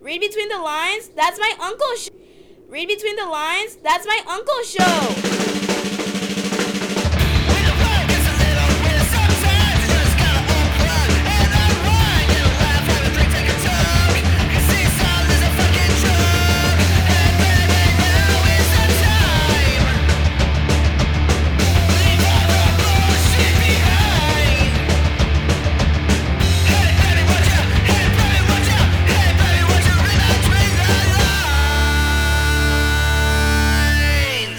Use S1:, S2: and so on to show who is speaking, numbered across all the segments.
S1: Read between the lines. That's my uncle. Sh- Read between the lines. That's my uncle show.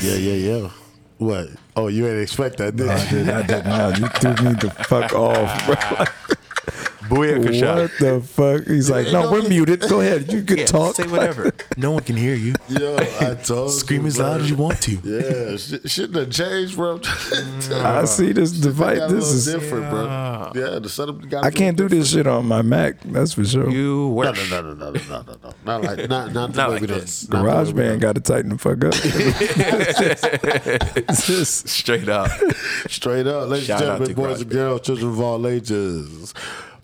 S2: Yeah, yeah, yeah. What? Oh, you didn't expect that, did
S3: I
S2: you?
S3: did, I did not. You threw me the fuck off, bro.
S4: Booyaka shot.
S3: What the fuck? He's like, no, we're muted. Go ahead. You can
S4: Yeah,
S3: talk.
S4: Say whatever. no one can hear you.
S2: Yo, I told
S4: Scream
S2: you,
S4: as loud
S2: bro.
S4: as you want Mm, to.
S2: Yeah, shit, shit done changed, bro.
S3: I see this
S2: Got a
S3: device. This
S2: little
S3: is.
S2: different, bro. Yeah, the setup got. a
S3: I can't do
S2: little
S3: this shit on my Mac. That's for sure.
S4: You
S2: No,
S4: work.
S2: no, no, no, no, no, no, no. Not like, not, not the
S4: Not
S2: way
S4: like
S2: we done-
S4: this.
S2: not the way
S3: Garage
S2: we done.
S3: Band got to tighten the fuck up. It's just-
S4: Straight up.
S2: Straight up, ladies and
S4: Shout out
S2: gentlemen,
S4: to
S2: boys and
S4: GarageBand.
S2: girls, children of all ages.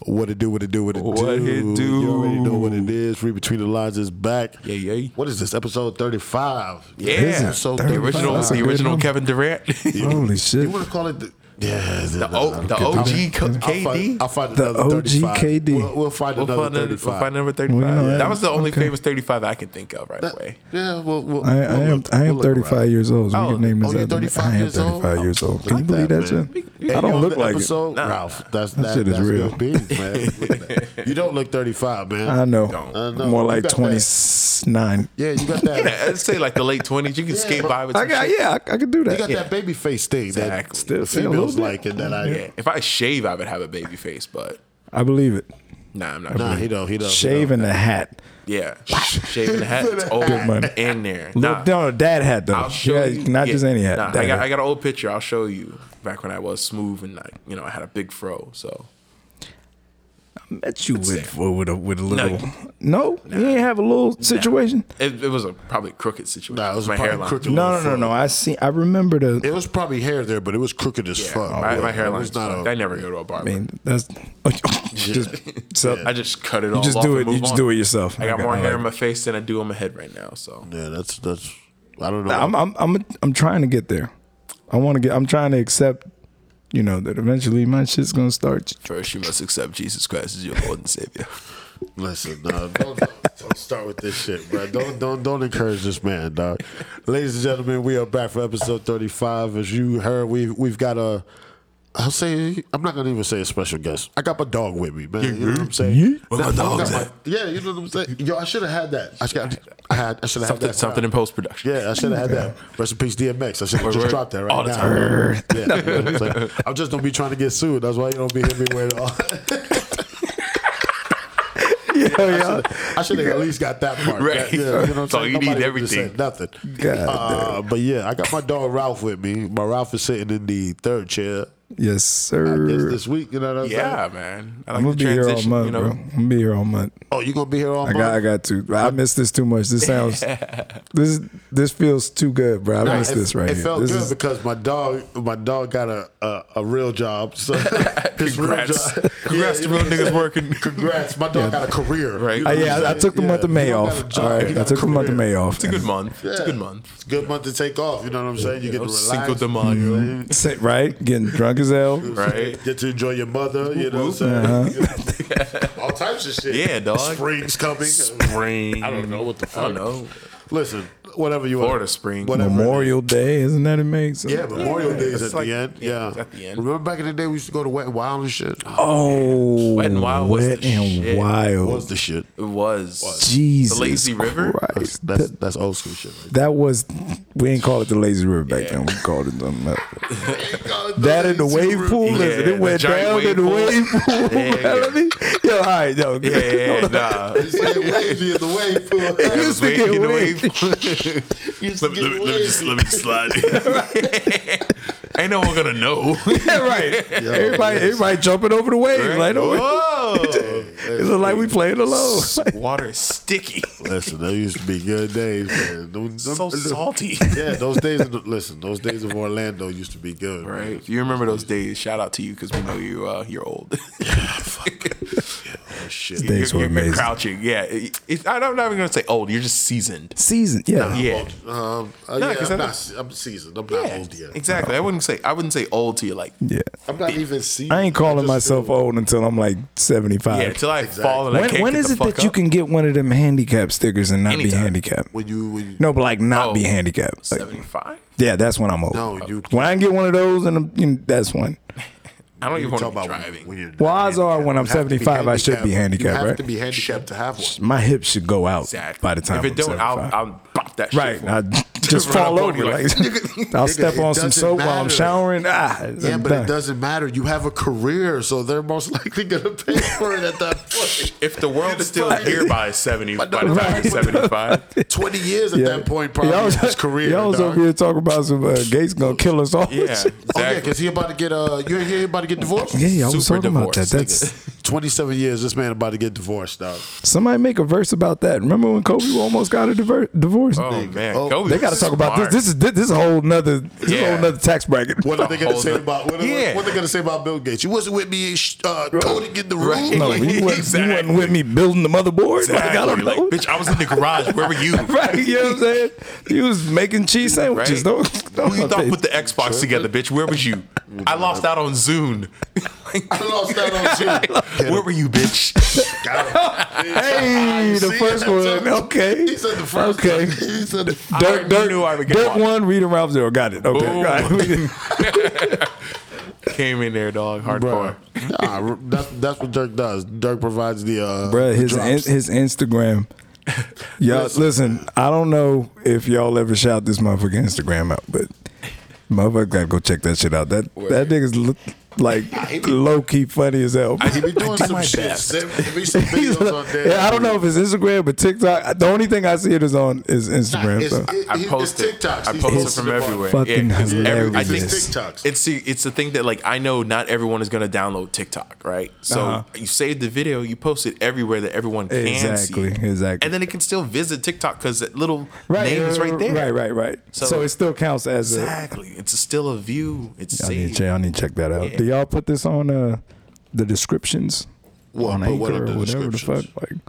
S2: What it do, what it do, what it
S4: What
S2: do.
S4: it do.
S2: You already know what it is. Read Between the Lines is back.
S4: Yeah, yeah.
S2: What is this, episode 35?
S3: Is
S4: Yeah.
S3: it?
S2: So
S4: the original,
S3: That's a
S4: the
S3: good
S4: original
S3: number.
S4: Kevin Durant.
S3: Holy shit.
S2: You want to call it the... Yeah,
S4: The, o, the OG co- KD.
S2: I'll find
S3: The
S2: another
S3: OG
S2: 35.
S3: KD.
S2: We'll, we'll find
S4: We'll
S2: another
S4: find, a, we'll
S2: 35.
S4: find number
S3: We know
S4: 35.
S3: that.
S4: That was the only
S3: Okay.
S4: famous 35 I can think of right away.
S2: Yeah, we'll, we'll,
S3: I,
S2: we'll
S3: I am
S2: look-
S3: I am
S2: we'll look
S3: 35
S2: around.
S3: years old. So
S4: Oh,
S3: we can name
S2: oh,
S3: this
S2: you're
S3: after me.
S2: 35
S3: I am
S2: years old?
S3: 35 years old. Can
S2: Look
S3: you
S2: at
S3: believe that,
S2: that, man.
S3: shit?
S2: Hey,
S3: I
S2: you
S3: don't
S2: on
S3: look
S2: the
S3: like
S2: episode?
S3: it.
S2: Ralph. That's that,
S3: shit is
S2: that's
S3: real.
S2: good beef, man. Look at that. you don't look 35, man.
S3: I know.
S2: I know.
S3: More
S2: You
S3: like
S2: got that-
S3: 29.
S2: Yeah, you got that.
S4: Yeah, I'd say like the late 20s. You can skate by with
S3: I
S4: some
S3: got
S4: shit.
S3: yeah, I, I could do
S2: You got
S3: that.
S2: that baby face thing that
S4: Exactly.
S3: Still
S2: the
S3: see a little
S2: females
S3: bit.
S2: like it that I
S4: Yeah. If I shave, I would have a baby face, but
S3: I believe it.
S4: nah, I'm not.
S2: Nah,
S4: Nah,
S2: he don't. He don't. he
S3: Shaving the hat.
S4: yeah. Shaving the hat, it's over
S3: money.
S4: in there.
S3: No,
S4: Nah.
S3: no, dad hat though.
S4: I'll show
S3: yeah,
S4: you.
S3: not
S4: yeah.
S3: just any hat.
S4: Nah,
S3: dad
S4: I got
S3: hat.
S4: I got an old picture. I'll show you back when I was smooth and like you know I had a big fro. So
S3: met you with with a, with a little.
S4: you-
S3: No, you ain't have a little situation.
S4: it, it was a probably crooked situation.
S2: Nah, it was
S4: my
S2: probably
S4: hairline.
S2: crooked.
S3: No, no, no, no. I see. I remember the.
S2: It was probably hair there, but it was crooked as
S4: Yeah,
S2: fuck.
S3: Oh,
S4: my,
S2: bro.
S4: my
S2: It
S4: hairline.
S2: was not
S4: I
S2: a-
S4: never go to a barber.
S3: I mean, that's just so.
S4: I just cut it
S3: You
S4: all
S3: just
S4: off
S3: do
S4: and
S3: it. You
S4: move
S3: just
S4: on.
S3: do it yourself.
S4: I got
S3: Okay,
S4: more
S3: I
S4: hair
S3: like
S4: in my face than I do on my head right now. So
S2: Yeah, that's that's. I don't know.
S3: I'm I'm I'm I'm trying to get there. I want to get. I'm trying to accept. You know that eventually my shit's gonna start.
S4: first you must accept Jesus Christ as your Lord and Savior.
S2: Listen, dog. Don't, don't start with this shit, bro. Don't don't don't encourage this man, dog. Ladies and gentlemen, we are back for episode thirty-five. As you heard, we we've got a. I'll say I'm not gonna even say a special guest. I got my dog with me, man. You know what I'm saying?
S4: Where
S2: Now,
S4: my
S2: I got
S4: dogs
S2: my-
S4: at?
S2: Yeah, you know what I'm saying. Yo, I should have had that. I should. I had. I should have had
S4: Something,
S2: that.
S4: something in post production.
S2: Yeah, I should have had that. Rest in peace, DMX. I should have
S4: Word,
S2: just
S4: word.
S2: dropped that right
S4: All the
S2: now.
S4: time.
S2: Yeah, you know what I'm, saying? I'm just don't be trying to get sued. That's why you don't be hitting me with it all.
S3: Yeah, yeah.
S2: I should have at least got that part.
S4: Right.
S2: Yeah, you know what I'm
S4: So
S2: saying?
S4: you need
S2: Nobody would've
S4: everything.
S2: said Nothing.
S3: God
S2: Uh, but yeah, I got my dog Ralph with me. My Ralph is sitting in the third chair.
S3: Yes,
S2: I guess
S3: sir.
S2: this week, you know what I'm saying?
S4: Yeah, man. I
S3: I'm gonna
S4: like the
S3: be here all
S4: transition.
S3: month,
S4: you know,
S3: bro. I'm gonna be here all month.
S2: Oh, you gonna be here all
S3: I
S2: month?
S3: got, I got to. I missed this too much. This sounds, this this feels too good, bro. I
S2: Nah,
S3: missed
S2: it,
S3: this right
S2: it
S3: here.
S2: felt
S3: this
S2: good
S3: is-
S2: because my dog, my dog got a a, a real job. So his real
S4: Congrats.
S2: job-
S4: Congrats to real niggas working.
S2: Congrats, my dog got a career.
S4: Right.
S2: know
S3: Uh,
S2: what I'm
S3: yeah, I, I
S2: saying?
S3: took the
S2: Yeah.
S3: month of May
S2: You don't
S3: off.
S2: got a job,
S3: All
S2: you
S3: right, I
S2: got a
S3: took the month of
S2: career.
S3: May off.
S4: It's a good month. It's a good month.
S2: It's a good month to take off. You know what I'm saying? You get to relax.
S4: Cinco de Mayo.
S2: you know what I mean?
S3: Sit- Right, getting drunk as hell.
S4: Right.
S2: Get to enjoy your mother. You know what I'm saying? All types of shit.
S4: Yeah, dog.
S2: Spring's coming.
S4: Spring.
S2: I don't know what the fuck.
S4: I don't know.
S2: Listen, whatever you
S4: Florida
S2: want.
S4: spring.
S2: Whatever.
S3: Memorial Day, isn't that it? Makes
S2: Yeah, Memorial Day is
S4: It's
S2: at
S4: like-
S2: the end.
S4: yeah,
S2: Yeah.
S4: it's at the end.
S2: Remember back in the day we used to go to Wet and Wild and shit?
S3: Oh,
S4: Wet and Wild was
S3: Wet
S4: the
S3: and
S4: shit.
S3: wild.
S2: was the shit.
S4: It was.
S3: Jesus,
S4: The Lazy River?
S3: Christ.
S2: That's that's old school shit. Right
S3: That was we ain't call it the lazy river back then. We called it something else. that in the wave pool,
S4: Yeah,
S3: listen, it
S4: the
S3: went
S4: giant
S3: down
S4: wave
S3: in the
S4: pool.
S3: wave pool.
S4: Yeah, yeah.
S3: Melody. Yo, all right, yo,
S4: Yeah, nah.
S2: wavy in the wave pool.
S3: It used to get
S4: Wavy the
S3: wavy.
S4: wave. let, me, let, me, let me just let me just slide. Ain't no one gonna know.
S3: Yeah, right. everybody, everybody jumping over the wave. Like, oh,
S4: Whoa!
S3: it looked like we played alone.
S4: Water is sticky.
S2: Listen, those used to be good days, man. Them-
S4: So
S2: them-
S4: salty.
S2: Yeah, those days. Of the, listen, those days of Orlando used to be good. man.
S4: Right. If you remember those days, shout out to you because we know you uh, you're old.
S2: shit.
S4: You're,
S3: Things were
S4: you're- you're
S3: amazing.
S4: crouching. Yeah, It- it- I'm not even gonna say old. You're just seasoned.
S3: Seasoned, yeah.
S4: Yeah.
S2: Um, uh,
S4: No,
S2: yeah,
S4: 'cause I
S2: I'm,
S4: don't-
S2: not, se- I'm seasoned. I'm not
S4: Yeah,
S2: old yet.
S4: exactly. I wouldn't say I wouldn't say old to you like
S3: Yeah.
S2: I'm not even seasoned.
S3: I ain't
S2: I
S3: calling
S2: just
S3: myself
S2: feel-
S3: old until I'm like
S4: yeah.
S3: 75.
S4: Until I fall and I
S3: when
S4: can't
S3: when
S4: get
S3: is
S4: the
S3: it that
S4: fuck
S3: you
S4: up.
S3: can get one of them handicap stickers and not be
S4: Anytime.
S3: handicapped?
S2: When you, when you
S3: No, but like not be
S4: Oh.
S3: handicapped. Like,
S4: 75?
S3: yeah, that's when I'm old.
S2: no, you
S3: When I get one of those, and I'm, you know, that's one.
S4: I don't even
S2: talk
S4: want to
S2: about
S4: be
S2: driving.
S4: driving.
S2: When you're
S3: Well, odds are when I'm
S2: You have to be
S3: 75, I should be
S2: You
S3: handicapped,
S2: have
S3: right?
S2: to be handicapped to have one.
S3: My hips should go out
S4: Exactly.
S3: by the time
S4: if it
S3: I'm
S4: don't, I'll,
S3: 75.
S4: I'll pop that.
S3: right,
S4: shit for
S3: I
S4: you.
S3: just
S4: Run up
S3: fall
S4: on
S3: over.
S4: you
S3: Like,
S4: nigga.
S3: I'll
S2: Nigga,
S3: step
S2: it
S3: on some
S2: doesn't
S3: soap while I'm
S2: matter.
S3: showering. Ah, it's
S2: Yeah, but
S3: done.
S2: it doesn't matter. You have a career, so they're most likely gonna pay for it at that point.
S4: if the world's still
S2: Right.
S4: here by 70, by the time
S3: Right.
S4: you're 75,
S2: Twenty years at that point, probably
S3: Y'all
S2: of
S3: was-
S2: his career.
S3: Y'all was
S2: dog.
S3: over here talking about some uh, Gates gonna kill us all.
S4: yeah,
S3: Yeah,
S4: exactly.
S2: Oh yeah, because he about to get uh, you ain't hear he about to get divorced.
S3: y'all was
S4: Super
S3: talking about that.
S4: divorce,
S3: That's
S2: Twenty-seven years. This man about to get divorced, dog.
S3: somebody make a verse about that. Remember when Kobe almost got a diver- divorce?
S4: oh man,
S2: Oh,
S4: Kobe
S3: they got to
S4: was
S3: talk about this.
S4: smart.
S3: This is this is a whole nother this is a
S4: Yeah.
S3: whole nother tax bracket.
S2: What are they gonna
S4: Hold
S2: say
S4: up.
S2: about what,
S4: Yeah.
S2: what, what they gonna say about Bill Gates? You wasn't with me, uh, coding in the room.
S4: Right.
S3: No, you wasn't, you wasn't
S4: Exactly.
S3: with me building the motherboard. Like, I
S4: Exactly.
S3: don't
S4: Like,
S3: know.
S4: bitch, I was in the garage. Where were you?
S3: right, you know what I'm saying? You was making cheese sandwiches.
S4: Right?
S3: though.
S4: Who you thought put the Xbox together, bitch? Where was you? I lost out on Zune.
S2: I lost that on Zoom.
S4: Where were you, bitch?
S2: Got him.
S3: Hey,
S2: You
S3: the
S2: see?
S3: first one. Okay.
S2: He said the first.
S3: Okay.
S2: One. He said the first.
S3: Dirk,
S4: already
S3: Dirk,
S4: knew I would get
S3: Dirk
S4: one.
S3: one, Rita Ralph zero. Got it. Okay.
S4: Boom.
S3: All right, we didn't-
S4: Came in there, dog, hardcore.
S2: Nah, that's that's what Dirk does. Dirk provides the uh,
S3: Bruh, his
S2: drops.
S3: in, his Instagram. Y'all, listen. I don't know if y'all ever shout this motherfucker Instagram out, but motherfucker gotta go check that shit out. That that nigga's look, like low key funny as hell.
S4: Ah,
S2: he be doing some
S4: my
S2: shit.
S4: best.
S2: There there be some
S3: He's
S2: videos on
S3: like-
S2: there.
S3: yeah, I don't know if it's Instagram or TikTok. The only thing I see it is on is Instagram.
S2: It's,
S3: so.
S2: it,
S4: I
S2: it's
S4: post it.
S2: TikToks.
S4: I
S2: He's
S4: post it
S2: posting
S4: from
S2: them on-
S4: everywhere.
S3: Fucking
S4: Yeah, 'cause every- I
S2: It's
S4: think
S2: just
S4: it's
S2: TikToks.
S4: It's the it's the thing that like I know not everyone is gonna download TikTok, right? So
S3: Uh-huh.
S4: you save the video, you post it everywhere that everyone can
S3: Exactly,
S4: see, it.
S3: exactly.
S4: and then it can still visit TikTok because that little name is right there.
S3: Right, right, right. So,
S4: So-
S3: it still counts as a.
S4: Exactly. It's still a view. It's
S3: I need, to
S4: saved.
S3: check, I need to check that out.
S4: Yeah.
S3: Do y'all put this on uh, the descriptions?
S2: What,
S3: on
S2: put
S3: Anchor
S2: what in
S3: or
S2: the
S3: whatever the fuck.
S2: descriptions?
S3: Like,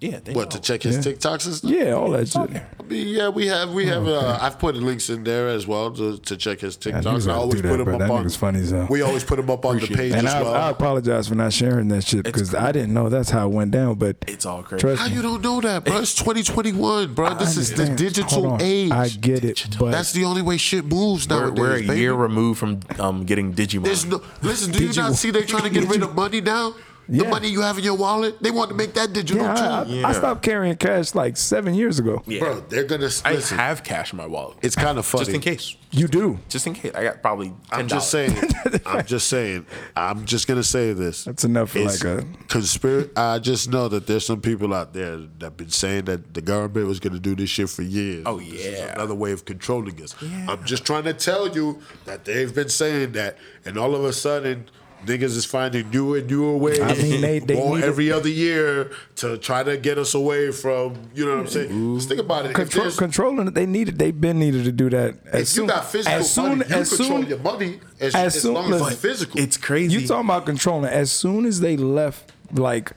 S4: Yeah. They
S2: What
S4: know.
S2: to check his TikToks and stuff?
S3: yeah, all that shit.
S2: I mean, yeah, we have we have. Uh, I've put links in there as well to, to check his
S3: Yeah,
S2: TikToks.
S3: niggas
S2: I
S3: gotta
S2: always
S3: do
S2: put
S3: that,
S2: him
S3: bro.
S2: up
S3: That
S2: on.
S3: nigga's funny as hell.
S2: We always put him up on the page
S3: And
S2: as
S3: I,
S2: well.
S3: I apologize for not sharing that shit because I didn't know that's how it went down. But
S4: It's all crazy.
S3: Trust
S2: How
S3: me,
S2: you don't know that, bro? It's 2021, bro.
S3: I
S2: This is the
S3: understand. Hold
S2: digital
S3: on.
S2: age.
S3: I get it, but
S2: That's the only way shit moves
S4: We're,
S2: nowadays.
S4: we're a
S2: baby.
S4: year removed from um, getting Digimon.
S2: There's no listen. Do you
S3: Digital-
S2: not see they trying to get rid of money now? The
S3: Yeah.
S2: money you have in your wallet, they want to make that digital
S3: yeah, I, I,
S2: too.
S3: I stopped carrying cash like seven years ago.
S4: yeah.
S2: Bro, they're gonna
S4: I
S2: listen.
S4: have cash in my wallet.
S2: it's kind of funny.
S4: just in case.
S3: You do.
S4: Just in case. I got probably. $10.
S2: I'm just saying. I'm just saying. I'm just gonna say this.
S3: That's enough for
S2: It's
S3: like a.
S2: conspiracy. I just know that there's some people out there that been saying that the government was gonna do this shit for years.
S4: Oh,
S2: This is
S4: yeah.
S2: another way of controlling us. I'm just trying to tell you that they've been saying that, and all of a sudden. Niggas is finding newer and newer ways.
S3: I mean, they- they
S2: more
S3: need it.
S2: every other year to try to get us away from. You know what I'm saying? Just think about it. If
S3: Control,
S2: there's-
S3: controlling it, they needed. They've been needed to do that. As
S2: if you got physical
S3: as soon,
S2: money, you
S3: as
S2: control
S3: soon,
S2: your money as,
S3: as
S2: as
S3: soon-
S2: long as
S3: listen,
S2: it's physical.
S4: It's crazy.
S3: You talking about controlling? As soon as they left, like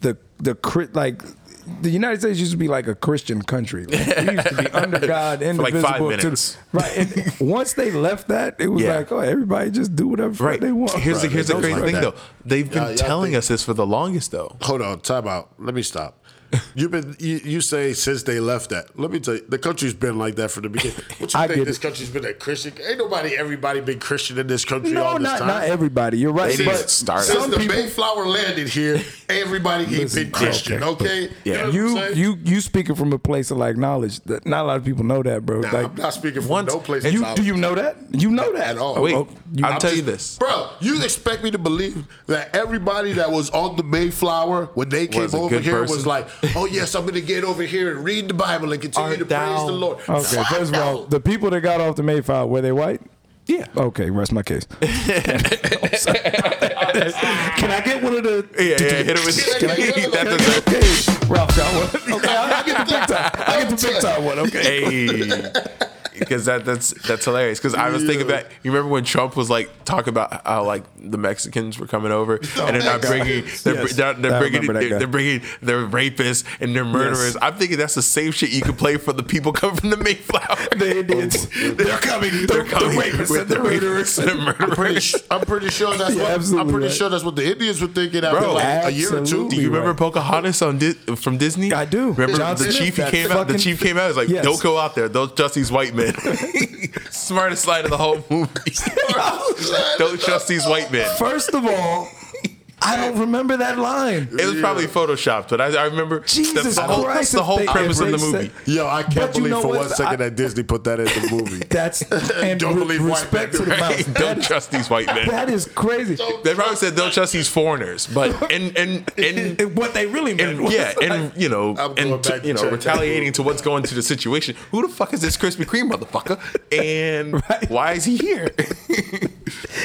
S3: the the crit, like the United States used to be like a Christian country. Like, we used to be under God,
S4: For like
S3: indivisible.
S4: five
S3: to the-
S4: minutes.
S3: right. And once they left that, it was
S4: Yeah.
S3: like, oh, everybody just do whatever the fuck
S4: Right.
S3: they want.
S4: Here's the
S2: Right,
S4: here's the
S2: it goes
S4: crazy
S2: like
S4: thing
S2: that.
S4: though. They've been
S2: Y'all- y'all
S4: telling
S2: think-
S4: us this for the longest though.
S2: Hold on, time out. Let me stop. You've been you, you say since they left that. Let me tell you, the country's been like that from the beginning. What you
S3: I
S2: think
S3: get
S2: this
S3: it.
S2: country's been a Christian? Ain't nobody, everybody been Christian in this country
S3: no,
S2: all this
S3: not
S2: time.
S3: not everybody. You're right,
S4: They
S3: but
S4: didn't start
S2: Since
S4: Some
S2: the Mayflower landed here, everybody ain't
S3: Listen,
S2: been Christian.
S3: okay,
S2: Okay,
S4: yeah.
S2: know what I'm
S3: you
S2: saying?
S3: you you speaking from a place of like knowledge. That not a lot of people know that, bro.
S2: Nah, I'm
S3: like,
S2: not speaking from
S4: once-
S2: no place.
S4: and
S2: of
S3: you
S2: knowledge.
S3: do you know that? You know that
S2: At all.
S3: Oh,
S4: Wait,
S3: oh, you-
S4: I'll
S3: I'm
S4: tell you
S3: just-
S4: this.
S2: Bro, you expect me to believe that everybody that was on the Mayflower when they came
S4: Was a
S2: over
S4: good
S2: here
S4: person?
S2: was like, "Oh yes, I'm going to get over here and read the Bible and continue
S4: Art
S2: to praise
S4: thou-
S2: the Lord."
S3: Okay,
S2: Fuck
S3: first of all,
S2: no.
S3: the people that got off the Mayflower were they white?
S4: Yeah.
S3: Okay, rest my case. Can I get one of the?
S4: Yeah, yeah, hit it with
S2: Can I get-
S4: that does
S3: Okay, Ralph got one. Okay, I, I get the big time. I get the big time one. Okay.
S4: Hey. because that that's that's hilarious. Because I was thinking
S2: Yeah.
S4: about you remember when Trump was like talking about how like the Mexicans were coming over and they're not bringing they're,
S3: Yes.
S4: they're, they're
S3: I
S4: bringing
S3: remember that
S4: they're,
S3: guy.
S4: they're bringing their rapists and their murderers. I'm thinking that's the same shit you could play for the people coming from the Mayflower. Oh.
S3: They did. They're coming.
S4: They're coming with the rapists and the
S2: Pretty
S4: murderers.
S2: su- I'm pretty sure that's
S3: You're
S2: what I'm
S3: absolutely
S2: pretty
S3: right.
S2: sure that's what the Indians were thinking after
S4: Bro,
S2: like a year or two.
S3: absolutely.
S4: Do you remember Pocahontas on Di- from Disney?
S3: I do.
S4: Remember
S3: John
S4: the
S3: Smith,
S4: chief? He
S3: that
S4: came out. The
S3: fucking-
S4: chief came out. He was like,
S3: Yes.
S4: "Don't go out there. Those trust these white men." Smartest line of the whole movie. Don't trust these white men.
S3: First of all, I don't remember that line.
S4: It was probably photoshopped, but I, I remember
S3: Jesus
S4: the, whole,
S3: Christ,
S4: the whole
S3: if they
S4: premise of the
S3: embrace
S4: movie.
S3: that-
S2: Yo, I can't
S3: But you
S2: believe
S3: know
S2: for
S3: what?
S2: one second
S3: I-
S2: that Disney put that in the movie.
S3: That's and
S2: Don't
S3: with
S2: believe white
S3: respect
S2: men.
S3: to the
S4: Right?
S3: mountain.
S4: Don't
S3: That,
S4: trust these white men.
S3: that is crazy.
S4: they probably said don't trust these foreigners, but in in in,
S3: And what they really meant
S4: in
S3: was
S4: yeah, and you know,
S2: I'm going back
S4: and to,
S2: to
S4: you know,
S2: check.
S4: retaliating to what's going to the situation. Who the fuck is this Krispy Kreme motherfucker? And why is he here?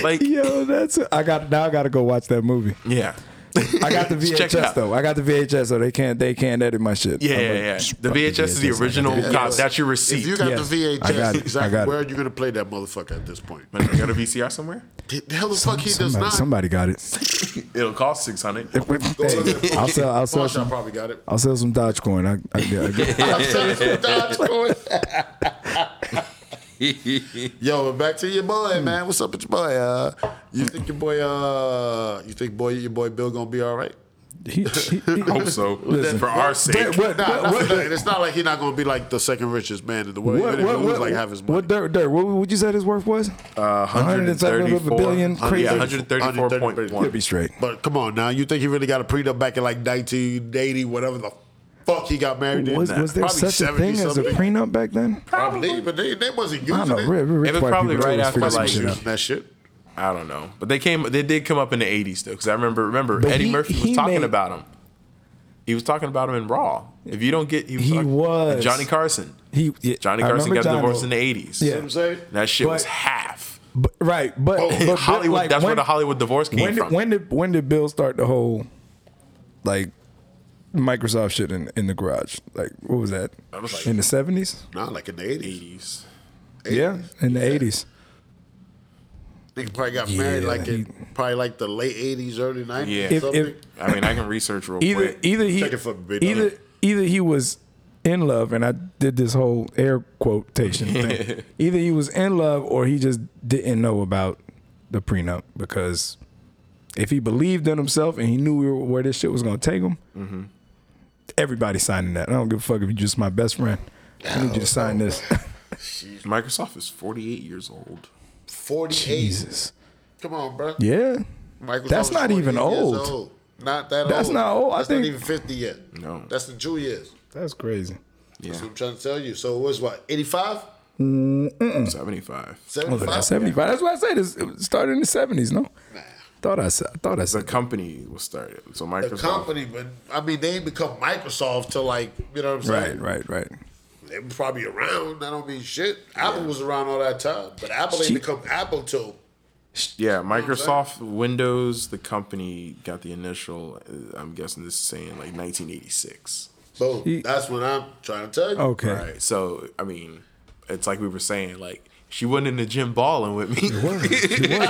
S4: like,
S3: yo, that's I got now. I got to go watch that movie.
S4: yeah.
S3: I got the
S4: Check it
S3: VHS
S4: out.
S3: though. I got the VHS, so they can't they can't edit my shit.
S4: Yeah,
S3: I'm
S4: yeah,
S3: like,
S4: yeah.
S3: "Shh,
S4: The
S3: fuck
S4: VHS is the
S3: VHS, I
S4: original
S3: got it."
S4: cop. That's your receipt.
S2: If you got
S3: Yes.
S2: the VHS,
S3: I got it. I
S2: exactly
S3: got it.
S2: where are you gonna play that motherfucker at this point?
S4: Man, you got a VCR somewhere?
S2: The hell the fuck he does
S3: Somebody,
S2: not.
S3: somebody got it.
S4: It'll cost six hundred.
S3: Hey, I'll sell. I'll sell
S2: Marshall
S3: some.
S2: Oh, probably got it.
S3: I'll sell some Dogecoin. I, I, I,
S2: I'm telling you, Dodge going. Yo, and back to your boy, man. What's up with your boy? Uh, you think your boy, uh, you think boy, your boy Bill gonna be all right?
S3: he, he, he-
S4: Hope so.
S3: Listen.
S4: For our
S3: Dirt,
S4: sake.
S3: what,
S2: Nah,
S3: what, what,
S2: that's the thing. it's not like he's not gonna be like the second richest man in the world.
S3: what,
S2: Even if
S3: what,
S2: he lose
S3: what,
S2: like half his money.
S3: what dirt, dirt? What would you say his worth was?
S4: Uh,
S3: 134 billion, crazy.
S4: Yeah, 134.1.
S3: He'll be straight.
S2: But come on now, you think he really got a prenup back in like 1980, whatever the fuck he got married in?
S3: Was, was there
S2: Probably
S3: such a
S2: 70
S3: thing as a
S2: something.
S3: prenup back then?
S2: Probably, but they, they wasn't using
S3: I don't know.
S2: it.
S3: Rich, rich
S4: It was
S3: white
S4: probably
S3: people
S4: right
S3: always
S4: after,
S3: figure some
S4: like,
S3: shit out.
S2: Using that shit.
S4: I don't know, but they came. They did come up in the '80s though, because I remember. Remember,
S3: But
S4: Eddie
S3: he-
S4: Murphy was
S3: he
S4: talking
S3: made-
S4: about him. He was talking about him in Raw. If you don't get, he was.
S3: He
S4: talking-
S3: was.
S4: Johnny Carson.
S3: He, yeah,
S4: Johnny
S3: I
S4: Carson
S3: remember
S4: got
S3: Johnny.
S4: divorced in the '80s.
S3: Yeah.
S2: You know what I'm saying?
S4: that shit was
S3: But-
S4: half.
S3: But, right, but, but- but
S4: Oh, Hollywood.
S3: like,
S4: that's where
S3: when-
S4: the Hollywood divorce came
S3: when did,
S4: from.
S3: When did when did Bill start the whole like Microsoft shit in, in the garage? Like what was that?
S4: That was like-
S3: in the seventies?
S2: Nah, like in the 80s.
S4: '80s.
S3: Yeah, in the eighties.
S2: They probably got
S3: Yeah,
S2: married like
S3: he-
S2: in probably like the late 80s, early 90s.
S4: Yeah.
S2: Or
S4: If-
S2: something.
S3: if-
S4: I mean, I can research real
S3: Either
S4: quick.
S3: either he
S2: Take it for big
S3: either
S2: dog.
S3: either he was in love, and I did this whole air quotation thing. either he was in love, or he just didn't know about the prenup because if he believed in himself and he knew where this shit was gonna take him, everybody signing that. I don't give a fuck if you're just my best friend. I need you to sign this.
S4: Microsoft is 48 years old.
S2: 48.
S3: Jesus.
S2: Come on, bro.
S3: Yeah.
S2: Microsoft
S3: That's
S2: is
S3: not
S2: 48
S3: even
S2: years
S3: old.
S2: Not that
S3: That's
S2: old.
S3: not old. I
S2: That's
S3: think-
S2: not even 50 yet.
S4: No.
S2: That's in two years.
S3: That's crazy.
S4: Yeah,
S2: That's what I'm trying to tell you. So it was what, 85?
S3: Hmm.
S4: 75.
S2: 75?
S3: Seventy five. Oh, That's what I said. it's- It started in the seventies, no? Thought I said I thought I
S4: The
S3: said
S4: company was started. So Microsoft.
S2: The company, but I mean, they ain't become Microsoft till like, you know what I'm
S3: Right,
S2: saying?
S3: right, right.
S2: They were probably around. That don't mean shit. Apple was around all that time, but Apple
S3: She-
S2: ain't become Apple till
S4: Yeah, Microsoft Windows, the company got the initial. uh, I'm guessing this is saying like 1986.
S2: boom.
S3: She-
S2: That's what I'm trying to tell you.
S3: Okay.
S4: All right, so I mean, it's like we were saying, like she wasn't in the gym balling with me.
S3: That's what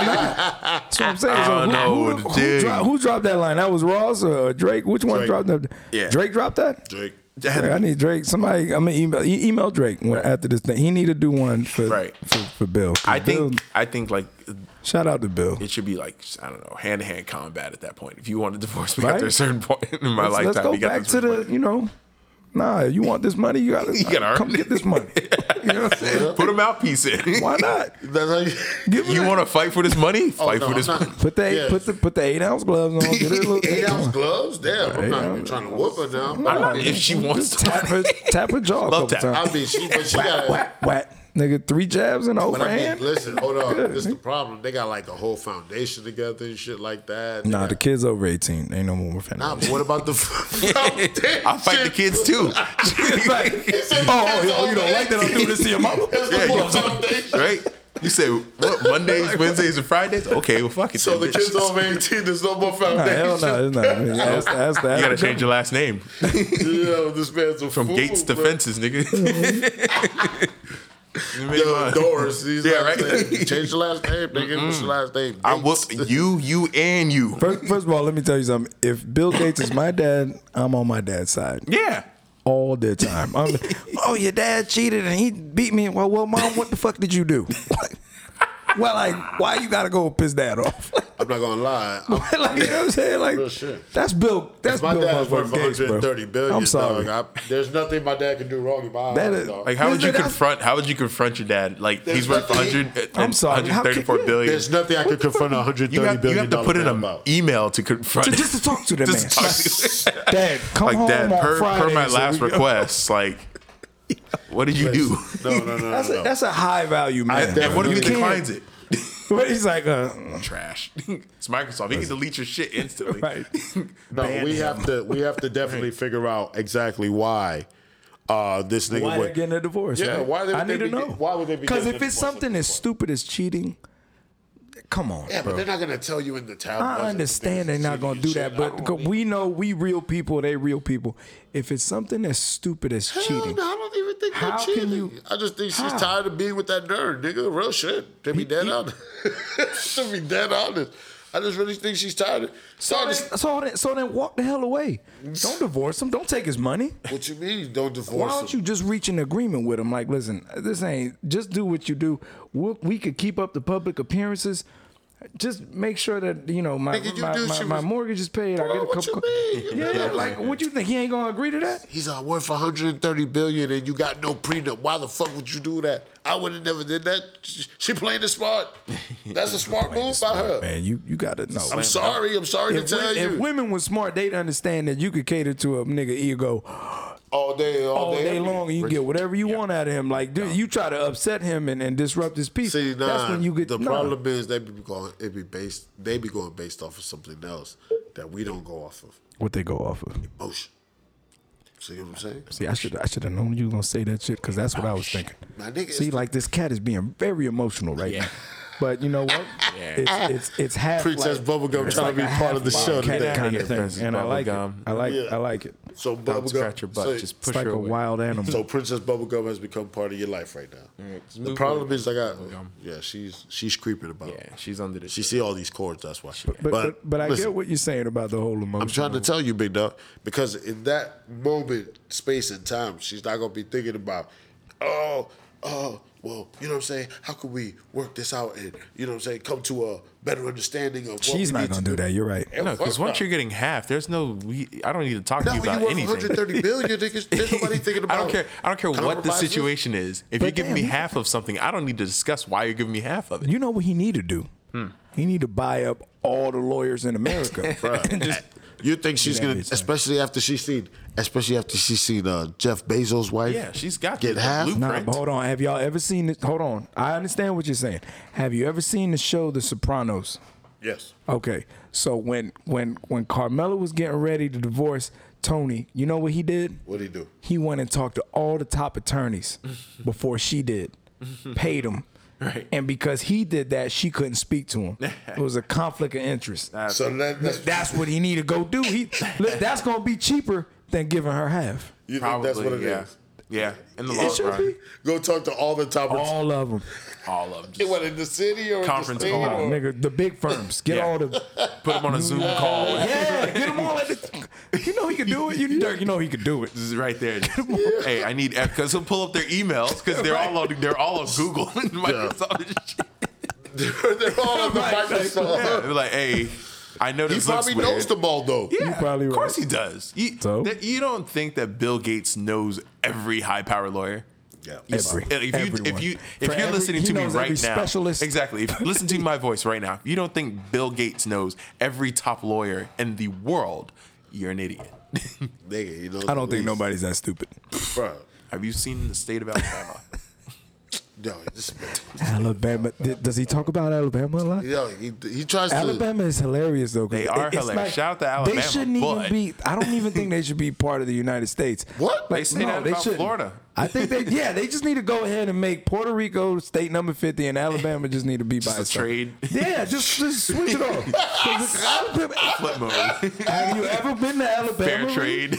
S3: I'm saying. So
S4: I don't
S3: who,
S4: know,
S3: who, who,
S4: dude.
S3: dro- who dropped that line? That was Ross or Drake? Which one
S2: Drake.
S3: dropped that?
S4: Yeah.
S3: Drake dropped that?
S2: Drake.
S4: That had to
S3: Drake, I
S4: be-
S3: need Drake. Somebody, I'm gonna email, e- email Drake when, after this thing. He need to do one for
S4: Right.
S3: for, for Bill.
S4: I
S3: Bill-
S4: think I think like
S3: shout out to Bill.
S4: it should be like I don't know hand to hand combat at that point. If you want to divorce me
S3: Right?
S4: after a certain point in my
S3: Let's-
S4: lifetime,
S3: Let's go
S4: you got
S3: back
S4: this
S3: to the,
S4: money.
S3: you know, nah. You want this money? You gotta,
S4: You gotta
S3: come
S4: earn it.
S3: get this money. you know what I'm saying?
S4: put a mouthpiece in.
S3: Why not?
S2: That's how you.
S3: Give
S4: You want to fight for this money?
S2: Oh,
S4: Fight
S2: no,
S4: for
S2: I'm
S4: this
S2: not-
S4: money.
S3: put the
S2: Yeah.
S3: put the put the eight ounce gloves on. Get it a little
S2: Eight ounce gloves? Damn, I'm not
S3: Eight
S2: even
S3: ounce.
S2: trying to whoop her down.
S4: I'm not- if she wants to.
S3: tap her tap her jaw a
S4: Love
S3: couple
S4: tap.
S3: times.
S2: I mean, she, but she got.
S3: Whack, whack. Nigga, three jabs and
S2: But I mean,
S3: overhand.
S2: listen, hold on.
S3: Good.
S2: This is the problem. They got like a whole foundation together and shit like that. They
S3: Nah,
S2: got-
S3: the kids over eighteen ain't no more fan.
S2: Nah, but what about the foundation?
S4: I fight the kids too.
S2: oh,
S3: to your mama.
S4: Yeah, you-
S2: foundation.
S4: right? You said what? Mondays, Wednesdays, and Fridays? Okay, well, fuck it.
S2: So the
S4: then,
S2: kids
S4: bitch.
S2: over 18, there's no more
S3: Nah,
S2: foundation.
S3: hell no, it's not. That's, that's, that's
S4: You gotta change your last name
S2: Yo, this man's a
S4: from
S2: fool,
S4: Gates to
S2: bro.
S4: Fences, nigga.
S2: The Doris. These
S4: Yeah,
S2: last
S4: right.
S2: names. Change the last name, nigga. What's the last name?
S4: I whoop you, you, and you.
S3: First, first of all, let me tell you something. If Bill Gates is my dad, I'm on my dad's side
S4: Yeah.
S3: all the time. I'm, oh, your dad cheated and he beat me. Well, well, mom, what the fuck did you do? well, like, why you gotta go piss dad off?
S2: I'm not gonna lie. I'm-
S3: like, you know what I'm saying?
S2: Real
S3: Like,
S2: shit.
S3: that's Bill. That's
S2: If my
S3: Bill
S2: dad is
S3: motherfucking
S2: worth
S3: Gates, bro.
S2: 130 billion.
S3: I'm sorry.
S2: Dog. I, there's nothing my dad can do wrong in my eyes.
S3: That is-
S2: dog.
S4: Like how would you
S3: Listen, I-
S4: confront? How would you confront your dad? Like
S2: There's
S4: he's worth
S2: nothing-
S4: 100.
S3: I'm sorry, how can-
S4: 134 billion.
S2: there's nothing I could confront a 130
S4: You
S2: billion
S4: have, you have to
S2: dollar
S4: put in
S2: man
S4: an
S2: about.
S4: email to confront.
S3: To- just to talk to the
S4: Just
S3: man.
S4: talk to-
S3: Dad, come
S4: like
S3: home
S4: that.
S3: on
S4: Per,
S3: Friday.
S4: per my
S3: so we
S4: last
S3: go-
S4: request, like, what did you do?
S2: No, no, no,
S3: That's
S2: no.
S3: a,
S2: no.
S3: that's a high value man.
S2: definitely-
S4: And what if he
S2: You can't-
S4: declines it?
S3: But he's like, uh,
S4: Trash. It's Microsoft. He can delete your shit instantly.
S3: right.
S2: No, we have to we have to definitely figure out exactly why uh, this nigga
S3: Why they
S2: would.
S3: getting a divorce?
S2: Yeah,
S3: right?
S2: why they-
S3: I
S2: they
S3: need to
S2: be
S3: know.
S2: get- why would they be
S3: Because
S2: getting
S3: if
S2: a
S3: it's
S2: divorce
S3: something
S2: at
S3: as
S2: this point?
S3: stupid as cheating, come on.
S2: yeah, but they're not gonna tell you in the town.
S3: I understand they're not gonna do that, but co- we know we real people. They real people. If it's something as stupid as cheating,
S2: No, I don't even think
S3: How
S2: they're
S3: can
S2: cheating.
S3: you-
S2: I just think she's
S3: How?
S2: tired of being with that nerd, nigga. Real shit. To be dead honest. to be dead honest. I just really think she's tired. Of, so I
S3: so
S2: just,
S3: then, so then, so then walk the hell away. Don't divorce him. Don't take his money.
S2: what you mean? Don't
S3: Why
S2: divorce
S3: don't
S2: him.
S3: you just reach an agreement with him? Like, listen, this ain't just do what you do. We'll, we could keep up the public appearances. Just make sure that you know my
S2: Nigga, you
S3: my,
S2: knew
S3: my,
S2: she
S3: my
S2: was-
S3: mortgage is paid. I
S2: Bro,
S3: get a
S2: what
S3: couple.
S2: you mean? You
S3: Yeah,
S2: know,
S3: like what you think he ain't gonna agree to that?
S2: He's uh, worth 130 billion and you got no prenup. Why the fuck would you do that? I would have never did that. She, she played it smart. That's a smart move by her.
S3: Man, you you gotta know.
S2: I'm sorry. I'm sorry
S3: if,
S2: to tell
S3: wo- if
S2: you.
S3: women was smart, they'd understand that you could cater to a nigga ego
S2: all day, all,
S3: all
S2: day,
S3: day
S2: every
S3: long, and you get whatever you want out of him. Like, dude, you try to upset him and, and disrupt his peace.
S2: See, nah,
S3: That's when you get
S2: the
S3: nah.
S2: problem is they be going. It be based. They be going based off of something else that we don't go off of
S3: What they go off of?
S2: emotion. See what I'm saying?
S3: See, I should I should have known you were gonna say that shit because that's what I was thinking.
S2: My nigga,
S3: See,
S2: it's-
S3: like this cat is being very emotional right now. But you know what? It's it's it's half
S2: Princess
S3: like,
S2: Bubblegum
S3: it's
S2: trying
S3: like
S2: to be
S3: a
S2: part of the
S3: half
S2: show
S3: bobcat
S2: today.
S3: kind
S4: Get
S3: of thing,
S4: Princess
S3: and I like it.
S4: Bubblegum.
S3: I like
S2: Yeah.
S3: I like it.
S2: So
S4: Don't
S2: bubblegum,
S4: scratch your butt.
S2: so-
S4: just push
S3: It's like
S4: her
S3: a
S4: away.
S3: wild animal.
S2: So Princess Bubblegum has become part of your life right now.
S4: let's
S2: the
S4: move
S2: problem
S4: forward.
S2: is I got
S4: Bubblegum.
S2: yeah, she's she's creeping about. it.
S4: Yeah, she's under the.
S2: She see all these chords, that's why. But
S3: but, but, but I
S2: listen,
S3: get what you're saying about the whole emotion.
S2: I'm trying to tell you, big dog, because in that moment, space and time, she's not gonna be thinking about, oh, oh, well, you know what I'm saying? How could we work this out and you know what I'm saying? Come to a better understanding of what
S3: She's
S2: we
S3: not
S2: need
S3: gonna
S2: to
S3: do that. You're right.
S2: And
S4: No,
S2: fuck
S4: because once
S2: no.
S4: you're getting half, there's no. We, I don't need to talk to you
S2: no,
S4: about
S2: you worth
S4: anything.
S2: 130 billion niggas. There's nobody thinking about.
S4: I don't care. I don't care
S2: Can
S4: what the
S2: revise this?
S4: situation is. If
S3: But
S4: you're giving me
S3: damn, you-
S4: half of something, I don't need to discuss why you're giving me half of it.
S3: You know what he need to do?
S4: Hmm.
S3: He need to buy up all the lawyers in America. and just
S2: You think she's
S3: that
S2: gonna,
S3: bitch, man.
S2: especially after she's seen, especially after she's seen uh, Jeff Bezos' wife.
S4: Yeah, she's got
S2: get
S4: the
S2: half.
S4: blueprint.
S3: Nah,
S4: Right.
S3: but hold on. Have y'all ever seen this? Hold on. I understand what you're saying. Have you ever seen the show The Sopranos?
S2: Yes.
S3: Okay. So when when when Carmela was getting ready to divorce Tony, you know what he did?
S2: What do you do?
S3: He went and talked to all the top attorneys before she did. Paid them.
S4: Right.
S3: And because he did that, she couldn't speak to him. It was a conflict of interest.
S2: So that, that's,
S3: That's what he need to go do. He look, that's gonna be cheaper than giving her half.
S2: you think that's what it is.
S4: yeah. Yeah, in the
S3: It
S4: long
S3: should
S4: run,
S3: be.
S2: Go talk to all the top.
S3: All of them,
S4: all of them.
S2: It
S4: Just
S2: was in the city or in
S4: Conference
S2: the state
S4: call.
S2: or-
S3: nigga. The big firms get
S4: Yeah.
S3: all the
S4: put them on a Zoom call.
S3: yeah. Get them all at the. You know he could do it. You Dirk, you know he could do it.
S4: This is right there. Hey, I need because he'll pull up their emails because they're all on they're all on Google and Microsoft. and shit.
S2: They're all on the Microsoft.
S4: Yeah, they're like, hey, I know
S2: He
S4: this looks
S2: probably
S4: weird.
S2: knows them all though.
S4: Yeah,
S3: probably
S4: of course
S3: right.
S4: he does. You,
S3: So?
S4: that- you don't think that Bill Gates knows every high power lawyer?
S2: Yeah.
S3: Every,
S4: If you if
S3: everyone.
S4: you
S3: For
S4: if you're
S3: every-
S4: listening
S3: he
S4: to me
S3: knows
S4: right
S3: every
S4: now,
S3: specialist.
S4: exactly. If listen to my voice right now, you don't think Bill Gates knows every top lawyer in the world? You're an idiot.
S2: Nigga, he knows
S3: I don't
S2: the least.
S3: think nobody's that stupid.
S2: Bro.
S4: Have you seen the state of Alabama?
S2: No, this
S3: Alabama. Th- Does he talk about Alabama a lot?
S2: yo, he, he tries to.
S3: Alabama is hilarious though. 'cause
S4: They are
S3: it's
S4: hilarious. Shout out to Alabama,
S3: They shouldn't
S4: but-
S3: even be. I don't even think they should be part of the United States.
S2: What?
S4: They say that about
S3: shouldn't.
S4: Florida.
S3: I think they yeah they just need to go ahead and make Puerto Rico state number fifty and Alabama just need to be by
S4: a
S3: itself.
S4: trade.
S3: Yeah, just, just switch it off. 'Cause it's Alabama-
S4: Flip mode.
S3: Have you ever been to Alabama?
S4: Fair
S3: Reed?
S4: trade.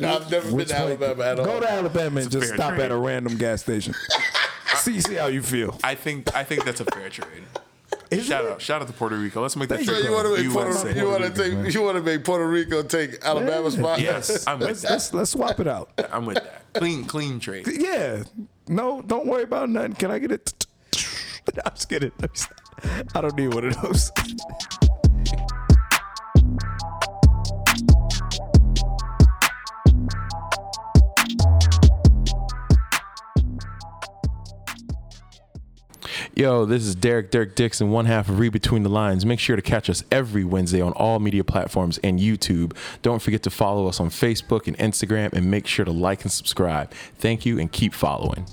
S2: No, I've never been
S3: Which
S2: to
S3: way-
S2: Alabama at all.
S3: Go to Alabama and just
S4: fair
S3: stop
S4: trade.
S3: at a random gas station. see, see how you feel.
S5: I think I think that's a fair trade. shout out, shout out to Puerto Rico. Let's make that
S2: So
S5: trade.
S2: you want to make Puerto,
S5: USA.
S2: you want to take you want to make Puerto Rico take Alabama spot?
S5: Yes, I'm with that.
S3: Let's let's swap it out.
S5: I'm with that. Clean, clean trade.
S3: Yeah. No, don't worry about nothing. Can I get it? I'm just kidding. I don't need one of those.
S4: Yo, this is Derek Derek Dixon, one half of Read Between the Lines. Make sure to catch us every Wednesday on all media platforms and YouTube. Don't forget to follow us on Facebook and Instagram and make sure to like and subscribe. Thank you and keep following.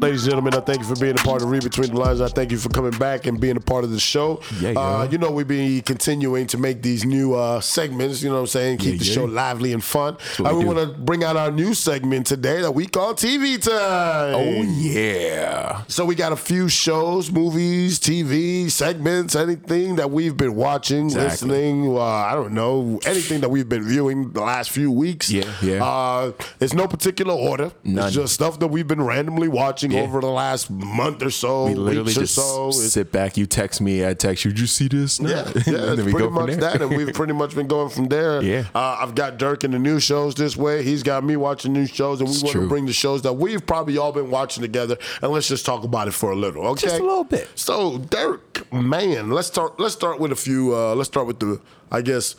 S2: Ladies and gentlemen, I thank you for being a part of Read Between the Lines. I thank you for coming back and being a part of the show.
S4: Yeah, yeah.
S2: Uh, you know, we've been continuing to make these new uh, segments, you know what I'm saying? Keep
S4: Yeah,
S2: the
S4: yeah.
S2: show lively and fun.
S4: what
S2: Uh, we
S4: we do.
S2: want to bring out our new segment today that we call TV Time.
S5: Oh yeah.
S2: So we got a few shows, movies, TV segments, anything that we've been watching,
S4: Exactly.
S2: listening. Uh, I don't know anything that we've been viewing the last few weeks.
S4: Yeah, yeah.
S2: Uh, it's no particular order.
S4: None.
S2: It's just stuff that we've been randomly watching
S4: Yeah.
S2: over the last month or so,
S3: Oh,
S4: We literally
S2: weeks
S4: just
S2: or so. It's-
S4: sit back. You text me, I text you. Did you see this? No.
S2: yeah, yeah,
S4: And then
S2: it's pretty
S4: we go from
S2: much
S4: there.
S2: that, and we've pretty much been going from there.
S4: Yeah.
S2: uh, I've got Dirk in the new shows this way. He's got me watching new shows, and we want to
S4: true.
S2: bring the shows that we've probably all been watching together, and let's just talk about it for a little, okay?
S4: Just a little bit.
S2: So, Dirk, man, let's start. Let's start with a few. Uh, let's start with the, I guess,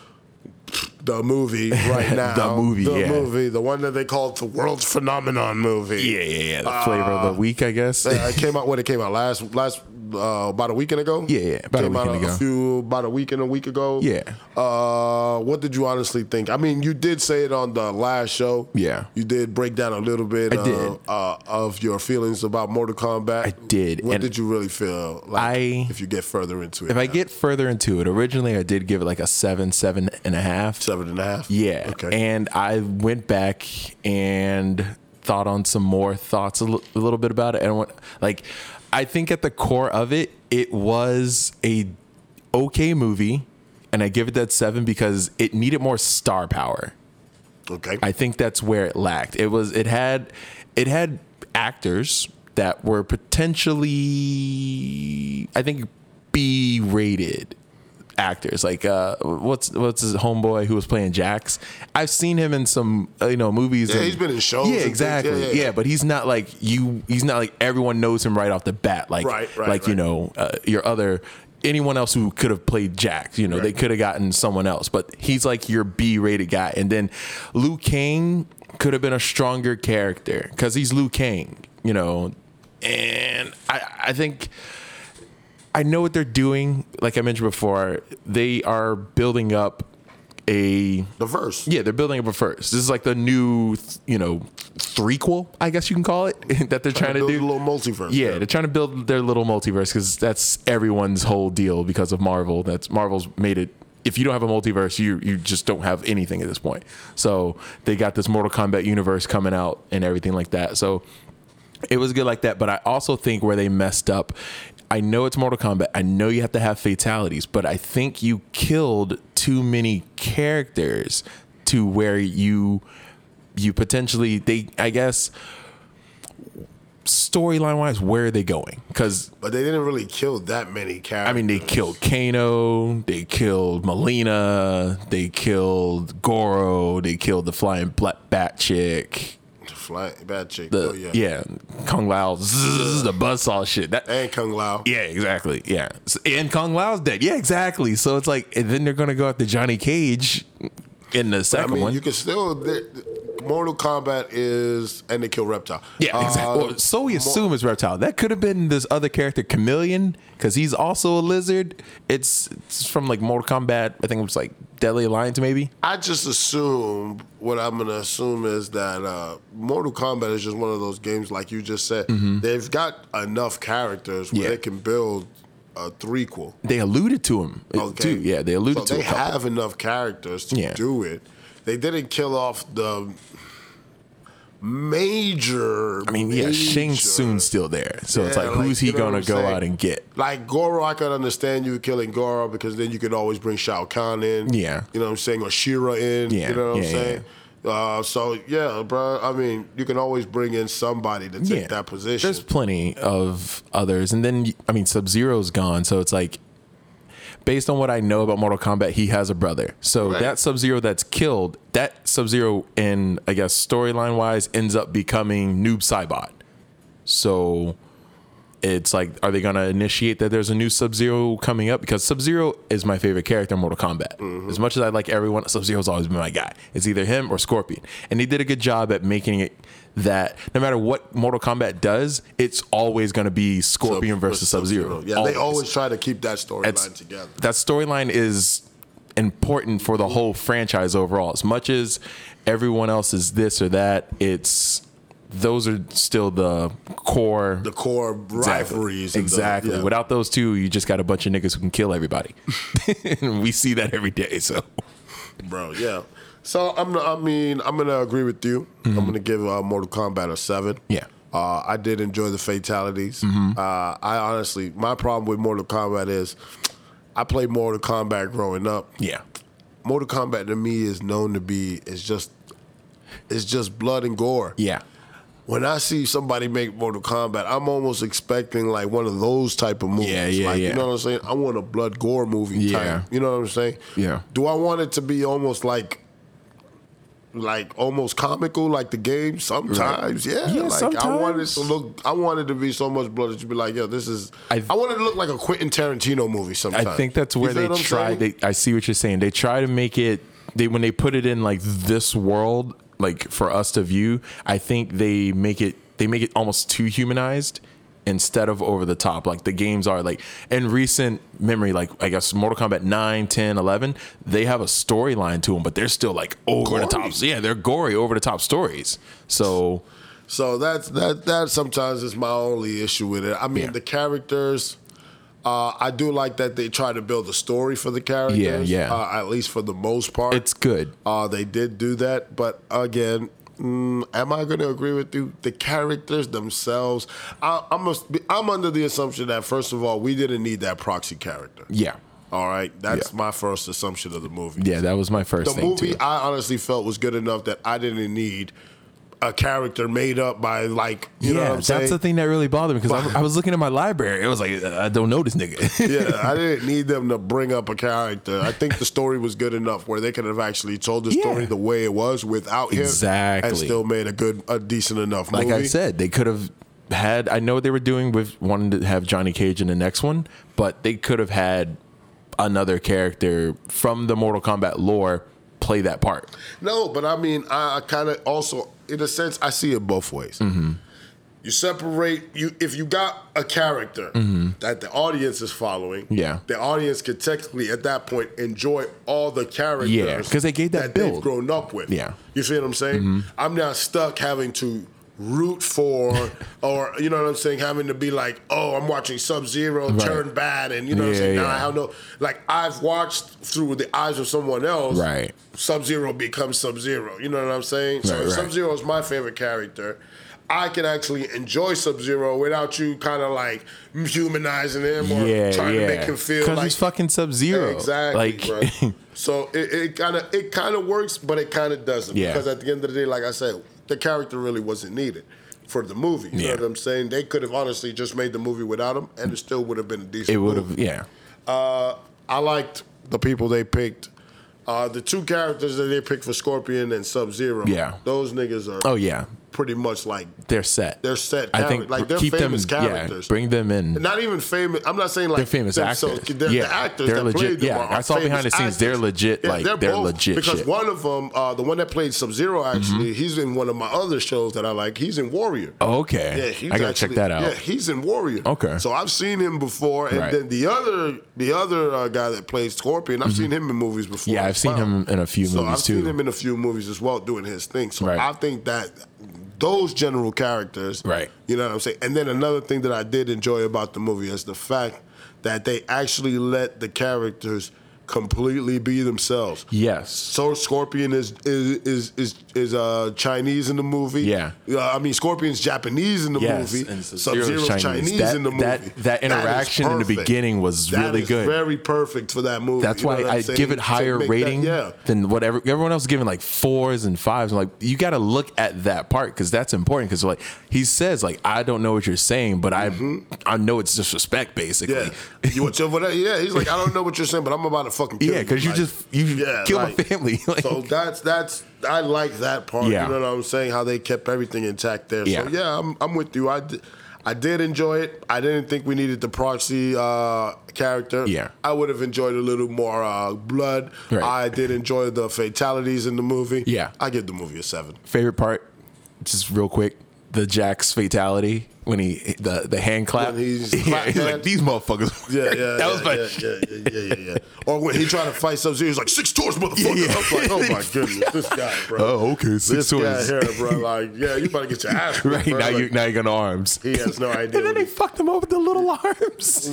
S2: the movie right now.
S4: movie,
S2: the
S4: yeah.
S2: movie, the one that they called the world's phenomenon movie.
S4: Yeah, yeah, yeah. The flavor of the week, I guess.
S2: Uh, it came out when it came out last last uh, about a weekend ago.
S4: Yeah, yeah, about a
S2: came out
S4: weekend
S2: a
S4: ago.
S2: few about a week and a week ago.
S4: Yeah.
S2: Uh, what did you honestly think? I mean, you did say it on the last show.
S4: Yeah.
S2: you did break down a little bit.
S4: I
S2: uh,
S4: did.
S2: Uh, of your feelings about Mortal Kombat.
S4: I did,
S2: What
S4: and
S2: did you really feel? Like,
S4: I-
S2: if you get further into it,
S4: if I
S2: now?
S4: get further into it, originally I did give it like a seven, seven and a half.
S2: seven and a half.
S4: Yeah.
S2: Okay.
S4: And I went back and thought on some more thoughts a li- a little bit about it. And what, like, I think at the core of it, it was a okay movie. And I give it that seven because it needed more star power.
S2: okay.
S4: I think that's where it lacked. It was it had it had actors that were potentially I think B rated actors. Like uh what's what's his homeboy who was playing Jax? I've seen him in some uh, you know movies.
S2: Yeah,
S4: and-
S2: he's been in shows and
S4: Yeah,
S2: things.
S4: exactly.
S2: Yeah,
S4: Yeah,
S2: yeah, yeah.
S4: but he's not like you he's not like everyone knows him right off the bat. Like
S2: Right, right,
S4: like you
S2: right.
S4: know uh, your other anyone else who could have played Jax, you know, they
S2: Right.
S4: could have gotten someone else, but he's like your B-rated guy. And then Liu Kang could have been a stronger character because he's Liu Kang, you know, and I I think. I know what they're doing. Like I mentioned before, they are building up a
S2: the verse.
S4: yeah, they're building up a first. This is like the new, th- you know, threequel, I guess you can call it, that they're trying, to
S2: Build
S4: do.
S2: a little multiverse.
S4: yeah, they're trying to build their little multiverse because that's everyone's whole deal because of Marvel. That's Marvel's made it. If you don't have a multiverse, you you just don't have anything at this point. So they got this Mortal Kombat universe coming out and everything like that. So it was good like that. But I also think where they messed up, I know it's Mortal Kombat. I know you have to have fatalities, but I think you killed too many characters to where you you potentially they I guess storyline wise where are they going? Because
S2: but they didn't really kill that many characters.
S4: I mean, they killed Kano, they killed Melina, they killed Goro, they killed the flying black bat chick.
S2: Fly, bad chick.
S4: The,
S2: oh yeah,
S4: yeah. Kung Lao, zzz, the buzzsaw shit. That
S2: and Kung Lao.
S4: Yeah, exactly. Yeah. S- And Kong Lao's dead. Yeah, exactly. So it's like, and then they're going to go after Johnny Cage in the
S2: I
S4: second
S2: mean,
S4: one.
S2: you can still. the- the- Mortal Kombat is and they kill Reptile.
S4: yeah, exactly.
S2: Uh,
S4: Well, so we assume it's Reptile. That could have been this other character, Chameleon, because he's also a lizard. It's, it's from like Mortal Kombat. I think it was like Deadly Alliance, maybe.
S2: I just assume what I'm gonna assume is that uh, Mortal Kombat is just one of those games, like you just said. They've got enough characters where
S4: Mm-hmm. Yeah.
S2: they can build a threequel.
S4: They alluded to him uh,
S2: Okay.
S4: too. Yeah, they alluded
S2: so
S4: to
S2: they
S4: a couple.
S2: have enough characters to
S4: Yeah.
S2: do it. They didn't kill off the major.
S4: I mean, yeah, Shang Soon's still there. So it's
S2: Yeah,
S4: like,
S2: like,
S4: who's he
S2: you know what
S4: going
S2: I'm
S4: to go
S2: saying?
S4: out and get?
S2: Like Goro, I could understand you killing Goro because then you could always bring Shao Kahn in.
S4: Yeah.
S2: You know what I'm saying? Or Shira in.
S4: Yeah,
S2: You know what I'm
S4: yeah,
S2: saying? Uh, so yeah, bro. I mean, you can always bring in somebody to take that position.
S4: There's plenty of others, and then I mean, Sub Zero's gone, so it's like, based on what I know about Mortal Kombat, he has a brother. So
S6: Right.
S4: that Sub Zero that's killed, that Sub Zero, in I guess storyline wise, ends up becoming Noob Saibot. So it's like, are they gonna initiate that there's a new Sub Zero coming up? Because Sub Zero is my favorite character in Mortal Kombat.
S2: Mm-hmm.
S4: As much as I like everyone, Sub Zero's always been my guy. It's either him or Scorpion, and they did a good job at making it that no matter what Mortal Kombat does, it's always gonna be Scorpion versus Sub Zero.
S2: Yeah, they always try to keep that storyline
S4: That's-
S2: together.
S4: That storyline is important for the whole franchise overall. As much as everyone else is this or that, it's those are still the core
S2: The core
S4: Exactly.
S2: rivalries. and the-
S4: Exactly.
S2: yeah.
S4: Without those two, you just got a bunch of niggas who can kill everybody. and we see that every day. So
S2: bro. Yeah. So I'm. I mean, I'm gonna agree with you. I'm gonna give uh, Mortal Kombat a seven.
S4: Yeah.
S2: Uh, I did enjoy the fatalities. Uh, I honestly, my problem with Mortal Kombat is, I played Mortal Kombat growing up.
S4: yeah,
S2: Mortal Kombat to me is known to be it's just, it's just blood and gore.
S4: yeah,
S2: When I see somebody make Mortal Kombat, I'm almost expecting like one of those type of movies.
S4: Yeah, yeah,
S2: like, You
S4: yeah.
S2: know what I'm saying? I want a blood gore movie
S4: Yeah.
S2: type. You know what I'm saying?
S4: Yeah.
S2: Do I want it to be almost like like almost comical like the game sometimes? Yeah.
S4: Yeah,
S2: like I
S4: sometimes.
S2: wanted it to look I wanted to be so much blood that you'd be like, yo, this is I,
S4: I-
S2: wanted it to look like a Quentin Tarantino movie sometimes.
S4: I think that's
S2: You
S4: where
S2: feel
S4: they
S2: what I'm
S4: try.
S2: saying?
S4: They, I see what you're saying. They try to make it. They when they put it in like this world, like for us to view. I think they make it. They make it almost too humanized instead of over the top. Like the games are like in recent memory, like I guess Mortal Kombat 9, 10, 11, they have a storyline to them, but they're still like over the top. Yeah, they're gory, over the top stories. So
S2: So that's that that sometimes is my only issue with it. I mean
S4: Yeah.
S2: the characters uh, I do like that they try to build a story for the characters.
S4: yeah.
S2: Uh, at least for the most part.
S4: it's good.
S2: Uh, they did do that, but again, mm, am I going to agree with you? The characters themselves, I, I must be, I'm under the assumption that first of all, we didn't need that proxy character.
S4: Yeah.
S2: All right, that's
S4: Yeah.
S2: my first assumption of the movie.
S4: Yeah, that was my first
S2: the
S4: thing
S2: movie
S4: too.
S2: I honestly felt was good enough that I didn't need a character made up by like you know what I'm
S4: that's
S2: saying.
S4: the thing that really bothered me because I, I was looking at my library. It was like "Uh, I don't know this nigga.
S2: yeah, I didn't need them to bring up a character. I think the story was good enough where they could have actually told the
S4: Yeah.
S2: story the way it was without him, and
S4: Exactly.
S2: still made a good, a decent enough movie.
S4: like I said, they could have had. I know what they were doing with wanting to have Johnny Cage in the next one, but they could have had another character from the Mortal Kombat lore play that part.
S2: No, but I mean, I, I kind of also, in a sense, I see it both ways.
S4: Mm-hmm.
S2: You separate you if you got a character that the audience is following.
S4: Mm-hmm. Yeah.
S2: the audience could technically at that point enjoy all the characters.
S4: Yeah, 'cause they gave that
S2: they've
S4: build.
S2: grown up with.
S4: Yeah. Mm-hmm.
S2: you see what I'm saying? I'm now stuck having to root for or you know what I'm saying having to be like oh I'm watching Sub Zero turn bad and you know what I'm
S4: Yeah,
S2: saying now
S4: yeah.
S2: I have no like I've watched through the eyes of someone else
S4: Right.
S2: Sub Zero becomes Sub Zero. You know what I'm saying? so
S4: Right, right.
S2: Sub Zero is my favorite character. I can actually enjoy Sub Zero without you kind of like humanizing him or
S4: yeah,
S2: trying
S4: yeah.
S2: to make him feel
S4: because
S2: like
S4: he's fucking Sub Zero.
S2: exactly.
S4: Like
S2: bro. so it, it kind of it kind of works, but it kind of doesn't
S4: Yeah.
S2: because at the end of the day, like I said, the character really wasn't needed. For the movie, you
S4: Yeah.
S2: know what I'm saying? They could have honestly just made the movie without him, and it still would have been a decent.
S4: it would
S2: movie.
S4: have. Yeah.
S2: Uh, I liked the people they picked. Uh, the two characters that they picked for Scorpion and Sub Zero.
S4: Yeah.
S2: those niggas are
S4: Oh yeah.
S2: pretty much like
S4: They're set.
S2: They're set
S4: I
S2: charac-
S4: think
S2: like, they're
S4: keep
S2: famous
S4: them.
S2: characters.
S4: Yeah. Bring them in.
S2: not even famous. I'm not saying like
S4: They're famous
S2: themselves-
S4: actors.
S2: they're-
S4: Yeah,
S2: the actors
S4: they're
S2: that
S4: legit-
S2: played them
S4: yeah,
S2: are- are
S4: I saw behind
S2: famous
S4: the scenes, they're
S2: actors.
S4: legit, like, they're legit
S2: Because
S4: shit. Mm-hmm.
S2: one of them, uh, the one that played Sub Zero, actually, he's in one of my other shows that I like. He's in Warrior. Yeah,
S4: Okay.
S2: he's
S4: Oh, I gotta
S2: actually-
S4: check that out.
S2: Yeah, he's in Warrior.
S4: Okay.
S2: So I've seen him before, and
S4: Right.
S2: then the other the other uh, guy that plays Scorpion, I've seen him in movies before.
S4: Mm-hmm. Yeah, I've
S2: as
S4: seen
S2: well.
S4: him in a few
S2: So
S4: movies
S2: I've
S4: too.
S2: seen him in a few movies as well, doing his thing. So
S4: Right.
S2: I think that those general characters,
S4: Right.
S2: You know what I'm saying. And then another thing that I did enjoy about the movie is the fact that they actually let the characters completely be themselves.
S4: Yes.
S2: So Scorpion is is is is, is uh, Chinese in the movie.
S4: Yeah.
S2: Uh, I mean Scorpion's Japanese in the
S4: Yes,
S2: movie.
S4: and
S2: Sub
S4: Sub-Zero's
S2: Zero's
S4: Chinese.
S2: Chinese,
S4: That-
S2: in the movie.
S4: that- that
S2: is
S4: interaction in the
S2: perfect.
S4: beginning was
S2: That
S4: really
S2: is
S4: good.
S2: Very perfect for that movie.
S4: That's
S2: You know
S4: why
S2: what I'm
S4: I
S2: saying?
S4: give it
S2: To
S4: higher
S2: make that-
S4: rating
S2: yeah.
S4: than whatever everyone else is giving like fours and fives. I'm like, you got to look at that part because that's important. Because like he says, like I don't know what you're saying, but I I know it's disrespect basically.
S2: Mm-hmm. Yeah. You want to whatever? Yeah. He's like, I don't know what you're saying, but I'm about to fucking kill
S4: Yeah, because you
S2: Like,
S4: just you
S2: yeah,
S4: kill my
S2: like-
S4: family. Like,
S2: So that's that's I like that part.
S4: Yeah.
S2: You know what I'm saying? How they kept everything intact there.
S4: Yeah.
S2: So yeah, I'm I'm with you. I di- I did enjoy it. I didn't think we needed the proxy uh, character.
S4: Yeah.
S2: I would have enjoyed a little more uh, blood.
S4: Right.
S2: I did enjoy the fatalities in the movie.
S4: Yeah.
S2: I give the movie a seven.
S4: favorite part, just real quick, the Jack's fatality when he the the hand clap.
S2: When he's-
S4: yeah, he's like these motherfuckers.
S2: Yeah, yeah.
S4: that was
S2: yeah,
S4: my.
S2: yeah,
S4: shit.
S2: yeah, yeah, yeah, yeah, yeah. Or when he tried to fight Sub Zero, he's like six tours, motherfucker.
S4: Yeah, yeah.
S2: I was like, oh my goodness, this guy, bro.
S4: Oh, okay, six
S2: this
S4: tours.
S2: guy here, bro. Like, yeah, you better get your ass beat,
S4: Right
S2: bro.
S4: now,
S2: Like,
S4: you now you're gonna arms.
S2: He has no idea
S4: And then
S2: what
S4: they
S2: he-
S4: fucked him up with the little arms.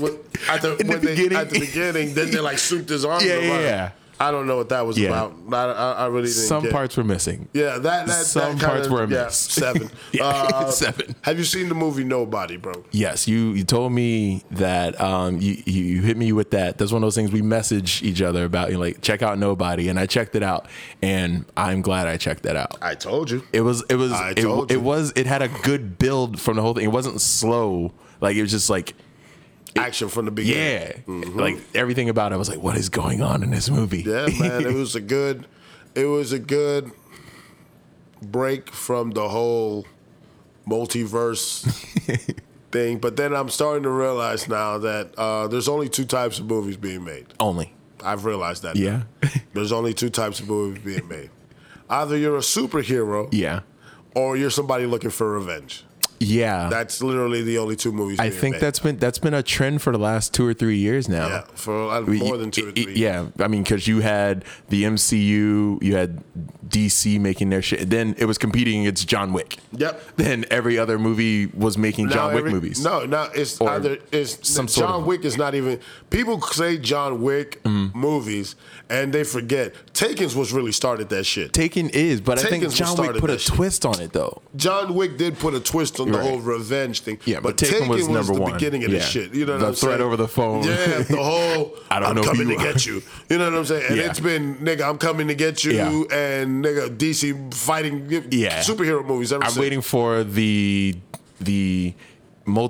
S2: at the,
S4: In the
S2: when they-
S4: beginning.
S2: at the beginning, then they like souped his arms.
S4: Yeah, yeah,
S2: around.
S4: yeah.
S2: I don't know what that was
S4: Yeah.
S2: about. I, I, I really didn't
S4: Some
S2: get-
S4: parts were missing.
S2: Yeah, that, that
S4: some
S2: that
S4: parts
S2: kinda,
S4: were a
S2: yeah,
S4: mess.
S2: Seven.
S4: Yeah,
S2: Uh,
S4: seven.
S2: Have you seen the movie Nobody, bro?
S4: Yes, you you told me that um you, you you hit me with that. That's one of those things we message each other about. You know, like check out nobody, and I checked it out, and I'm glad I checked that out.
S2: I told you.
S4: It was it was
S2: I
S4: it,
S2: told
S4: it
S2: you.
S4: was it had a good build from the whole thing. It wasn't slow. Like it was just like
S2: Action from the beginning.
S4: yeah, like everything about it was like what is going on in this movie?
S2: Mm-hmm. Yeah, man, it was a good, it was a good break from the whole multiverse thing. But then I'm starting to realize now that uh, there's only two types of movies being made.
S4: Only
S2: I've realized that.
S4: Yeah.
S2: now. there's only two types of movies being made. Either you're a superhero,
S4: yeah
S2: or you're somebody looking for revenge.
S4: yeah.
S2: That's literally the only two movies.
S4: I
S2: being
S4: think
S2: made.
S4: that's been that's been a trend for the last two or three years now.
S2: yeah, for uh,
S4: We-
S2: more than two or
S4: it- it-
S2: three.
S4: Yeah, I mean, because you had the MCU, you had DC making their shit. Then it was competing against John Wick.
S2: Yep.
S4: Then every other movie was making
S2: Now
S4: John Wick
S2: every-
S4: movies.
S2: No, no, it's
S4: Or
S2: either it's
S4: some
S2: John
S4: sort of- Mm-hmm.
S2: Wick is not even. People say John Wick movies and they forget Takens was really started that shit.
S4: Taken is, but I think
S2: Taken's
S4: John
S2: what
S4: Wick
S2: started
S4: put a
S2: that shit.
S4: twist on it though.
S2: John Wick did put a twist on the
S4: Right.
S2: whole revenge thing.
S4: Yeah, but Taken was number
S2: the
S4: one.
S2: beginning of
S4: Yeah.
S2: this shit. You know what
S4: The
S2: I'm
S4: threat
S2: saying?
S4: over the phone.
S2: Yeah, the whole
S4: I
S2: I
S4: don't
S2: am
S4: know who
S2: coming
S4: you
S2: to
S4: are.
S2: get you. You know what I'm saying? And
S4: Yeah.
S2: it's been nigga, I'm coming to get you,
S4: Yeah.
S2: and nigga, DC fighting
S4: Yeah.
S2: superhero movies. Ever
S4: I'm
S2: since.
S4: waiting for the the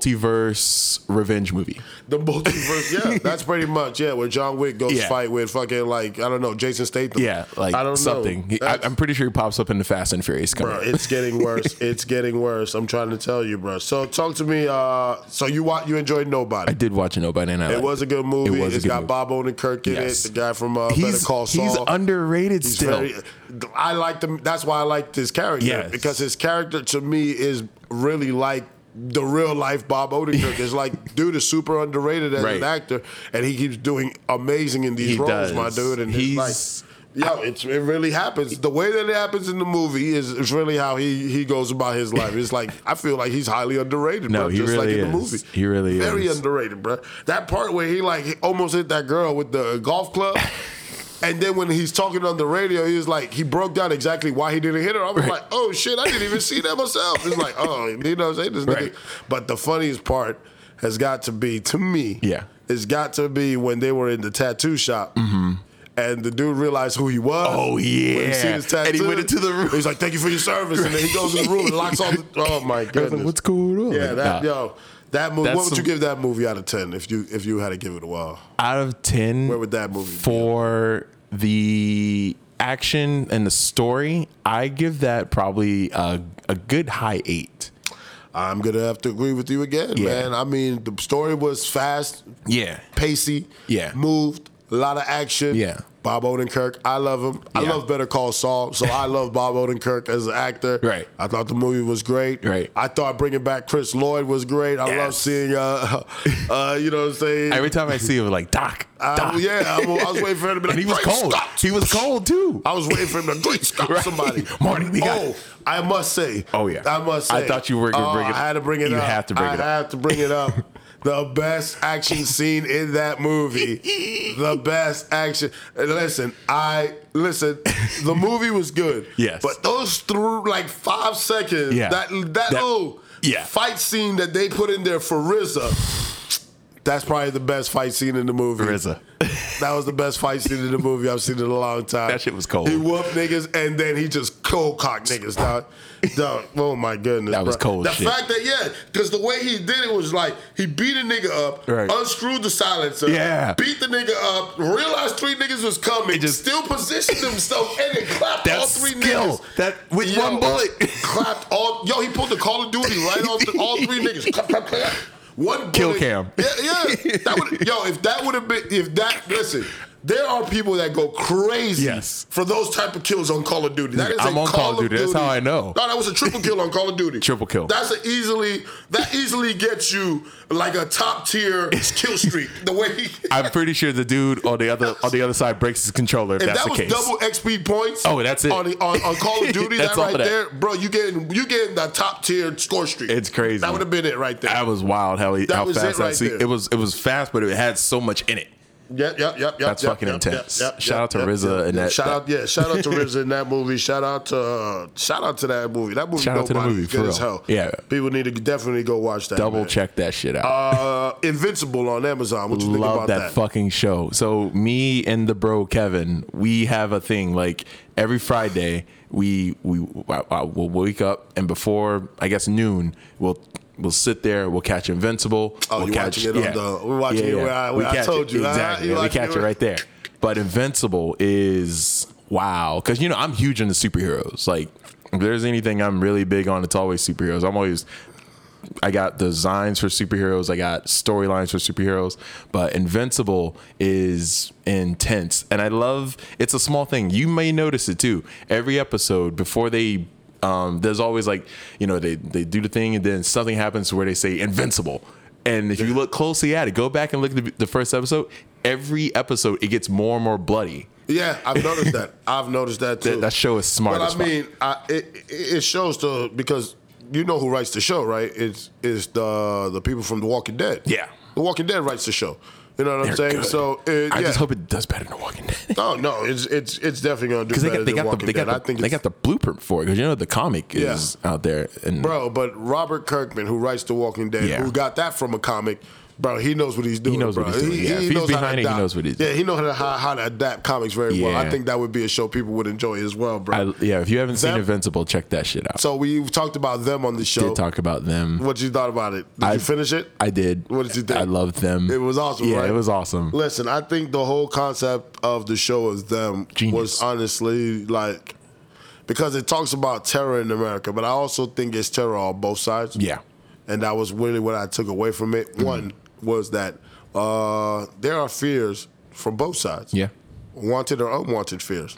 S4: multiverse revenge movie.
S2: The multiverse, yeah, that's pretty much yeah. Where John Wick goes
S4: Yeah.
S2: fight with fucking like I don't know Jason Statham.
S4: Yeah, like
S2: I don't
S4: something.
S2: Know.
S4: He- I,
S2: That's-
S4: am pretty sure he pops up in the Fast and Furious. coming
S2: bro,
S4: up.
S2: it's getting worse. it's getting worse. I'm trying to tell you, bro. So talk to me. Uh, so you wa- you enjoyed Nobody?
S4: I did watch Nobody, and I
S2: It was a good movie.
S4: It was a
S2: has
S4: good
S2: got
S4: movie.
S2: Bob Odenkirk in
S4: Yes.
S2: it. The guy from uh,
S4: He's,
S2: Better Call Saul.
S4: he's underrated
S2: He's
S4: still.
S2: very- I like them. That's why I liked his character
S4: Yes.
S2: because his character to me is really like the real life Bob Odenkirk. It's like dude is super underrated as
S4: Right.
S2: an actor, and he keeps doing amazing in these
S4: He
S2: roles,
S4: does.
S2: my dude. And
S4: He's-
S2: it's like. Yo, it's, it really happens. The way that it happens in the movie is, is really how he, he goes about his life. It's like I feel like he's highly underrated,
S4: No,
S2: bro.
S4: he
S2: just like
S4: really
S2: in the
S4: is.
S2: movie,
S4: He really
S2: very
S4: is.
S2: underrated, bro. That part where he like he almost hit that girl with the golf club, and then when he's talking on the radio, he was like, he broke down exactly why he didn't hit her. I was like, oh shit, I didn't even see that myself. It's like, oh, you know what I'm saying? This nigga-
S4: Right.
S2: But the funniest part has got to be, to me,
S4: Yeah.
S2: it's got to be when they were in the tattoo shop. And the dude realized who he was.
S4: Mm-hmm. Oh,
S2: When he seen
S4: yeah.
S2: his tattoo,
S4: And he went into the room.
S2: He's like, "Thank you for your service," and then he goes in the room and locks all the. Oh my
S4: I was
S2: goodness!
S4: like, what's going on?
S2: Yeah, that
S4: Nah.
S2: yo, that movie.
S4: That's
S2: What would you
S4: some-
S2: give that movie out of ten if you if you had to give it a while?
S4: Out of ten,
S2: Where would that movie be?
S4: for the action and the story? I give that probably a, a good high eight.
S2: I'm gonna have to agree with you again,
S4: Yeah.
S2: man. I mean, the story was fast,
S4: Yeah,
S2: pacey,
S4: Yeah.
S2: moved, a lot of action,
S4: Yeah.
S2: Bob Odenkirk, I love him. I
S4: Yeah.
S2: love Better Call Saul, so I love Bob Odenkirk as an actor.
S4: Right.
S2: I thought the movie was great.
S4: Right.
S2: I thought bringing back Chris Lloyd was great. I love
S4: Yes.
S2: seeing, uh, uh, you know what I'm saying?
S4: every time I see him, like Doc, Doc.
S2: I, yeah, I, was- I was waiting for him to be like,
S4: and he was
S2: "Great
S4: cold.
S2: Scott!"
S4: He was cold too.
S2: I was waiting for him to great stop
S4: Right.
S2: somebody.
S4: Marty, we got-
S2: oh, I must say.
S4: Oh, yeah.
S2: I must say.
S4: I thought you were gonna
S2: Oh,
S4: bring it-
S2: I had to bring it
S4: you
S2: up.
S4: have to bring
S2: I
S4: it up.
S2: have to bring it up. the best action scene in that movie. The best action. And listen, I listen. The movie was good.
S4: Yes.
S2: but those through like five seconds.
S4: Yeah.
S2: That that,
S4: That-
S2: little
S4: yeah.
S2: fight scene that they put in there for RZA. That's probably the best fight scene in the movie.
S4: RZA.
S2: That was the best fight scene in the movie I've seen in a long time.
S4: That shit was cold.
S2: He whooped niggas and then he just cold cocked niggas. Dog. dog. Oh my goodness.
S4: That was
S2: bro.
S4: cold
S2: The
S4: shit.
S2: fact that yeah, because the way he did it was like he beat a nigga up,
S4: Right.
S2: unscrewed the silencer,
S4: Yeah.
S2: beat the nigga up, realized three niggas was coming,
S4: just-
S2: still positioned himself and then clapped
S4: That
S2: all three
S4: skill.
S2: niggas.
S4: That- with
S2: Yo, uh,
S4: one bullet.
S2: clapped all. Yo, he pulled the Call of Duty right off the, all three niggas. Clap, clap, clap. One
S4: Kill
S2: bullet.
S4: cam.
S2: Yeah, yeah. That would, yo, if that would have been, if that, listen, there are people that go crazy
S4: Yes.
S2: for those type of kills on Call of Duty. That is
S4: I'm
S2: a
S4: on Call of Duty. That's how I know.
S2: No, that was a triple kill on Call of Duty.
S4: Triple kill.
S2: That's a easily, that easily gets you like a top tier kill streak. The way he,
S4: I'm pretty sure the dude on the other on the other side breaks his controller. If,
S2: if
S4: that's
S2: that was
S4: the case.
S2: double XP points.
S4: Oh, that's it.
S2: On, the, on, on Call of Duty, that
S4: That's all
S2: right
S4: that.
S2: there, bro, you getting you getting the top tier score streak.
S4: It's crazy.
S2: That would have been it right there.
S4: that was wild how he,
S2: That
S4: how
S2: was it
S4: fast that
S2: right
S4: scene.
S2: there.
S4: It was it was fast, but it had so much in it.
S2: Yep, yep, yep, yep.
S4: That's
S2: yep,
S4: fucking
S2: yep,
S4: intense.
S2: yep, yep,
S4: Shout
S2: yep,
S4: out to
S2: yep,
S4: RZA
S2: yep, yep.
S4: and that-
S2: Shout
S4: that-
S2: out, yeah, shout out to RZA in that movie. Shout out to, uh, shout out to that movie. That movie,
S4: Shout out to the
S2: nobody,
S4: movie, for
S2: good as
S4: real.
S2: hell.
S4: Yeah.
S2: people need to definitely go watch that.
S4: Double
S2: man.
S4: check that shit out.
S2: Uh, Invincible on Amazon. What you think
S4: love
S2: about
S4: that,
S2: that?
S4: fucking show. So me and the bro Kevin, we have a thing like every Friday we we I, I will wake up and before I guess noon we'll we'll sit there we'll catch Invincible.
S2: Oh,
S4: we'll
S2: you're
S4: catch,
S2: watching it on the- we're watching it where I- where I
S4: catch
S2: told you, huh?
S4: exactly.
S2: You
S4: yeah, we
S2: watching
S4: catch
S2: it
S4: it
S2: where-
S4: right there. But Invincible is wow because you know I'm huge into superheroes. Like if there's anything I'm really big on, it's always superheroes. I'm always I got designs for superheroes. I got storylines for superheroes. But Invincible is intense, and I love. It's a small thing. You may notice it too. Every episode before they. Um, there's always like you know they, they do the thing and then something happens where they say invincible and if you look closely at it go back and look at the, the first episode every episode it gets more and more bloody
S2: Yeah, I've noticed that. I've noticed that too.
S4: that, that show is smart
S2: Well,
S4: as
S2: I
S4: fuck.
S2: mean, I, it, it it shows though because you know who writes the show, right? It's it's the the people from The Walking Dead.
S4: Yeah.
S2: The Walking Dead writes the show. You know what I'm
S4: They're
S2: saying?
S4: good.
S2: So it,
S4: I
S2: yeah.
S4: just hope it does better than Walking Dead
S2: Oh no, it's it's it's definitely gonna do
S4: because they
S2: better
S4: got they
S2: than
S4: got the
S2: Walking
S4: they got
S2: Dead.
S4: the,
S2: I think
S4: they
S2: it's-
S4: got the blueprint for it because you know the comic is out there and
S2: bro. But Robert Kirkman, who writes The Walking Dead,
S4: Yeah.
S2: who got that from a comic, bro, he knows what he's doing.
S4: knows
S2: bro.
S4: what he's doing, yeah. If he's
S2: knows how to
S4: behind it, he
S2: adapt.
S4: knows what he's
S2: Yeah,
S4: doing.
S2: he knows how to, how, how to adapt comics very well. I
S4: Yeah.
S2: think that would be a show people would enjoy as well, bro.
S4: I, yeah, if you haven't seen
S2: Them-
S4: Invincible, check that shit out.
S2: so we talked about them on the
S4: I
S2: show.
S4: did talk about them.
S2: What you thought about it? Did
S4: I-
S2: you finish it?
S4: I did.
S2: What did you think?
S4: I loved them.
S2: It was awesome,
S4: Yeah,
S2: right?
S4: it was awesome.
S2: Listen, I think the whole concept of the show of them was
S4: Genius.
S2: honestly like because it talks about terror in America, but I also think it's terror on both sides.
S4: Yeah.
S2: And that was really what I took away from it. One was that uh, there are fears from both sides.
S4: Yeah.
S2: Wanted or unwanted fears.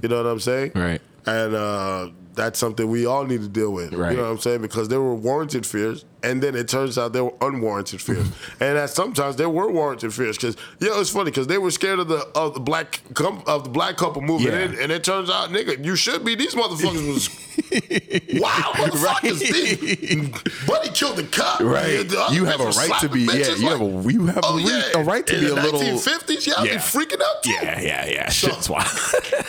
S2: you know what I'm saying?
S4: Right.
S2: And uh, that's something we all need to deal with.
S4: Right.
S2: You know what I'm saying? Because there were warranted fears, and then it turns out there were unwarranted fears, and that sometimes there were warranted fears. Because yeah, it's funny because they were scared of the of the black com- of the black couple moving
S4: Yeah.
S2: in, and it turns out, nigga, you should be. These motherfuckers was wow, motherfuckers. These, buddy killed the cop.
S4: Right.
S2: The other
S4: You have a
S2: bitch was
S4: right to be-
S2: slapping
S4: yeah,
S2: bitches
S4: you have a- you have a
S2: oh,
S4: re-
S2: yeah.
S4: a right to
S2: in
S4: be
S2: the
S4: a little-
S2: 1950s. Y'all be
S4: Yeah.
S2: freaking out. Too.
S4: Yeah, yeah, yeah. Shit's wild.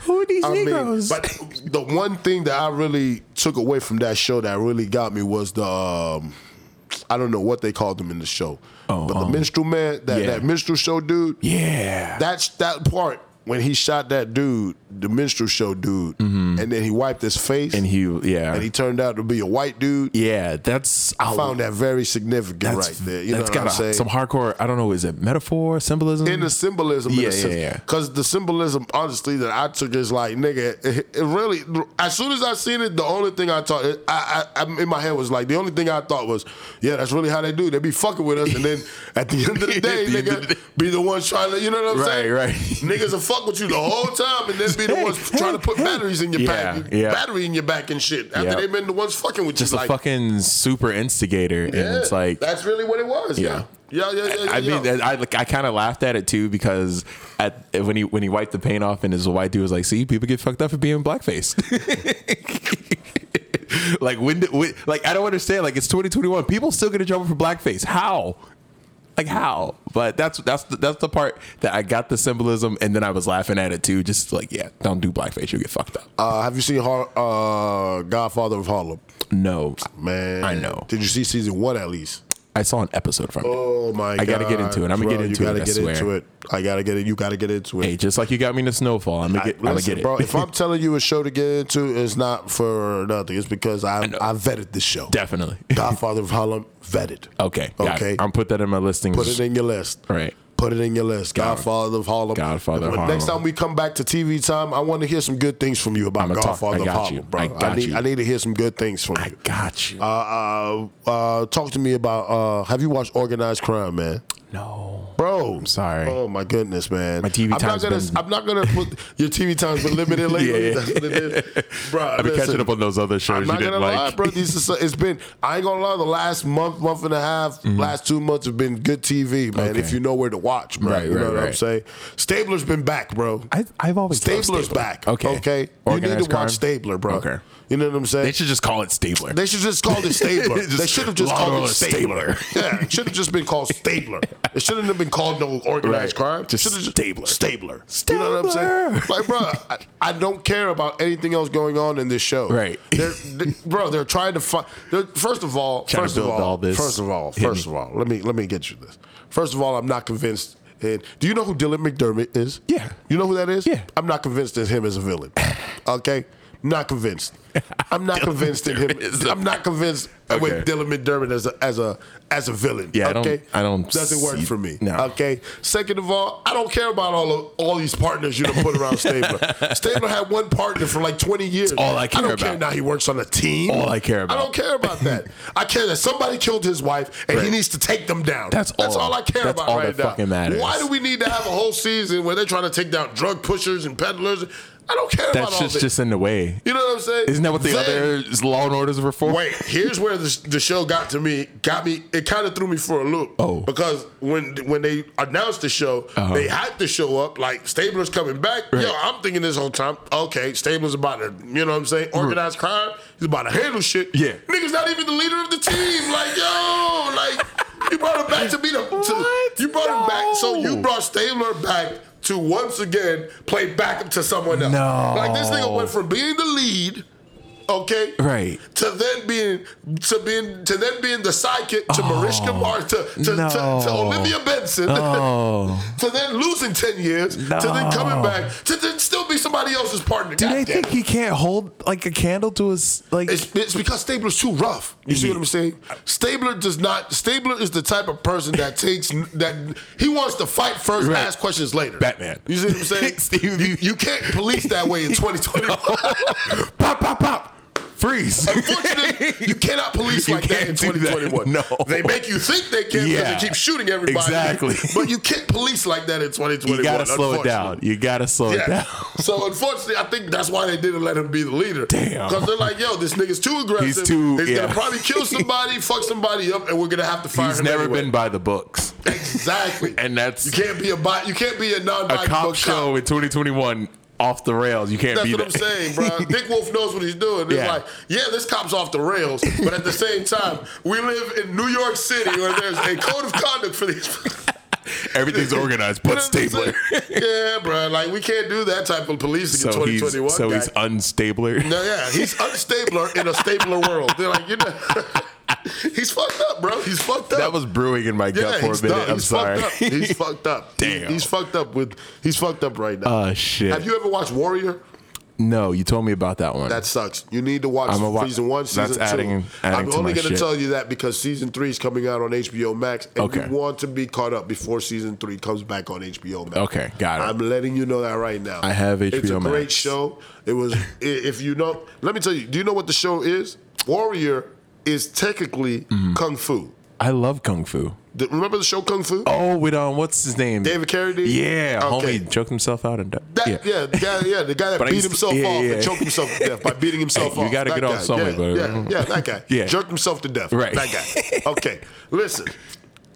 S4: Who are these
S2: I mean,
S4: Negroes?
S2: but the one thing that I really took away from that show that really got me was the um, I don't know what they called them in the show,
S4: Oh,
S2: but the
S4: um,
S2: minstrel man, that,
S4: yeah.
S2: that minstrel show dude.
S4: yeah.
S2: That's that part when he shot that dude, the minstrel show dude, and then he wiped his face
S4: Mm-hmm. and he, yeah.
S2: and he turned out to be a white dude.
S4: yeah, that's. I
S2: Found that very significant
S4: That's,
S2: right there. You know
S4: that's
S2: what
S4: got
S2: I'm
S4: a-
S2: saying?
S4: some hardcore, I don't know, is it metaphor, symbolism?
S2: in the symbolism.
S4: Yeah,
S2: in
S4: yeah,
S2: the
S4: yeah.
S2: Because the symbolism, honestly, that I took is like, nigga, it, it really. As soon as I seen it, the only thing I thought, I, I, I, in my head was like, the only thing I thought was, yeah, that's really how they do. They be fucking with us, and then at the end of the day,
S4: At the end
S2: nigga,
S4: of the day.
S2: be the ones trying to, you know what I'm
S4: Right,
S2: saying?
S4: right.
S2: Niggas will fuck with you the whole time, and then be the
S4: Hey,
S2: ones
S4: hey,
S2: trying to put
S4: hey.
S2: batteries in your
S4: Yeah,
S2: back,
S4: yeah.
S2: battery in your back and shit. After
S4: Yep.
S2: they been the ones fucking with
S4: just
S2: you,
S4: a
S2: like,
S4: fucking super instigator. and
S2: yeah,
S4: it's like,
S2: that's really what it was. Yeah, yeah,
S4: Yeah.
S2: yeah, yeah. yeah,
S4: I mean,
S2: yeah.
S4: I like, I kind of laughed at it too because at when he when he wiped the paint off and his white dude was like, "See, people get fucked up for being blackface." Like when, did- when like I don't understand. Like it's 2021. People still get in trouble for blackface. How? Like how? But that's that's the, that's the part that I got the symbolism, and then I was laughing at it too. Just like yeah, don't do blackface. You'll get fucked up. Oh,
S2: Uh, have you seen Har- uh, Godfather of Harlem?
S4: no,
S2: Man,
S4: I know.
S2: Did you see season one at least?
S4: I saw an episode from it.
S2: Oh my god!
S4: I gotta get into it. I'm gonna get
S2: Bro,
S4: into
S2: you
S4: it,
S2: gotta
S4: I
S2: Get
S4: swear.
S2: into it. I gotta get it. You gotta get into it.
S4: Hey, just like you got me in the snowfall, I'm gonna get, I'm gonna
S2: Listen,
S4: get it.
S2: bro. if I'm telling you a show to get into, it's not for nothing. It's because I I, vetted this show.
S4: Definitely.
S2: Godfather of Harlem vetted.
S4: Okay. got
S2: Okay.
S4: it. I'm put that in my listings.
S2: Put it in your list.
S4: Right.
S2: Put it in your list. Godfather of Harlem.
S4: Godfather of
S2: When- Next
S4: Harlem.
S2: time we come back to TV time, I want to hear some good things from you about
S4: I'ma talk.
S2: Godfather
S4: I
S2: of
S4: got
S2: Harlem,
S4: you.
S2: bro.
S4: I got
S2: need,
S4: you.
S2: I need to hear some good things from
S4: I
S2: you.
S4: got you.
S2: Uh, uh, uh, talk to me about. Uh, have you watched Organized Crime, man?
S4: no.
S2: Bro, I'm
S4: sorry.
S2: Oh my goodness, man.
S4: My TV
S2: I'm
S4: time's
S2: not gonna,
S4: been-
S2: I'm not gonna put your TV time's been limited lately. That's what it is, bro.
S4: I've been
S2: listen,
S4: catching up on those other shows
S2: I'm
S4: you
S2: not
S4: didn't
S2: gonna
S4: like.
S2: lie, bro. These are, so- it's been. I ain't gonna lie. The last month, month and a half, last two months have been good TV, man.
S4: Mm-hmm. Okay.
S2: If you know where to watch, bro.
S4: Right,
S2: you know
S4: right,
S2: what I'm
S4: right.
S2: saying. Stabler's been back, bro.
S4: I've, I've always loved
S2: Stabler's
S4: Stabler.
S2: back.
S4: Okay.
S2: Okay. you need
S4: Organized
S2: to watch
S4: crime?
S2: Stabler, bro.
S4: Okay.
S2: You know what I'm saying.
S4: They should just call it Stabler.
S2: They should just call it Stabler.
S4: Just
S2: they should have just called
S4: Lotto
S2: it Stabler.
S4: Stabler.
S2: yeah, it should have just been called Stabler. It shouldn't have been called no organized
S4: Right.
S2: crime.
S4: Just
S2: Shoulda
S4: Stabler.
S2: Stabler. You know what I'm saying?
S4: Stabler.
S2: Like, bro, I, I don't care about anything else going on in this show.
S4: Right.
S2: They're, they- bro, they're trying to find. They're, first of all,
S4: Trying to
S2: first of
S4: build
S2: all,
S4: all this.
S2: first of all,
S4: Hit
S2: first
S4: me.
S2: of all, let me let me get you this. First of all, I'm not convinced. And do you know who Dylan McDermott is?
S4: Yeah.
S2: You know who that is?
S4: Yeah.
S2: I'm not convinced that him as a villain. Okay. Not convinced. I'm not convinced in him.
S4: McDermott is a-
S2: I'm not convinced with
S4: Okay.
S2: Dylan McDermott as a as a as a villain.
S4: Yeah, I don't-
S2: okay?
S4: I don't
S2: doesn't work
S4: see-
S2: for me.
S4: no.
S2: Okay. Second of all, I don't care about all of all these partners you done put around Stabler. Stabler had one partner for like 20 years.
S4: all I care
S2: don't care
S4: about.
S2: now he works on a team.
S4: All I care about.
S2: I don't care about that. I care that somebody killed his wife and he
S4: Right.
S2: needs to take them down.
S4: That's
S2: That's all
S4: all.
S2: I care
S4: That's
S2: about
S4: all
S2: right
S4: that
S2: now.
S4: fucking matters.
S2: Why do we need to have a whole season where they're trying to take down drug pushers and peddlers? I don't care
S4: That
S2: about all
S4: shit's
S2: this.
S4: just in the way.
S2: You know what I'm saying?
S4: Isn't that what the
S2: Then-
S4: other Law and Orders were for?
S2: Wait, here's where the, the show got to me. Got me. It kind of threw me for a loop.
S4: Oh. Uh-huh.
S2: because when when they announced the show, they had to show up. Like Stabler's coming back. Yo, I'm thinking this whole time. Okay, Stabler's about to. You know what I'm saying? Organized crime. He's about to handle shit.
S4: Yeah.
S2: niggas not even the leader of the team. Like yo, like you brought him back to be the. to-
S4: What?
S2: you brought him back. So you
S4: No.
S2: brought Stabler back. To once again play backup to someone else.
S4: No.
S2: Like this nigga went from being the lead, okay,
S4: Right.
S2: to then being to being to then being the sidekick to Mariska Mar to to, to, to
S4: Oh, no.
S2: Olivia Benson
S4: Oh.
S2: to then losing ten years to then coming
S4: No.
S2: back to then still be somebody else's partner.
S4: Do they
S2: Goddamn.
S4: think he can't hold like a candle to his like?
S2: It's, it's because Stabler's too rough. You see what I'm saying? Stabler does not. Stabler is the type of person that takes that he wants to fight first,
S4: Right.
S2: ask questions later.
S4: Batman.
S2: You see what I'm saying?
S4: Steve-
S2: you, you can't police that way in 2021.
S4: pop, pop, pop. Freeze.
S2: Unfortunately, you cannot police
S4: You
S2: like that in
S4: can't do that.
S2: 2021.
S4: No.
S2: They make you think they can because
S4: Yeah.
S2: they keep shooting everybody.
S4: Exactly.
S2: But you can't police like that in 2021.
S4: you gotta slow it
S2: unfortunately.
S4: down. You gotta slow it
S2: Yeah.
S4: down.
S2: so unfortunately, I think that's why they didn't let him be the leader.
S4: Damn.
S2: Because they're like, yo, this nigga's too aggressive.
S4: He's too-
S2: He's
S4: yeah.
S2: gonna probably kill somebody, fuck somebody up, and we're gonna have to fire
S4: He's
S2: him.
S4: never
S2: anyway.
S4: been by the books.
S2: Exactly.
S4: And that's-
S2: you can't be a bot. You can't be a non
S4: A cop show in 2021 off the rails. You can't
S2: That's
S4: be
S2: what
S4: that.
S2: I'm saying, bro. Dick Wolf knows what he's doing. It's
S4: Yeah.
S2: like, yeah, this cop's off the rails, but at the same time, we live in New York City where there's a code of conduct for these.
S4: Everything's organized,
S2: You know
S4: but
S2: what I'm
S4: Stabler.
S2: saying? yeah, bro. Like we can't do that type of policing in
S4: So he's
S2: 2021.
S4: so he's
S2: guy.
S4: unstabler.
S2: no, yeah, he's unstabler in a stabler world. They're like, you know, he's fucked up, bro. He's fucked up.
S4: That was brewing in my
S2: yeah,
S4: gut for
S2: he's
S4: a minute.
S2: done.
S4: I'm
S2: he's
S4: sorry.
S2: Fucked up. He's fucked up.
S4: Damn.
S2: he's fucked up with. He's fucked up right now.
S4: Oh shit.
S2: Have you ever watched Warrior?
S4: no, you told me about that one.
S2: That sucks. You need to watch
S4: I'ma wa-
S2: season one, season
S4: that's
S2: two.
S4: adding- adding
S2: I'm
S4: to
S2: only
S4: my
S2: gonna
S4: shit.
S2: tell you that because season three is coming out on HBO Max, and
S4: Okay.
S2: you want to be caught up before season three comes back on HBO Max.
S4: Okay, got it.
S2: I'm letting you know that right now.
S4: I have
S2: It's a
S4: HBO
S2: great
S4: Max.
S2: show. It was. i- if you know, let me tell you. Do you know what the show is? Warrior is technically kung fu.
S4: Mm-hmm. I love kung fu.
S2: The- remember the show Kung Fu?
S4: Oh, with um, what's his name?
S2: David Carradine.
S4: Yeah,
S2: Okay.
S4: homie choked himself out and died.
S2: That, yeah. the guy, yeah, the guy that
S4: But I
S2: beat
S4: used to-
S2: himself
S4: yeah,
S2: off
S4: yeah.
S2: and choked himself to death by beating himself
S4: Hey, you
S2: off.
S4: gotta
S2: That
S4: get off
S2: guy.
S4: somewhere,
S2: yeah,
S4: buddy.
S2: Yeah, yeah, that guy.
S4: Yeah.
S2: Jerked himself to death.
S4: Right.
S2: That guy. Okay, listen.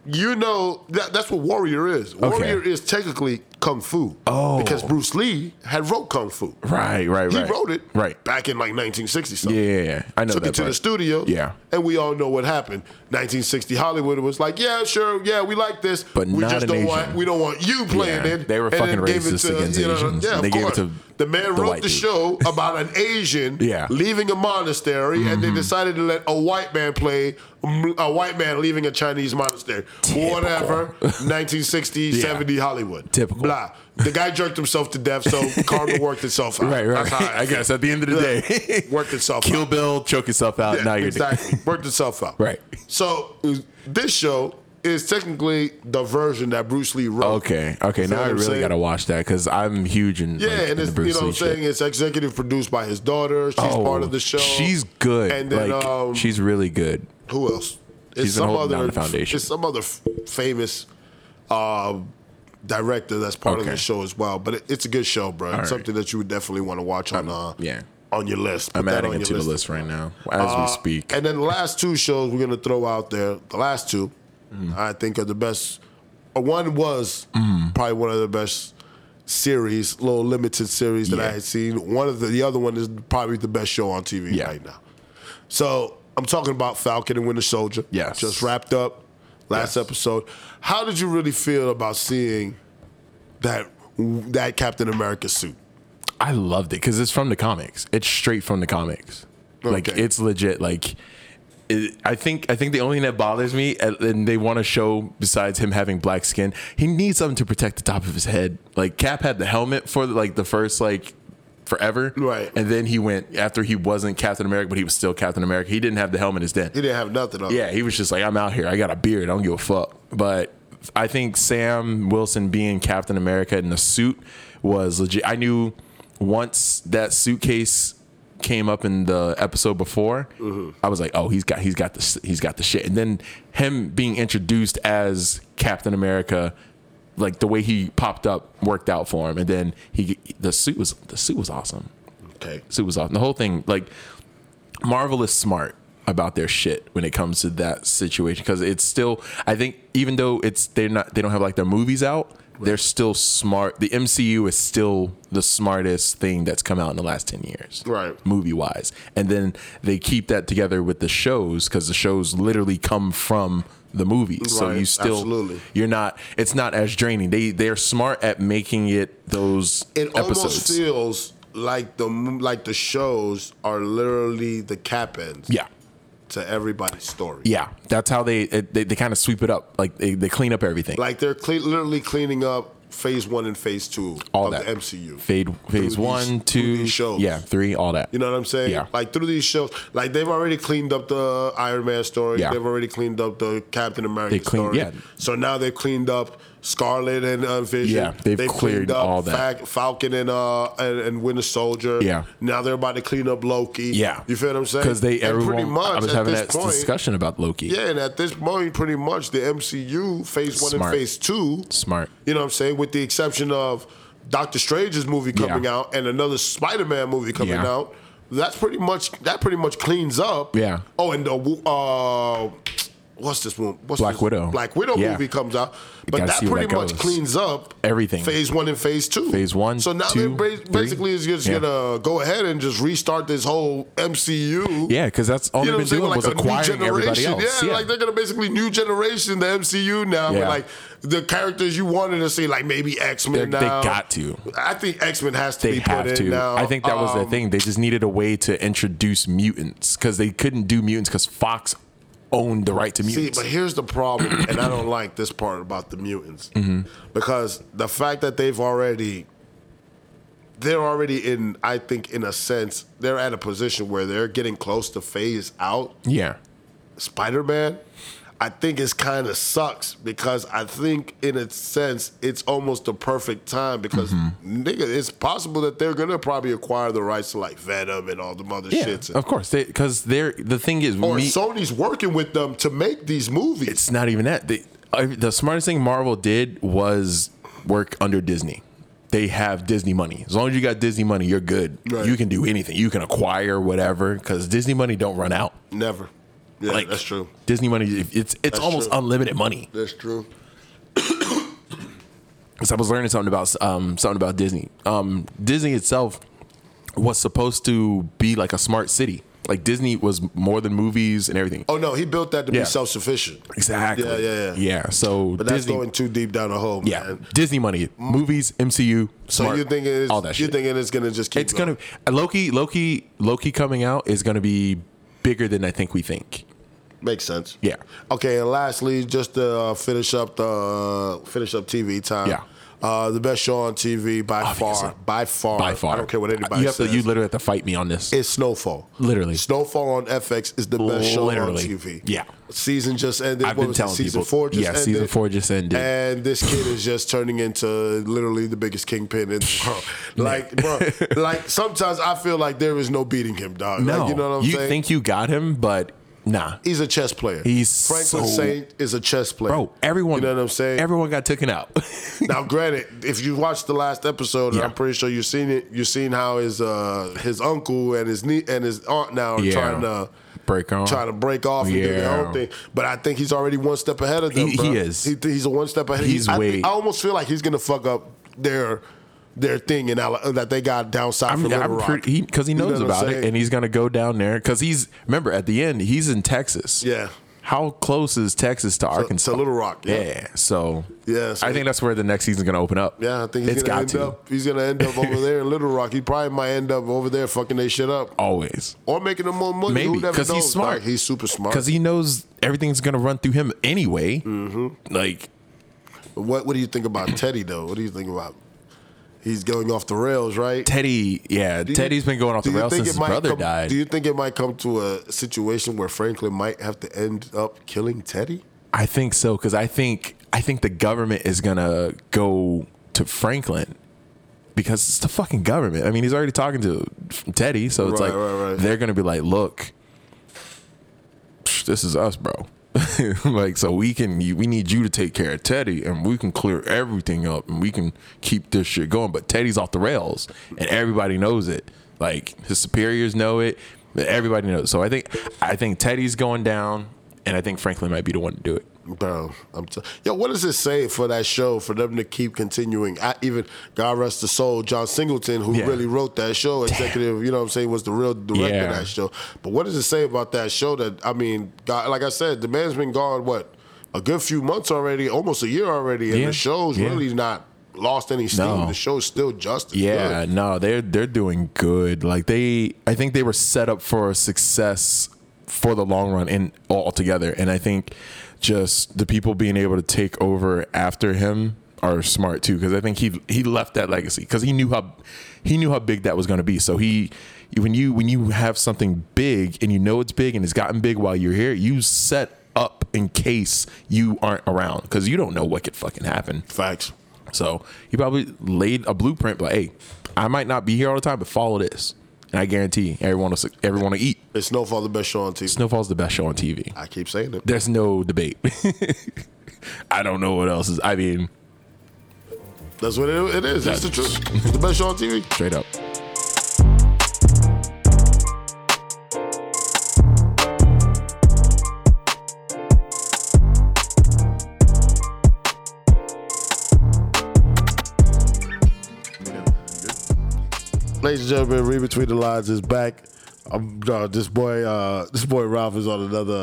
S2: You know, that, that's what Warrior is. Warrior is technically kung fu.
S4: Oh.
S2: because Bruce Lee had wrote kung fu.
S4: Right, right,
S2: He
S4: right.
S2: wrote it
S4: Right.
S2: back in like 1960 something.
S4: Yeah, yeah, yeah. I know
S2: Took
S4: that
S2: it to
S4: part.
S2: the studio.
S4: Yeah.
S2: And we all know what happened. 1960 Hollywood was like, yeah, sure, yeah, we like this,
S4: But
S2: we
S4: not
S2: just
S4: an
S2: don't
S4: Asian.
S2: want we don't want you playing
S4: Yeah,
S2: it.
S4: they were
S2: And then
S4: fucking
S2: gave it
S4: racist against Asians.
S2: Yeah,
S4: And
S2: of
S4: they gave it
S2: course.
S4: to
S2: the man
S4: the
S2: wrote
S4: white
S2: the
S4: dude.
S2: show about an Asian
S4: Yeah. Mm-hmm.
S2: leaving a monastery, and they decided to let a white man play mm, a white man leaving a Chinese monastery. Whatever. 1960, 70 Hollywood.
S4: Typical.
S2: Blah. The guy jerked himself to death, so karma worked itself out.
S4: Right, right.
S2: That's how
S4: I
S2: feel.
S4: guess at the end of the
S2: Yeah.
S4: day,
S2: worked itself
S4: Kill
S2: out.
S4: Bill, choke yourself out.
S2: Yeah,
S4: now you're dead.
S2: exactly worked itself out.
S4: Right.
S2: So uh, this show is technically the version that Bruce Lee wrote.
S4: Okay, okay.
S2: You know
S4: now
S2: what
S4: I
S2: I'm
S4: really
S2: saying?
S4: gotta watch that because I'm huge in
S2: Yeah,
S4: like, in
S2: and
S4: the
S2: it's,
S4: Bruce
S2: you know
S4: Lee
S2: what I'm saying?
S4: shit. Oh,
S2: It's executive produced by his daughter. She's part of the show.
S4: She's good.
S2: And then
S4: like,
S2: um,
S4: she's really good.
S2: who else?
S4: She's been holding down the foundation.
S2: It's some other f- famous um, director that's part of
S4: Okay.
S2: the show as well. But it, it's a good show, bro. It's
S4: right.
S2: something that you would definitely want to watch on uh,
S4: yeah.
S2: on your list. Put
S4: I'm
S2: that
S4: adding
S2: on
S4: it
S2: your
S4: to the list right now as we speak.
S2: Uh, And then the last two shows we're gonna throw out there. The last two, I think, are the best. uh, One was probably one of the best series, little limited series that I
S4: Yeah.
S2: had seen. One of the, the other one is probably the best show on TV
S4: Yeah.
S2: right now. So I'm talking about Falcon and Winter Soldier.
S4: Yes.
S2: just wrapped up last episode. How did you really feel about seeing that that Captain America suit?
S4: I loved it because it's from the comics. It's straight from the comics. Like
S2: Okay.
S4: it's legit. Like it, I think I think the only thing that bothers me, and and they want to show besides him having black skin, he needs something to protect the top of his head. Like Cap had the helmet for like the first like forever,
S2: Right.
S4: And then he went after he wasn't Captain America, but he was still Captain America. He didn't have the helmet as then.
S2: He didn't have nothing on.
S4: Yeah, he was just like, I'm out here. I got a beard. I don't give a fuck. But I think Sam Wilson being Captain America in the suit was legit. I knew once that suitcase came up in the episode before, I was like, oh, he's got he's got the he's got the shit. And then him being introduced as Captain America. Like the way he popped up worked out for him, and then he the suit was the suit was awesome
S2: Okay.
S4: suit was off. And the whole thing, like, Marvel is smart about their shit when it comes to that situation because it's still. I think even though it's they're not they don't have like their movies out, they're still smart. The MCU is still the smartest thing that's come out in the last ten years,
S2: Right.
S4: Movie wise, and then they keep that together with the shows because the shows literally come from the movies. So
S2: Right,
S4: you still
S2: absolutely.
S4: you're not. It's not as draining. They they're smart at making it those
S2: it
S4: episodes.
S2: almost feels like the m- like the shows are literally the cap ends
S4: yeah.
S2: to everybody's story.
S4: Yeah, that's how they it- they, they kind of sweep it up. Like they, they clean up everything.
S2: Like they're cle- literally cleaning up phase one and phase two
S4: all
S2: of
S4: that
S2: the MCU.
S4: Fade phase
S2: these- through
S4: one, two,
S2: these shows.
S4: yeah, three, all that.
S2: you know what I'm saying?
S4: Yeah.
S2: Like through these shows, like they've already cleaned up the Iron Man story.
S4: Yeah.
S2: They've already cleaned up the Captain America
S4: They cleaned-
S2: story.
S4: yeah.
S2: So now they've cleaned up Scarlet and uh, Vision.
S4: Yeah, they've cleared all that.
S2: Fac- Falcon and uh and, and Winter Soldier.
S4: Yeah.
S2: Now they're about to clean up Loki.
S4: yeah,
S2: You feel what I'm saying?
S4: Because they
S2: And
S4: everyone
S2: pretty much
S4: I was
S2: at
S4: having
S2: this
S4: that
S2: point,
S4: discussion about Loki.
S2: Yeah, and at this point, pretty much the MCU phase one
S4: Smart.
S2: and phase two.
S4: Smart.
S2: You know what I'm saying? With the exception of Doctor Strange's movie coming
S4: Yeah.
S2: out and another Spider-Man movie coming
S4: Yeah.
S2: out. That's pretty much that pretty much cleans up.
S4: Yeah.
S2: Oh, and the uh, what's this one? What's
S4: Black
S2: this?
S4: Widow.
S2: Black Widow
S4: Yeah.
S2: movie comes out, but
S4: gotta
S2: that
S4: see where
S2: pretty
S4: that
S2: much
S4: goes.
S2: cleans up
S4: Everything.
S2: Phase one and phase two.
S4: Phase one,
S2: So now
S4: two,
S2: they're ba-
S4: three.
S2: basically is just
S4: Yeah.
S2: gonna go ahead and just restart this whole MCU.
S4: Yeah, because that's all
S2: You know
S4: they've
S2: what I'm
S4: been
S2: saying?
S4: doing
S2: Like
S4: was
S2: a new
S4: acquiring everybody
S2: generation.
S4: else.
S2: Yeah, like they're gonna basically new generation the MCU now.
S4: Yeah.
S2: But like the characters you wanted to see, like maybe X
S4: They're-
S2: Men
S4: they
S2: now.
S4: got to.
S2: I think X Men has to
S4: they
S2: be put
S4: have
S2: in
S4: to.
S2: now.
S4: I think that was the
S2: Um,
S4: thing. They just needed a way to introduce mutants because they couldn't do mutants because Fox owned the right to
S2: See,
S4: mutants.
S2: but here's the problem, and I don't like this part about the mutants
S4: Mm-hmm.
S2: because the fact that they've already. They're already in, I think, in a sense, they're at a position where they're getting close to phase out.
S4: yeah,
S2: Spider Man, I think it's kind of sucks because I think in a sense it's almost the perfect time because
S4: Mm-hmm.
S2: nigga, it's possible that they're gonna probably acquire the rights to like Venom and all the other
S4: yeah,
S2: shits.
S4: of course. Because they, are the thing is,
S2: or
S4: me-
S2: Sony's working with them to make these movies.
S4: it's not even that. They, uh, the smartest thing Marvel did was work under Disney. They have Disney money. As long as you got Disney money, you're good.
S2: Right.
S4: You can do anything. You can acquire whatever because Disney money don't run out.
S2: Never. Yeah, that's true.
S4: Disney money, it's it's almost
S2: true.
S4: unlimited money.
S2: That's true.
S4: because I was learning something about um, something about Disney. Um, Disney itself was supposed to be like a smart city. Like Disney was more than movies and everything.
S2: Oh no, he built that to
S4: Yeah.
S2: be self sufficient.
S4: exactly.
S2: Yeah, yeah, yeah.
S4: Yeah. So
S2: But that's
S4: Disney.
S2: going too deep down a hole,
S4: yeah.
S2: man.
S4: Disney money, movies, MCU.
S2: So
S4: smart,
S2: you're thinking it's,
S4: all that shit.
S2: you're thinking it's gonna just keep
S4: it's gonna Loki Loki Loki coming out is gonna be bigger than I think we think.
S2: Makes sense.
S4: Yeah.
S2: Okay, and lastly, just to uh, finish up the uh, finish up TV time.
S4: Yeah.
S2: Uh, the best show on TV by
S4: Obviously.
S2: far, by far,
S4: By far,
S2: I don't care what anybody
S4: You have
S2: says.
S4: to. You literally have to fight me on this.
S2: it's Snowfall.
S4: Literally.
S2: Snowfall on FX is the best show on
S4: Literally.
S2: TV.
S4: Yeah.
S2: Season just ended.
S4: I've
S2: What
S4: been
S2: was it?
S4: telling
S2: season
S4: people.
S2: four just
S4: yeah,
S2: ended.
S4: season four just ended.
S2: And this kid is just turning into literally the biggest kingpin in the world. Like, bro, like sometimes I feel like there is no beating him, dog.
S4: no,
S2: like, you know what I'm saying?
S4: think you got him, but nah,
S2: he's a chess player.
S4: He's
S2: Franklin
S4: so-
S2: Saint is a chess player,
S4: bro. Everyone,
S2: You know what I'm saying?
S4: Everyone got taken out.
S2: now, granted, if you watched the last episode, and
S4: Yeah.
S2: I'm pretty sure you've seen it. You've seen how his uh, his uncle and his nie- and his aunt now are
S4: Yeah.
S2: trying to
S4: Break on.
S2: trying to break off and do their
S4: Yeah.
S2: own thing. But I think he's already one step ahead of them.
S4: He-
S2: bro.
S4: he is.
S2: He- he's a one step ahead.
S4: He's
S2: I,
S4: way-
S2: think- I almost feel like he's gonna fuck up their their thing and that they got down south
S4: I'm,
S2: for Little
S4: I'm
S2: Rock.
S4: pretty because he,
S2: You know
S4: knows
S2: what I'm
S4: about it,
S2: saying?
S4: and he's gonna go down there because he's remember at the end he's in Texas.
S2: Yeah.
S4: How close is Texas to Arkansas?
S2: to Little Rock, yeah.
S4: So
S2: Yeah, so-
S4: I think that's where the next season's gonna open up.
S2: yeah, I think he's
S4: it's
S2: gonna
S4: got
S2: end
S4: to
S2: up. He's gonna end up over there in Little Rock. He probably might end up over there fucking their shit up.
S4: always
S2: or making them more money.
S4: Maybe,
S2: Who never
S4: 'cause he's
S2: knows?
S4: smart.
S2: Like, he's super smart.
S4: because he knows everything's gonna run through him anyway.
S2: Mm-hmm.
S4: Like
S2: what What do you think about Teddy though? What do you think about? He's going off the rails, right?
S4: Teddy, yeah,
S2: Do you-
S4: Teddy's been going off
S2: do
S4: the
S2: you
S4: rails
S2: think
S4: since
S2: it
S4: his
S2: might
S4: brother
S2: come-
S4: died.
S2: Do you think it might come to a situation where Franklin might have to end up killing Teddy?
S4: I think so because I think I think the government is gonna go to Franklin because it's the fucking government. I mean, he's already talking to Teddy, so it's
S2: Right,
S4: like
S2: right, right.
S4: they're gonna be like, "Look, this is us, bro." like, so we can we need you to take care of Teddy, and we can clear everything up, and we can keep this shit going. But Teddy's off the rails, and everybody knows it. Like his superiors know it. Everybody knows. So I think I think Teddy's going down, and I think Franklin might be the one to do it.
S2: Bro, I'm t- yo. What does it say for that show for them to keep continuing? I even God rest the soul, John Singleton, who
S4: Yeah.
S2: really wrote that show, executive. You know what I'm saying? Was the real director of
S4: Yeah.
S2: that show. But what does it say about that show? That I mean, God, like I said, the man's been gone what a good few months already, almost a year already, and
S4: Yeah.
S2: the show's
S4: Yeah.
S2: really not lost any steam.
S4: No.
S2: The show's still just as
S4: Yeah,
S2: good.
S4: no, they're they're doing good. Like they, I think they were set up for success for the long run and altogether. And I think just the people being able to take over after him are smart too because I think he he left that legacy because he knew how he knew how big that was going to be. So he when you when you have something big and you know it's big and it's gotten big while you're here, you set up in case you aren't around because you don't know what could fucking happen.
S2: Facts.
S4: So he probably laid a blueprint, like, hey, I might not be here all the time, but follow this, and I guarantee everyone will su- everyone will eat.
S2: It's Snowfall the best show on TV.
S4: Snowfall's the best show on TV.
S2: I keep saying it.
S4: There's no debate. I don't know what else is. I mean,
S2: That's what it, it is. That's the truth. It's the best show on TV.
S4: straight up.
S7: Ladies and gentlemen, read between the lines is back. Um, uh, this boy, uh, this boy Ralph is on another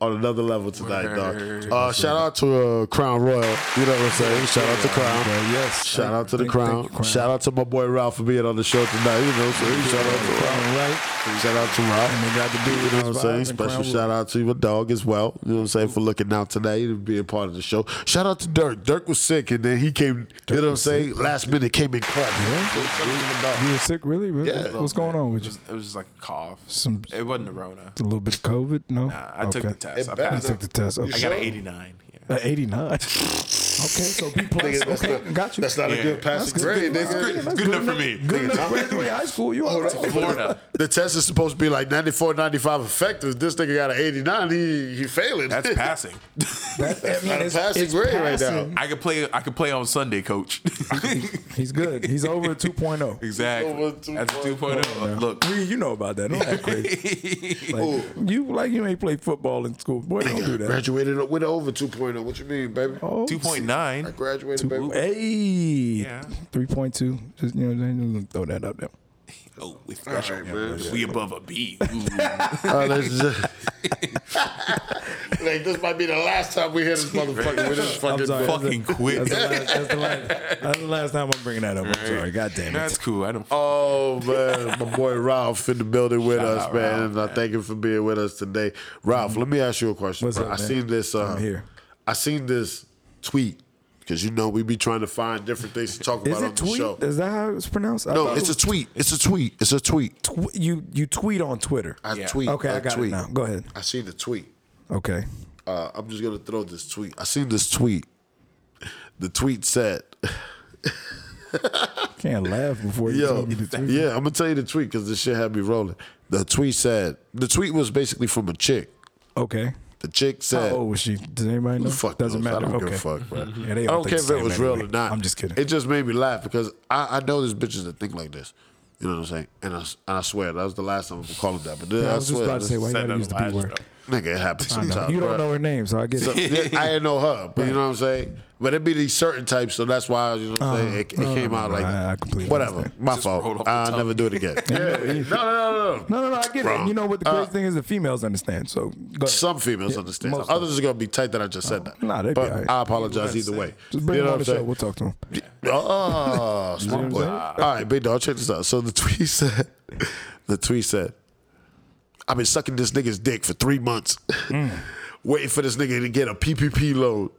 S7: uh, on another level tonight, dog. Uh, shout out to uh, Crown Royal. You know what I'm saying? Shout out to Crown.
S3: Yeah, yes.
S7: Shout out to the
S3: Thank- thank
S7: Crown.
S3: you, Crown.
S7: Shout out to my boy Ralph for being on the show tonight. You know what I'm saying? Shout out to Ralph.
S3: right.
S7: Shout out to
S3: And
S7: Ralph.
S3: they got to do
S7: You know what I'm saying? Special shout out to your dog as well. You know what I'm saying? For looking out today and being part of the show. Shout out to Dirk. Dirk was sick and then he came, you know what I'm saying? Last minute came in clutch. So shout out to the dog.
S3: You were sick, really? Really? What's going on with you?
S8: It was just like a cough.
S3: Some-
S8: it wasn't a Rona.
S3: A little bit of COVID? No.
S8: Nah, I took the test. I
S3: You
S8: passed.
S3: took the test. Okay.
S8: I got an 89. Yeah.
S3: An 89. okay, so B plus. Okay, got you.
S2: That's not a good passing
S3: That's
S2: grade,
S3: good.
S2: nigga.
S8: Good, good enough for me.
S3: Good enough graduate high school. You all right?
S8: Florida.
S7: The test is supposed to be like 94, 95 effective. This nigga got an 89. He he failing.
S8: That's passing.
S3: That, that
S2: not a
S3: means
S2: passing grade right now.
S8: I could play. I could play on Sunday, Coach.
S3: He's good. He's over a 2.0.
S8: exactly.
S2: Over two
S8: That's two point oh. Look,
S3: We, you know about that. Don't act crazy. Like, you like you ain't played football in school. Boy, don't do that.
S2: Graduated with over 2.0.
S9: graduated. What you mean, baby?
S3: Oh,
S4: Two point
S9: I
S4: nine.
S9: graduated, baby.
S3: Hey,
S4: Yeah.
S3: three point two. Just you know, what I'm saying? Just throw that up there.
S4: Oh, we special.
S9: All right, man.
S4: We above a B.
S2: All right, ladies and gen-
S9: Like, this might be the last time we hear this motherfucker with this fucking.
S3: sorry.
S4: Fucking quit.
S3: That's the, last, that's, the last, that's the last time I'm bringing that up. I'm sorry. God damn it.
S4: That's cool. I don't.
S2: Oh man, my boy Ralph in the building with us,
S4: out
S2: man.
S4: Ralph,
S2: and I thank him for being with us today. Ralph, let me ask you a question.
S3: What's
S2: bro.
S3: up,
S2: I
S3: man?
S2: seen this. Uh,
S3: I'm here.
S2: I seen this tweet because you know we be trying to find different things to talk
S3: Is
S2: about on
S3: it
S2: the show.
S3: tweet? Is that how it's pronounced? I
S2: No,
S3: thought
S2: it's a
S3: it
S2: tweet. It's a tweet. It's a tweet.
S3: was tw- you. You tweet on Twitter.
S2: I tweet.
S3: okay, I,
S2: I,
S3: got
S2: tweet.
S3: it now. Go ahead.
S2: I seen the tweet.
S3: Okay.
S2: Uh, I'm just gonna throw this tweet. I seen this tweet. The tweet said,
S3: Can't laugh before you
S2: "Yo,
S3: tell me the tweet.
S2: yeah, I'm gonna tell you the tweet because this shit had me rolling." The tweet said, "The tweet was basically from a chick.
S3: Okay.
S2: The chick
S3: How
S2: said."
S3: old was she? Does anybody know?
S2: Who the fuck
S3: Doesn't
S2: knows?
S3: matter.
S2: I don't
S3: okay. Mm-hmm.
S2: give a fuck, bro.
S3: Yeah, they
S2: I
S3: all
S2: don't
S3: think
S2: care if it
S3: the same
S2: was
S3: anyway.
S2: real or not.
S3: I'm just kidding.
S2: It just made me laugh because I, I know there's bitches that think like this. You know what I'm saying? And I, s- and I swear that was the last time I'm gonna call him that. But then
S3: I
S2: I,
S3: was just
S2: swear,
S3: about to say why you
S4: said
S3: gotta
S4: that
S3: use the
S4: last
S3: B word.
S4: time.
S2: nigga, it happens
S3: I know.
S2: sometimes.
S3: You don't
S2: bruh.
S3: know her name, so I get it.
S2: Yeah, I didn't know her, but you know what I'm saying. But it be these certain types, so that's why you know what I'm saying. It, it came out like
S3: Uh, I- I completely
S2: whatever.
S3: understand.
S2: My
S4: rolled
S2: fault.
S4: off the
S2: I'll
S4: tongue.
S2: never do it again. yeah. No, no, no, no.
S3: No, no, no. I get it.
S2: Wrong. Uh,
S3: You know what the great thing is? The females understand. So go ahead.
S2: Some females understand.
S3: most Oh.
S2: Others are gonna be tight that I just said that.
S3: nah, they be
S2: but
S3: alright.
S2: I apologize either way.
S3: Just bring
S2: you
S3: them
S2: know
S3: on the
S2: what
S3: show.
S2: I'm saying?
S3: We'll talk to them.
S2: Oh, smart boy. All right, big dog, check this out. So the tweet said, the tweet said, I've been sucking this nigga's dick for three months,
S3: Mm.
S2: waiting for this nigga to get a PPP load.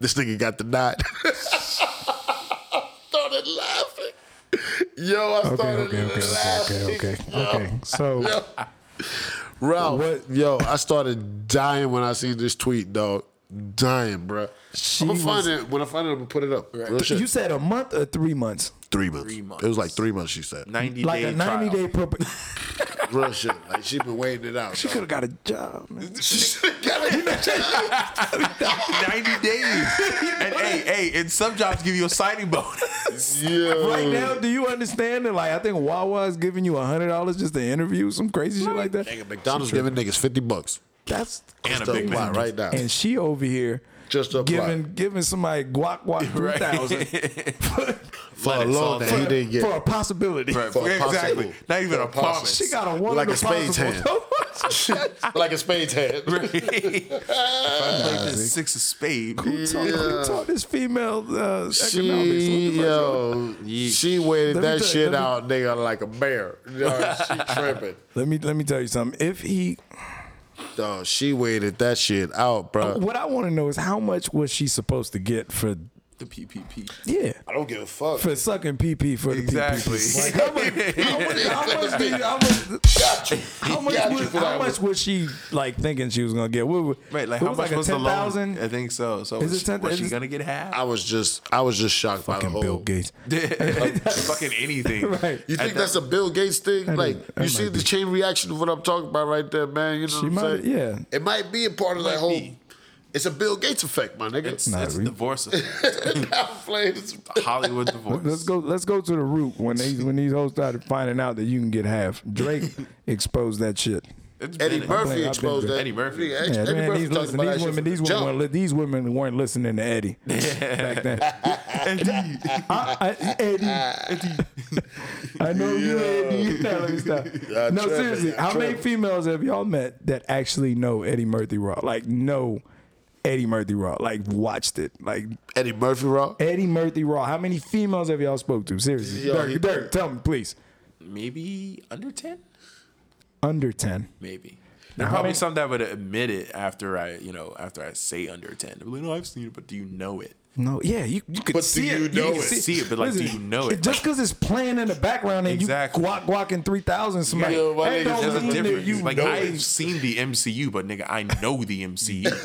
S2: this nigga got the knot. started laughing. Yo, I
S3: Okay,
S2: started
S3: okay, okay,
S2: laughing.
S3: okay, okay, okay. okay. So
S2: Ralph,
S3: What-
S2: yo, I started dying when I see this tweet, dog. Dying, bro.
S3: She
S2: I'm gonna
S3: was-
S2: find it when I find it. I'm gonna put it up. Real shit.
S3: you said a month or three months?
S2: three months.
S4: months.
S2: It was like three months. She said.
S4: Ninety
S3: Like
S4: day
S3: a 90
S4: trial.
S3: day proper.
S2: Real shit. Like she been waiting it out.
S3: She could have got a job, man.
S4: Ninety days. and hey, hey, and some jobs give you a signing bonus.
S2: yeah.
S3: Right now, do you understand that? Like, I think Wawa is giving you hundred dollars just to interview some crazy shit like that.
S2: McDonald's giving niggas fifty bucks.
S3: That's
S4: And a
S2: Just
S4: big
S2: apply
S4: man.
S2: right now.
S3: and she over here
S2: Just apply.
S3: giving giving somebody guac guac three thousand
S2: for a
S4: Let it
S2: loan
S4: solve
S2: that
S4: for-
S2: he didn't get.
S3: for a possibility.
S2: For a
S4: exactly.
S2: possible.
S4: Not even
S2: For
S4: a
S2: a possible.
S4: promise.
S3: She got a one
S2: Like a
S3: of the
S2: spades
S3: possible.
S2: like a spade head.
S4: Like the six of spades.
S3: Who taught, who taught this female uh, economics? What
S2: She uh,
S3: the fuck?
S2: yo, she waited
S3: Let me
S2: that
S3: tell you,
S2: shit
S3: let me-
S2: out, nigga, like a bear. Yo, she tripping.
S3: Let me let me tell you something. If he,
S2: Dog, she waited that shit out, bro.
S3: what I want to know is how much was she supposed to get for?
S4: The PPP.
S3: Yeah,
S2: I don't give a fuck.
S3: for sucking PP for
S4: Exactly.
S3: the PP. Like, how much? How much, how much, do you, how much How much,
S2: Got you
S3: was,
S2: for that
S3: how much was she like thinking she was gonna get? What, what-
S4: Right, like
S3: it
S4: how much was the loan?
S3: 10,000?
S4: I think so. So
S3: Is
S4: is
S3: it 10
S4: was
S3: is
S4: she
S3: it-
S4: gonna get
S2: I
S4: half?
S2: was just, I was just shocked by the
S3: Fucking
S2: whole.
S4: Oh.
S3: Bill Gates.
S4: Fucking anything.
S3: Right.
S2: You think that's a Bill Gates thing? Like
S3: that
S2: you see
S3: might
S2: the
S3: be.
S2: chain reaction of what I'm talking about right there, man. You know what I'm
S3: might-
S2: saying?
S3: yeah.
S2: It might be a part of that whole. It's a Bill Gates effect, my nigga.
S4: It's,
S3: Nah,
S4: it's
S3: we-
S4: divorce. of-
S2: I'm playing. It's,
S4: Hollywood divorce.
S3: Let's go. Let's go to the root when they when these hoes started finding out that you can get half. Drake exposed that shit.
S4: It's been
S2: Eddie
S4: a-
S2: Murphy
S3: playing- I've
S2: exposed
S3: been-
S2: that.
S4: Eddie Murphy.
S2: Yeah,
S3: Yeah,
S2: Eddie
S3: man,
S2: Murphy
S3: these,
S2: talked
S3: listen,
S2: about that
S3: these
S2: shit
S3: women,
S2: from
S3: these
S2: the
S3: women,
S2: jump.
S3: weren't, li- these women weren't listening to Eddie back then. I, I, Eddie, Eddie, I know you, Eddie. You telling me stuff.
S2: Y'all
S3: no,
S2: tripping,
S3: seriously,
S2: y'all
S3: how many
S2: tripping.
S3: females have y'all met that actually know Eddie Murphy Raw? Like, know Eddie Murphy Raw? Like, watched it? Like,
S2: Eddie Murphy, raw.
S3: Eddie Murphy Raw? How many females have y'all spoke to? Seriously,
S2: Yo,
S3: Dirk,
S2: he-
S3: Dirk, tell me, please.
S4: Maybe under ten.
S3: Under ten.
S4: Maybe. There's
S3: how
S4: probably
S3: many-
S4: some that would admit it after I, you know, after I say under ten. They're like, no, I've seen it, but do you know it?
S3: No, yeah, you, you could
S2: But do
S3: see
S2: you
S3: it.
S2: know
S3: could
S2: it?
S4: See it, but, like, do you know it?
S3: Just because it's playing in the background and
S4: Exactly.
S3: you guac guacking three thousand somebody,
S2: Yeah, why
S3: that
S2: they
S3: don't
S2: just-
S4: There's a
S3: mean that
S4: difference.
S3: you
S4: like
S3: know
S4: I've
S3: it.
S4: seen the MCU, but nigga, I know the MCU.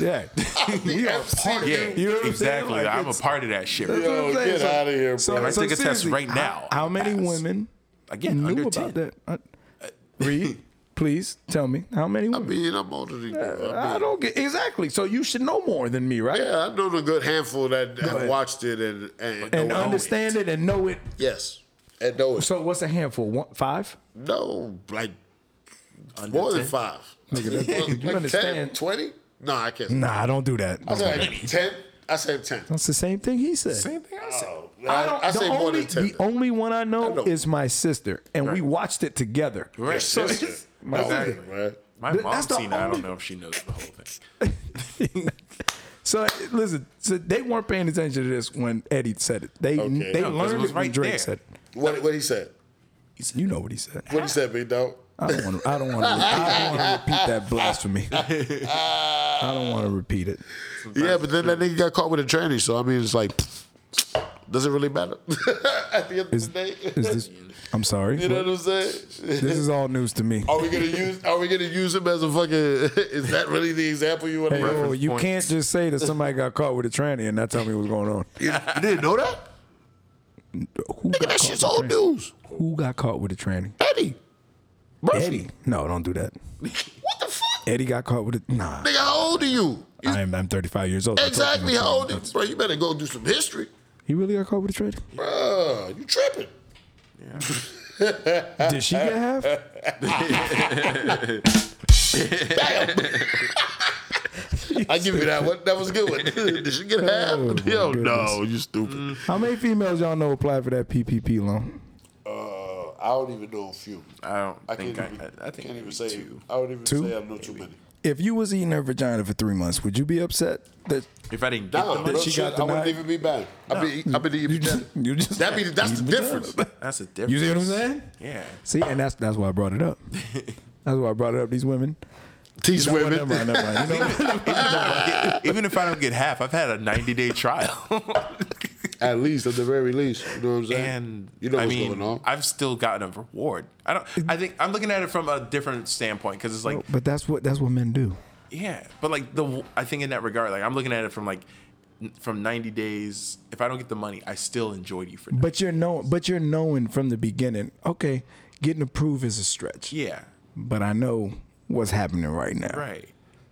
S3: Yeah, we are part.
S4: Yeah,
S3: You know what I'm
S4: exactly.
S3: saying? Like,
S4: I'm a
S3: it's-
S4: part of that shit.
S3: That's what I'm
S2: Yo,
S3: saying.
S2: get
S3: So-
S2: outta here,
S3: so-
S2: bro.
S4: I
S3: so
S4: took a test
S3: seriously,
S4: right now.
S3: How, how many
S4: Pass.
S3: women
S4: Again,
S3: knew
S4: under
S3: about
S4: 10.
S3: that? I, Reed, please tell me how many
S2: I
S3: women.
S2: mean, I'm older than you. I, mean,
S3: I don't get exactly. So you should know more than me, right?
S2: Yeah, I know the good handful that have
S3: ahead.
S2: watched it and and,
S3: And
S2: know it.
S3: understand it. and know it.
S2: Yes, and know it.
S3: So what's a handful? One, five?
S2: No, like more than
S4: 10?
S2: five.
S3: Nigga, that's- you
S2: like
S3: understand.
S2: 20? No, I can't.
S3: Nah, don't do that.
S2: I said like ten. I said ten.
S3: That's the same thing he said.
S4: Same thing I said.
S2: Oh, I, I
S3: the
S2: say
S3: only,
S2: more than ten.
S3: The only one I know,
S2: I know.
S3: is my sister, and we watched it together.
S4: Right.
S3: So
S4: sister.
S3: it's- my
S2: Exactly,
S3: sister.
S2: man.
S4: My
S3: Th-
S4: mom's
S3: that's the
S4: seen it. I
S3: only-
S4: don't know if she knows the whole thing.
S3: So listen, so they weren't paying attention to this when Eddie said it. They
S2: Okay.
S3: they
S2: No,
S4: 'cause it
S3: learned
S4: was
S3: it when
S4: right
S3: Drake
S4: there.
S3: said.
S2: What what he said?
S3: it. You know what he said.
S2: What he said, big dog.
S3: I don't want to. I don't want to. I don't want to repeat that blasphemy. I don't want to repeat it.
S2: Yeah, but then that nigga got caught with a tranny, so I mean, it's like, does it really matter at the end
S3: Is,
S2: of the day?
S3: is this? I'm sorry.
S2: you know what I'm saying?
S3: This is all news to me.
S2: Are we gonna use? Are we gonna use him as a fucking? Is that really the example you want to
S3: Hey, yo,
S2: reference?
S3: you
S4: points.
S3: can't just say that somebody got caught with a tranny and not tell me what's going on.
S2: You, you didn't know that?
S3: Who got
S2: That
S3: caught
S2: shit's
S3: with a
S2: old
S3: tranny?
S2: news.
S3: Who got caught with a tranny?
S2: Eddie, Murphy.
S3: Eddie. No, don't do that.
S2: what the fuck?
S3: Eddie got caught with a nah.
S2: Nigga, how old are you?
S3: I am. I'm 35 years old. I told you
S2: Exactly
S3: I'm
S2: how old are you?
S3: 35.
S2: Bro, you better go do some history.
S3: He really got caught with a tranny.
S2: Bro, you tripping.
S3: Did she get half?
S2: I give you that one. That was a good one. Did you get half?
S3: Oh, my
S2: Yo, no,
S3: goodness. Mm.
S2: you stupid.
S3: How many females y'all know applied for that PPP loan?
S2: Uh, I don't even know a few.
S4: I don't
S2: I can't
S4: think I,
S2: even,
S4: I, I think
S2: can't even
S4: maybe
S2: say.
S4: two.
S2: I don't even
S3: Two?
S2: say I know too many.
S3: If you was eating her vagina for three months, would you be upset that
S4: If I didn't get
S2: Nah,
S4: the
S2: bro,
S3: she
S2: she
S3: got
S2: got I wouldn't
S3: denied?
S2: even be bad. I've been, I've been
S3: you
S2: eating
S3: just,
S2: vagina.
S3: you just
S2: That be that's the
S3: eating
S2: difference.
S3: vagina?
S4: that's a difference.
S3: You see what I'm saying?
S4: Yeah.
S3: See, and that's that's why I brought it up. That's why I brought it up. These women.
S2: Teach
S3: Well, never mind,
S2: women.
S3: never mind. You know what?
S4: Even if I don't get half, I've had a 90 day trial.
S2: At least, at the very least, you know what I'm saying.
S4: and
S2: you know
S4: I
S2: what's
S4: mean,
S2: going on.
S4: I've still gotten a reward. I don't. I think I'm looking at it from a different standpoint because it's like,
S3: But that's what that's what men do.
S4: yeah, but like the I think in that regard, like I'm looking at it from like n- from 90 days. If I don't get the money, I still enjoyed you for. That.
S3: But you're know, but you're knowing from the beginning. Okay, getting approved is a stretch.
S4: Yeah,
S3: But I know what's happening right now.
S4: right.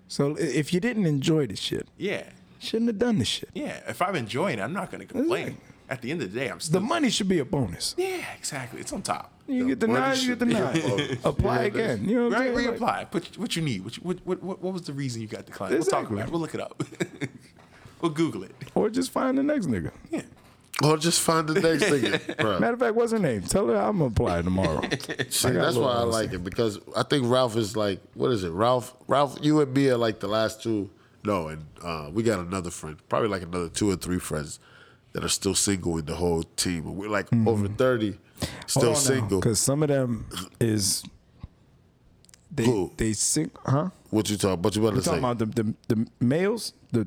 S3: So i- if you didn't enjoy the shit,
S4: Yeah,
S3: shouldn't have done the shit.
S4: yeah. If I'm enjoying, it, I'm not going to complain. At the end of the day, I'm
S3: The
S4: still.
S3: money should be a bonus.
S4: yeah, exactly. It's on top.
S3: You get the
S2: money
S3: nine, you
S2: should
S3: get the
S2: be a
S3: nine.
S2: bonus.
S3: Apply
S2: Yeah,
S3: again. You know what
S4: Right,
S3: I'm saying? Like,
S4: reapply. Put what you need. What, you, what, what, what what was the reason you got declined?
S3: Exactly.
S4: We'll talk about it. We'll look it up. we'll Google it.
S3: or just find the next nigga.
S2: Or just find the next nigga, bro.
S3: Matter of fact, what's her name? Tell her I'm gonna apply tomorrow.
S2: See, that's why I like it because I think Ralph is like, what is it, Ralph? Ralph, you and me are like the last two. No, and uh, we got another friend, probably like another two or three friends that are still single in the whole team. But we're like
S3: Mm-hmm.
S2: over thirty, still single.
S3: Because some of them is they
S2: Who?
S3: they sing, huh?
S2: What you talking? What you about to
S3: You
S2: say?
S3: talking about the, the the males? The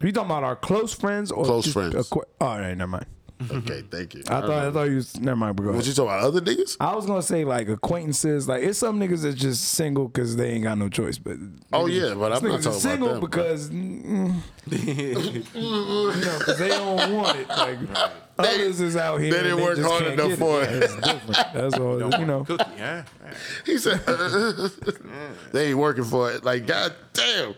S3: you talking about our close friends or
S2: Close
S3: just
S2: friends.
S3: acqui- all right, never mind.
S2: okay, thank you.
S3: I thought I thought you was never mind. But go
S2: What
S3: ahead.
S2: you talking about? Other niggas?
S3: I was gonna say like acquaintances. Like it's some niggas that's just single because they ain't got no choice. But
S2: Oh yeah, but I'm
S3: These
S2: not
S3: niggas are
S2: talking
S3: single
S2: about them. bro.
S3: because mm, you know, 'cause they don't want it. Like others is out here.
S2: they didn't
S3: and
S2: work
S3: just
S2: hard
S3: can't
S2: enough
S3: get
S2: for it.
S3: That's different. That's all. you know.
S4: Cookie, yeah.
S2: He said they ain't working for it. Like god damn,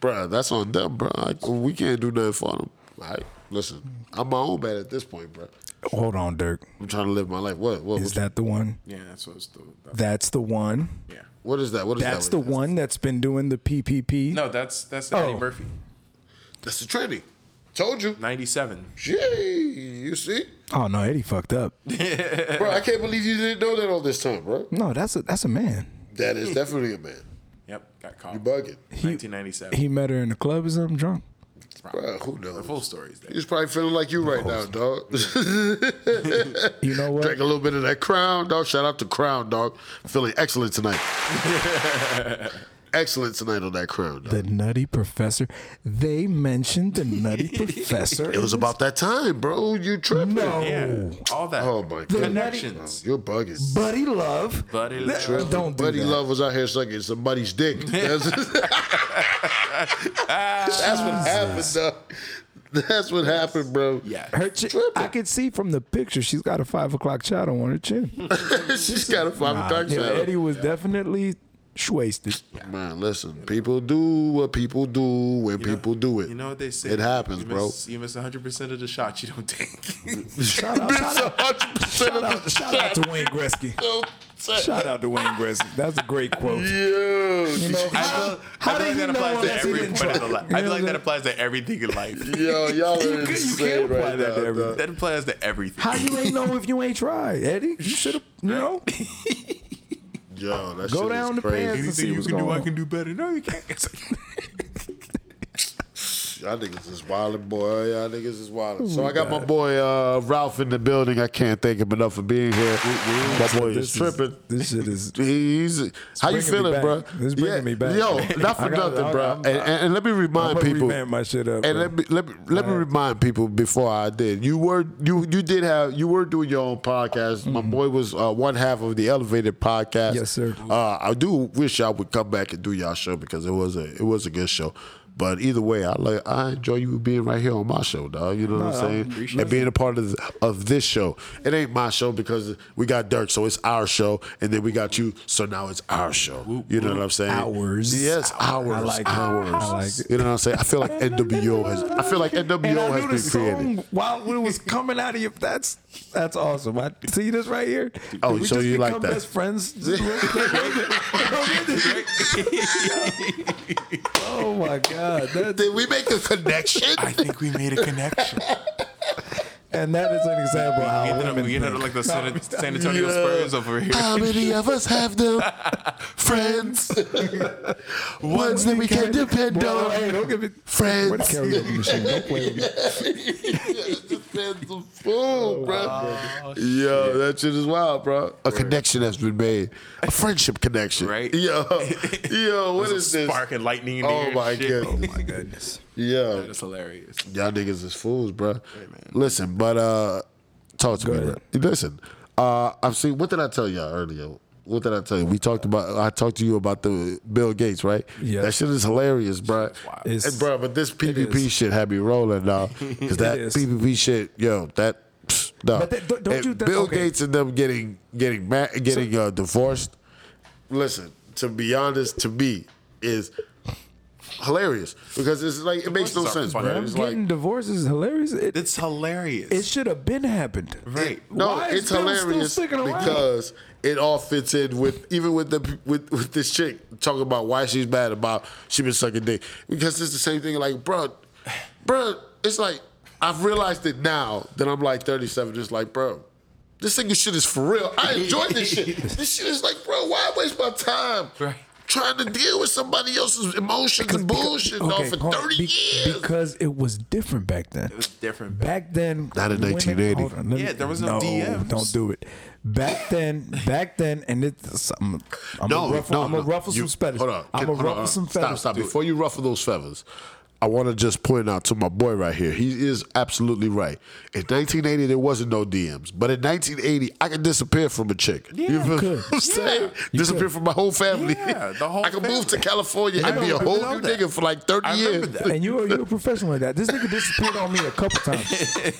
S2: bro, that's on them, bro. Like, we can't do nothing for them. Like, listen, I'm my own man at this point, bro.
S3: Hold on, Dirk.
S2: I'm trying to live my life. What? What?
S3: Is
S2: What,
S3: that the one?
S4: Yeah, that's what it's the. that-
S3: That's the one.
S4: yeah.
S2: what is that? What is
S3: That's
S2: that?
S3: the one that's been doing the PPP.
S4: No, that's that's Eddie
S3: Oh.
S4: Murphy.
S2: That's the trendy. Told you.
S4: Ninety-seven.
S2: Gee, you see,
S3: Oh no, Eddie fucked up. Uh,
S2: bro. I can't believe you didn't know that all this time, bro.
S3: No, that's a that's a man.
S2: That is definitely a man.
S4: Yep, got caught.
S2: You bugging,
S4: Nineteen ninety-seven.
S3: He met her in the club or something drunk.
S2: bro. Who
S4: The full
S2: knows?
S4: story is there.
S2: He's probably feeling like you right now, dog.
S3: You know what?
S2: Drink a little bit of that Crown, dog. Shout out to Crown, dog. Feeling excellent tonight. excellent tonight on that Crown, dog.
S3: The Nutty Professor. They mentioned the Nutty Professor.
S2: It was about that time, bro. You tripping?
S3: no.
S4: Yeah, all that.
S2: Oh my Oh,
S3: The
S2: god,
S3: nutty-
S4: Connections.
S2: you're bugging.
S3: Buddy Love.
S4: Buddy
S3: Th-
S4: Love.
S3: Don't do
S2: Buddy
S3: that.
S2: Love was out here sucking somebody's dick. That's, That's what happened, dog. That's what happened, bro.
S4: Yeah.
S3: Her chin, I could see from the picture she's got a five o'clock shadow on her chin. Uh,
S2: She's got a five o'clock
S3: Yeah,
S2: shadow.
S3: Eddie was definitely Sh wasted.
S2: Man, listen, people do what people do when
S8: You know-
S2: people do it.
S8: You know what they say?
S2: It happens,
S8: you
S2: bro.
S8: Miss, you miss 100% of the shots you don't take.
S3: Shout out, shout out, shout out, shout out to Wayne Gretzky. Shout out to Wayne Gretzky. That's a great quote.
S2: Yeah.
S3: You know,
S8: I feel,
S3: How
S8: I feel
S3: did
S8: like
S3: he
S8: that
S3: know
S8: applies to
S3: unless he
S8: every
S3: didn't
S8: part of
S3: try?
S8: the life. I feel like that applies to everything in life.
S2: Yo, y'all
S3: You
S2: are
S3: can- you
S2: insane
S3: can't apply
S2: right
S3: that to
S2: now.
S3: everything.
S2: dog.
S8: That applies to everything.
S3: how you ain't know if you ain't tried, Eddie? You should have, you know.
S2: Yo, that
S3: Go
S2: shit
S3: down
S2: is
S3: the
S2: crazy.
S3: pants. Let's see
S8: Anything you
S3: what's
S8: can do,
S3: going
S8: I
S3: on.
S8: can do better. No, you can't. It's like,
S2: Y'all niggas is wildin', boy. Y'all niggas is wildin'. So I got my boy uh, Ralph in the building. I can't thank him enough for being here. My boy is
S3: This
S2: tripping.
S3: This shit is.
S2: He's how you
S3: bringing me
S2: feeling,
S3: back.
S2: bro?
S3: It's bringing me back.
S2: Yo, not
S3: I
S2: for
S3: gotta-
S2: nothing,
S3: I-
S2: bro.
S3: I'm-
S2: And, and, and let me remind
S3: I'ma
S2: people.
S3: revamp my shit up,
S2: and
S3: bro.
S2: let me let me let me remind people before I did. You were you you did have you were doing your own podcast. My boy was uh, one half of the Elevated podcast.
S3: Mm-hmm. Yes, sir.
S2: Uh, I do wish I would come back and do y'all show because it was a it was a good show. But either way, I like I enjoy you being right here on my show, dog. You know what I'm saying? And being a part of of this show. It ain't my show because we got Dirk, so it's our show, and then we got you, so now it's our show. You know what I'm saying?
S3: Ours.
S2: Yes, ours.
S3: I like it.
S2: ours.
S3: I like it.
S2: You know what I'm saying? I feel like NWO has. I feel like
S3: And
S2: NWO
S3: I knew the
S2: has been created.
S3: song while it was coming out of your. That's that's awesome. I see this right here.
S2: Oh,
S3: Did we
S2: so
S3: just
S2: you like
S3: become
S2: that.
S3: Best friends. Just real quick? oh my god! That's,
S2: Did we make a connection?
S8: I think we made a connection.
S3: and that is an example of
S8: We
S3: how
S8: ended up,
S3: women.
S8: we ended up like
S3: think.
S8: the San, San Antonio Spurs over here.
S2: How many of us have them friends? Ones that we can depend
S3: Boy,
S2: on.
S3: hey, don't give me
S2: Friends.
S3: Where the karaoke machine? Don't play with me.
S2: That's a
S8: Oh,
S2: fool, bro. Yo, that shit is wild, bro. A connection has been made, a friendship connection,
S8: Right.
S2: Yo, yo, what
S8: There's
S2: is
S8: a
S2: this?
S8: Spark and lightning in the air
S2: Oh
S8: and
S2: my
S8: shit.
S2: goodness,
S3: My goodness.
S2: yo,
S8: That's hilarious.
S2: y'all niggas is fools, bro. Listen, but uh, talk to me, bro. Listen, uh, I've seen. What did I tell y'all earlier? What did I tell you? We talked about. I talked to you about the Bill Gates, right?
S3: Yeah.
S2: That shit is hilarious, bro.
S3: It's-
S2: And bro, but this PPP
S3: is.
S2: shit had me rolling now because that
S3: is.
S2: PPP shit, yo, that. Psh, no.
S3: But that- don't- don't
S2: And
S3: you- that-
S2: Bill
S3: okay.
S2: Gates and them getting getting ma- getting uh, divorced. Listen, to be honest, to me is hilarious because it's like it makes no
S8: Divorces
S2: sense,
S8: are funny.
S2: bro.
S3: I'm
S2: It's
S3: getting
S2: like
S3: divorced is hilarious. It,
S8: It's hilarious.
S3: it should have been happened.
S8: right.
S2: no,
S3: Why is
S2: it's
S3: Bill still
S2: hilarious
S3: sticking around?
S2: because it all fits in with even with the with with this chick talking about why she's mad about she been sucking dick because it's the same thing. Like, bro, bro, it's like I've realized it now that I'm like 37. It's like, bro. This nigga shit is for real. I enjoy this shit. This shit is like, bro, why waste my time
S8: Right.
S2: trying to deal with somebody else's emotions and bullshit dog,
S3: okay,
S2: for
S3: hold on.
S2: 30
S3: Be-
S2: years?
S3: Because it was different back then.
S8: It was different. back-
S3: Back then,
S2: Not in
S3: women-
S2: 1980.
S3: hold on, let
S8: Yeah, there was no DMs.
S3: Don't do it. Back then, back then, and it's I'm, I'm
S2: no,
S3: a ruffle,
S2: no,
S3: I'm
S2: no.
S3: a ruffle
S2: You-
S3: some feathers.
S2: Hold on.
S3: I'm a
S2: Hold on,
S3: ruffle
S2: hold on.
S3: some
S2: Stop,
S3: feathers.
S2: Stop,
S3: dude.
S2: Before you ruffle those feathers, I want to just point out to my boy right here. He is absolutely right. In 1980, there wasn't no DMs, but in 1980, I could disappear from a chick. Yeah, you feel
S3: could.
S2: what I'm saying?
S8: Yeah.
S2: disappear from my whole family.
S8: Yeah, the whole
S2: I could move to
S8: family.
S2: California and
S8: I
S2: be a
S8: don't
S2: whole
S8: know
S2: new
S8: that.
S2: nigga for like 30
S8: I remember
S2: years.
S8: that.
S3: and you are you're a professional like that. This nigga disappeared on me a couple times.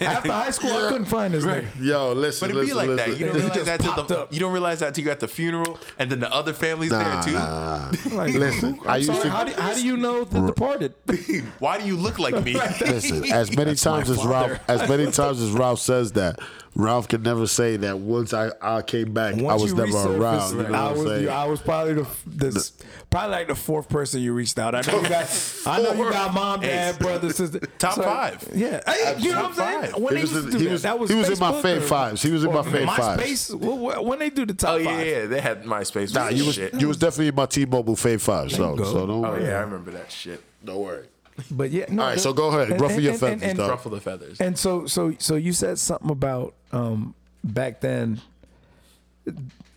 S3: After high school, I couldn't find this nigga.
S2: Yo, listen,
S8: But it'd be
S2: listen,
S8: like
S2: listen.
S8: that. You don't
S3: It
S8: realize
S3: just
S8: that till
S3: popped
S8: the
S3: up.
S8: you don't realize that till you're at the funeral, and then the other family's there
S2: Nah,
S8: too.
S2: nah, nah.
S3: Like,
S2: Listen,
S3: I'm
S2: I used
S3: sorry,
S2: to-
S3: how, do, how do you know the departed?
S8: Why do you look like me?
S2: Listen, as many times as Ralph, as many times as Ralph says that, Ralph can never say that. Once I, I came back, I was
S3: you
S2: never
S3: resurfaced,
S2: around. You know
S3: I
S2: what I'm
S3: was,
S2: saying?
S3: you- I was probably the, f- the s- probably like the fourth person you reached out. I know you got, I know you got mom, dad,
S8: Hey.
S3: brother, sister.
S8: Top
S3: So,
S8: five.
S3: Yeah, Hey, you know what
S8: Top
S3: I'm saying.
S8: five.
S3: When
S2: He
S3: they
S2: was
S3: used to
S2: in-
S3: do
S2: he
S3: that,
S2: was-
S3: that was
S2: he was in my
S3: Facebook
S2: Fab
S3: or-
S2: Fives. He was in my
S3: or
S2: Fab Fives.
S3: MySpace. Wh- wh- When they do the top
S8: oh yeah,
S3: five,
S8: yeah, they had MySpace.
S2: Nah, you was
S8: shit.
S2: you was definitely in my T-Mobile Fave Five, so
S3: you go.
S2: so don't
S8: oh
S2: worry.
S8: yeah, I remember that shit.
S2: Don't worry.
S3: but yeah. No,
S2: All right,
S3: the-
S2: so go ahead.
S3: and-
S2: Ruffle
S3: and-
S2: your
S3: and-
S2: feathers,
S3: and-
S2: dog.
S8: Ruffle the feathers.
S3: And so, so, so you said something about um, back then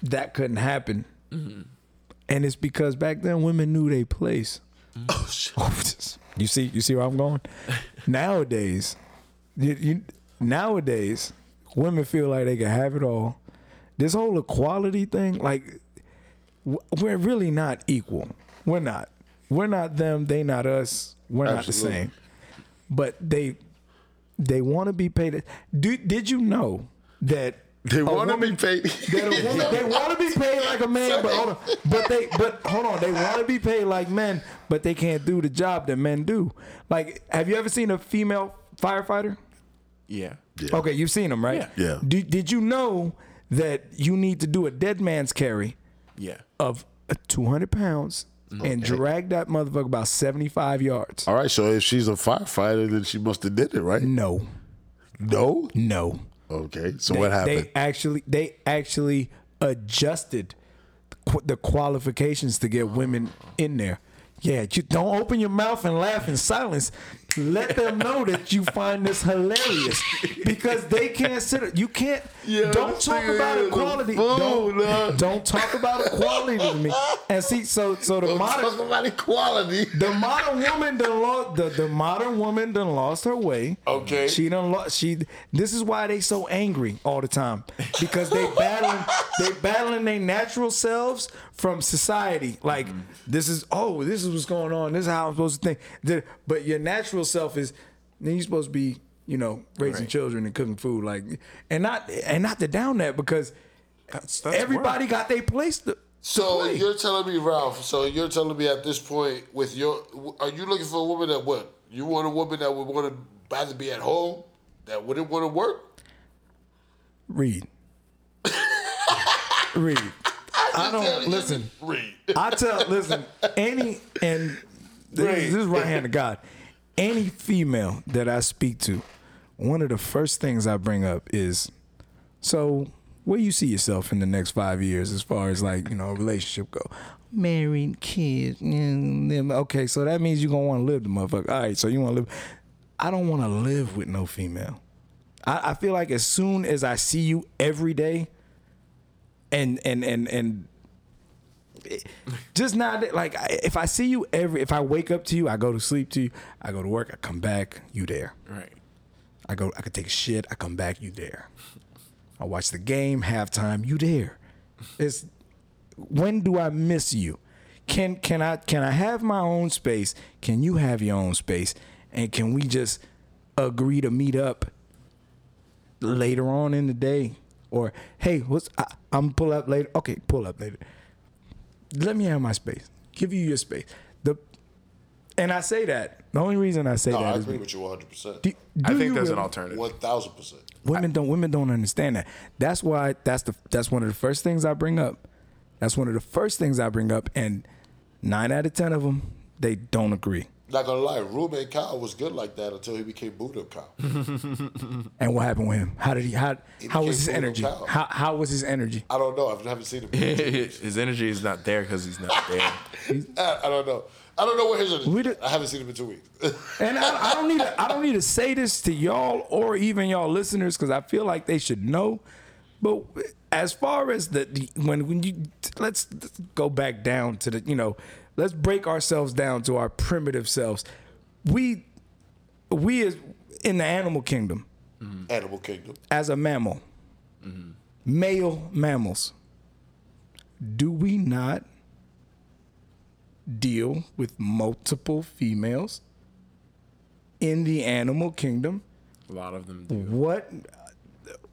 S3: that couldn't happen, and it's because back then women knew they place. Oh shit! you see, you see where I'm going. nowadays, you, you, nowadays women feel like they can have it all. This whole equality thing, like w- we're really not equal. We're not. We're not them. They not us. We're not the
S2: Absolutely.
S3: same. But they they want to be paid. Do, did you know that
S2: They want to
S3: woman-
S2: be paid.
S3: They want, they want to be paid like a man, but hold on. But they, but hold on. They want to be paid like men, but they can't do the job that men do. Like, have you ever seen a female firefighter?
S4: Yeah.
S3: Okay, you've seen them, right?
S7: Yeah. Yeah.
S3: Did, did you know that you need to do a dead man's carry
S4: Yeah.
S3: of uh, 200 pounds and drag that motherfucker about 75 yards?
S7: All right, so if she's a firefighter, then she must have did it, right?
S3: No,
S7: No.
S3: no.
S7: Okay, so what
S3: They-
S7: happened?
S3: They actually they actually adjusted qu- the qualifications to get women in there. Yeah, you don't open your mouth and laugh in silence. Let them know that you find this hilarious because they can't sit. You can't. don't
S2: this
S3: talk
S2: nigga
S3: about
S2: is a
S3: equality.
S2: fool,
S3: don't,
S2: dog.
S3: don't talk about equality to me. And see, so so the modern
S2: Talk about equality.
S3: the modern woman done lost the, the modern woman done lost her way.
S2: Okay.
S3: She done lost she this is why they so angry all the time. Because they battling they battling their natural selves from society. Like
S2: Mm-hmm.
S3: this is oh, this is what's going on, this is how I'm supposed to think. The- But your natural self is then you're supposed to be, you know, raising children and cooking food. Like and not and not to down that because
S4: That's, that's
S3: everybody got their place to,
S2: So you're telling me, Ralph. So you're telling me at this point, with your, are you looking for a woman that what? You want a woman that would want to rather be at home, that wouldn't want to work.
S3: Read. Read. I don't listen.
S2: Read.
S3: I tell listen any and this, this is right hand of God. Any female that I speak to, one of the first things I bring up is, so where you see yourself in the next five years as far as like you know a relationship go, married, kids, mm, them. okay, so that means you are gonna want to live the motherfucker. All right, so you want to live. I don't want to live with no female. I, I feel like as soon as I see you every day, and and and and just not like I- if I see you every if I wake up to you, I go to sleep to you, I go to work, I come back, you there.
S4: Right.
S3: I go, I could take a shit, I come back, you there. I watch the game, halftime, you there. It's when do I miss you? Can can I can I have my own space? Can you have your own space? And can we just agree to meet up later on in the day? Or hey, what's I, I'm pull up later. Okay, pull up later. Let me have my space. Give you your space. The and I say that the only reason I say
S2: No,
S3: that
S2: I
S3: is
S2: agree with you 100. percent
S3: do,
S4: I
S3: do
S4: think
S3: you
S4: there's an
S3: really-
S4: alternative.
S2: One thousand percent.
S3: Women don't women don't understand that. That's why that's the that's one of the first things I bring up. That's one of the first things I bring up, and nine out of ten of them they don't agree.
S2: Not gonna lie, Ruben Kyle was good like that until he became Buddha Kyle.
S3: And what happened with him? How did he? How how
S2: became
S3: was his
S2: full of
S3: energy?
S2: child.
S3: How how was his energy?
S2: I don't know. I haven't seen him.
S4: His energy is not there because he's not there.
S2: I, I don't know. I don't know what his.
S3: We did-
S2: I haven't seen him in two weeks.
S3: And I, I don't need to, I don't need to say this to y'all or even y'all listeners because I feel like they should know. But as far as the, the when when you let's go back down to the you know let's break ourselves down to our primitive selves. We we is in the animal kingdom
S2: Animal Kingdom.
S3: as a mammal, male mammals, do we not deal with multiple females in the animal kingdom?
S4: A lot of them do.
S3: What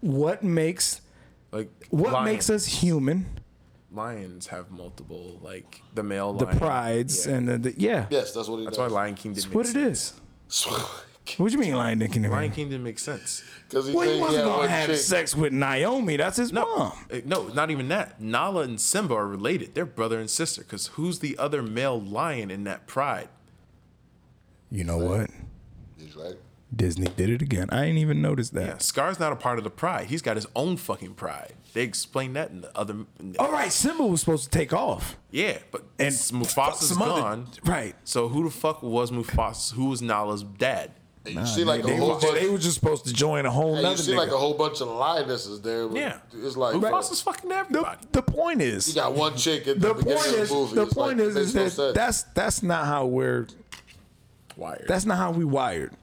S3: what makes
S4: Like
S3: what
S4: lions.
S3: makes us human?
S4: lions have multiple like the male
S3: The
S4: lion.
S3: prides
S4: Yeah.
S3: and the, the yeah.
S2: Yes, that's what he
S4: that's why
S2: does.
S4: Lion King didn't.
S3: That's
S4: Make
S3: what it
S4: sense.
S3: is.
S2: Because
S3: What do you mean Lion King?
S4: Lion King didn't make sense.
S2: he,
S3: Well,
S2: said
S3: he
S2: he
S3: wasn't
S2: had
S3: gonna
S2: one
S3: have
S2: chick.
S3: sex with Naomi. That's his mom.
S4: Uh, No, not even that. Nala and Simba are related. They're brother and sister. Because who's the other male lion in that pride?
S3: You know what?
S2: He's right.
S3: Disney did it again. I didn't even notice that.
S4: Yeah, Scar's not a part of the pride. He's got his own fucking pride. They explain that in the other. in the-
S3: All right, Simba was supposed to take off.
S4: Yeah, but
S3: And
S4: and Mufasa's
S3: some other-
S4: gone.
S3: right.
S4: So who the fuck was Mufasa? Who was Nala's dad?
S2: And you see like a
S3: They,
S2: whole
S3: was,
S2: bunch.
S3: they was just supposed to join a whole
S2: and you
S3: nother
S2: see
S3: nigga.
S2: like a whole bunch of lionesses there. but
S4: Yeah,
S2: It's like
S4: Mufasa's fucking
S3: the,
S4: everybody.
S3: the point
S2: you
S3: is,
S2: got one chick at the,
S3: the
S2: beginning
S3: point
S2: of
S3: is,
S2: the movie.
S3: the
S2: It's
S3: point
S2: like,
S3: is,
S2: it
S3: is
S2: makes
S3: that
S2: no sense.
S3: that's that's not how we're
S4: Wired.
S3: that's not how we wired.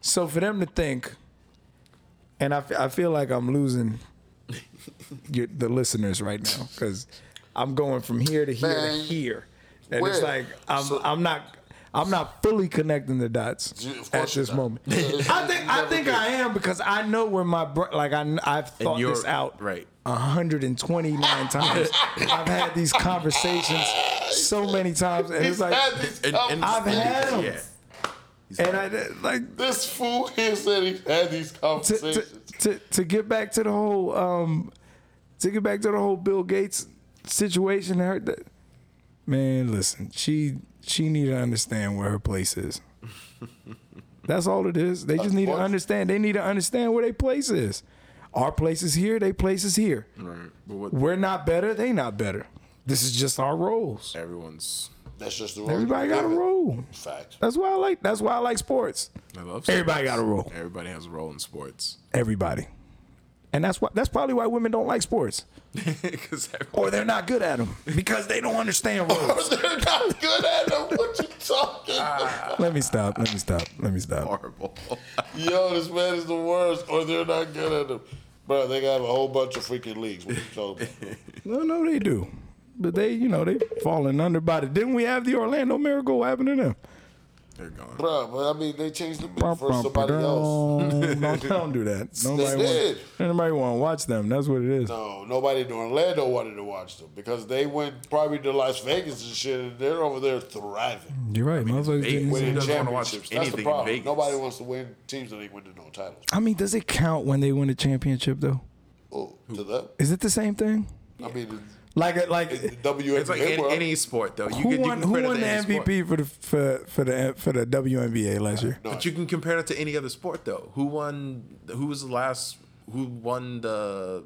S3: So for them to think, and I, f- I feel like I'm losing your, the listeners right now because I'm going from here to here
S2: Man,
S3: to here, and
S2: where?
S3: it's like I'm
S2: So-
S3: I'm not I'm not fully connecting the dots
S10: Yeah, of
S3: at
S10: course you're
S3: this
S10: not.
S3: moment. I think I think I am because I know where my brain. Like I I've thought
S4: you're-
S3: this out
S4: right.
S3: 129 times. I've had these conversations so many times, and it's like
S10: had these
S4: And- and-
S3: Oh, I've had them.
S4: Yeah.
S3: And I like
S10: This fool here said he had these
S3: to,
S10: conversations.
S3: to, to, to get back to the whole um to get back to the whole Bill Gates situation her that man listen she she need to understand where her place is that's all it is they just need to
S10: course.
S3: understand they need to understand where their place is our place is here their place is here
S4: Right. But what
S3: we're not better they not better this is just our roles
S4: everyone's.
S10: That's just the rule.
S3: everybody got a role
S10: Fact.
S3: that's why I like that's why I like sports
S4: I love.
S3: Everybody
S4: sports.
S3: got a role.
S4: Everybody has a role in sports.
S3: everybody and that's why that's probably why women don't like sports
S4: Because
S3: or they're not good at them because they don't understand
S10: But
S3: rules.
S10: They're not good at it. What you talking
S4: Ah.
S10: about?
S3: let me stop. Let me stop. Let me stop.
S4: horrible.
S10: Yo, this man is the worst, or they're not good at them. Bro, they got a whole bunch of freaking leagues. What you talking about?
S3: No, no, they do, but they, you know, they falling under by the. Didn't we have the Orlando Miracle? What happened to them?
S4: They're gone.
S10: Bro, but I mean, they changed the
S3: Bum,
S10: beat for
S3: bum,
S10: somebody
S3: ba-dum.
S10: else.
S3: Don't, don't do that. Nobody
S10: did.
S3: want. Anybody want to watch them? That's what it is.
S10: No, nobody in Orlando wanted to watch them because they went probably to Las Vegas and shit, and they're over there thriving.
S3: You're right. Motherfuckers
S4: Vegas.
S3: getting-
S4: Who
S10: Winning
S4: doesn't wanna watch
S10: championships. That's
S4: anything
S10: the
S4: in
S10: problem.
S4: Vegas?
S10: Nobody wants to win teams that ain't winning no titles.
S3: I mean, does it count when they win a championship though?
S10: Oh, to them.
S3: Is it the same thing?
S10: I mean,
S3: Like, uh, like
S10: the WNBA
S4: It's like any,
S10: world.
S4: any sport though. You
S3: who
S4: can, you
S3: won?
S4: can
S3: Who
S4: compare
S3: won the
S4: it to any sport.
S3: MVP for the for, for the for the WNBA last year?
S4: But you can compare it to any other sport though. Who won? Who was the last? Who won the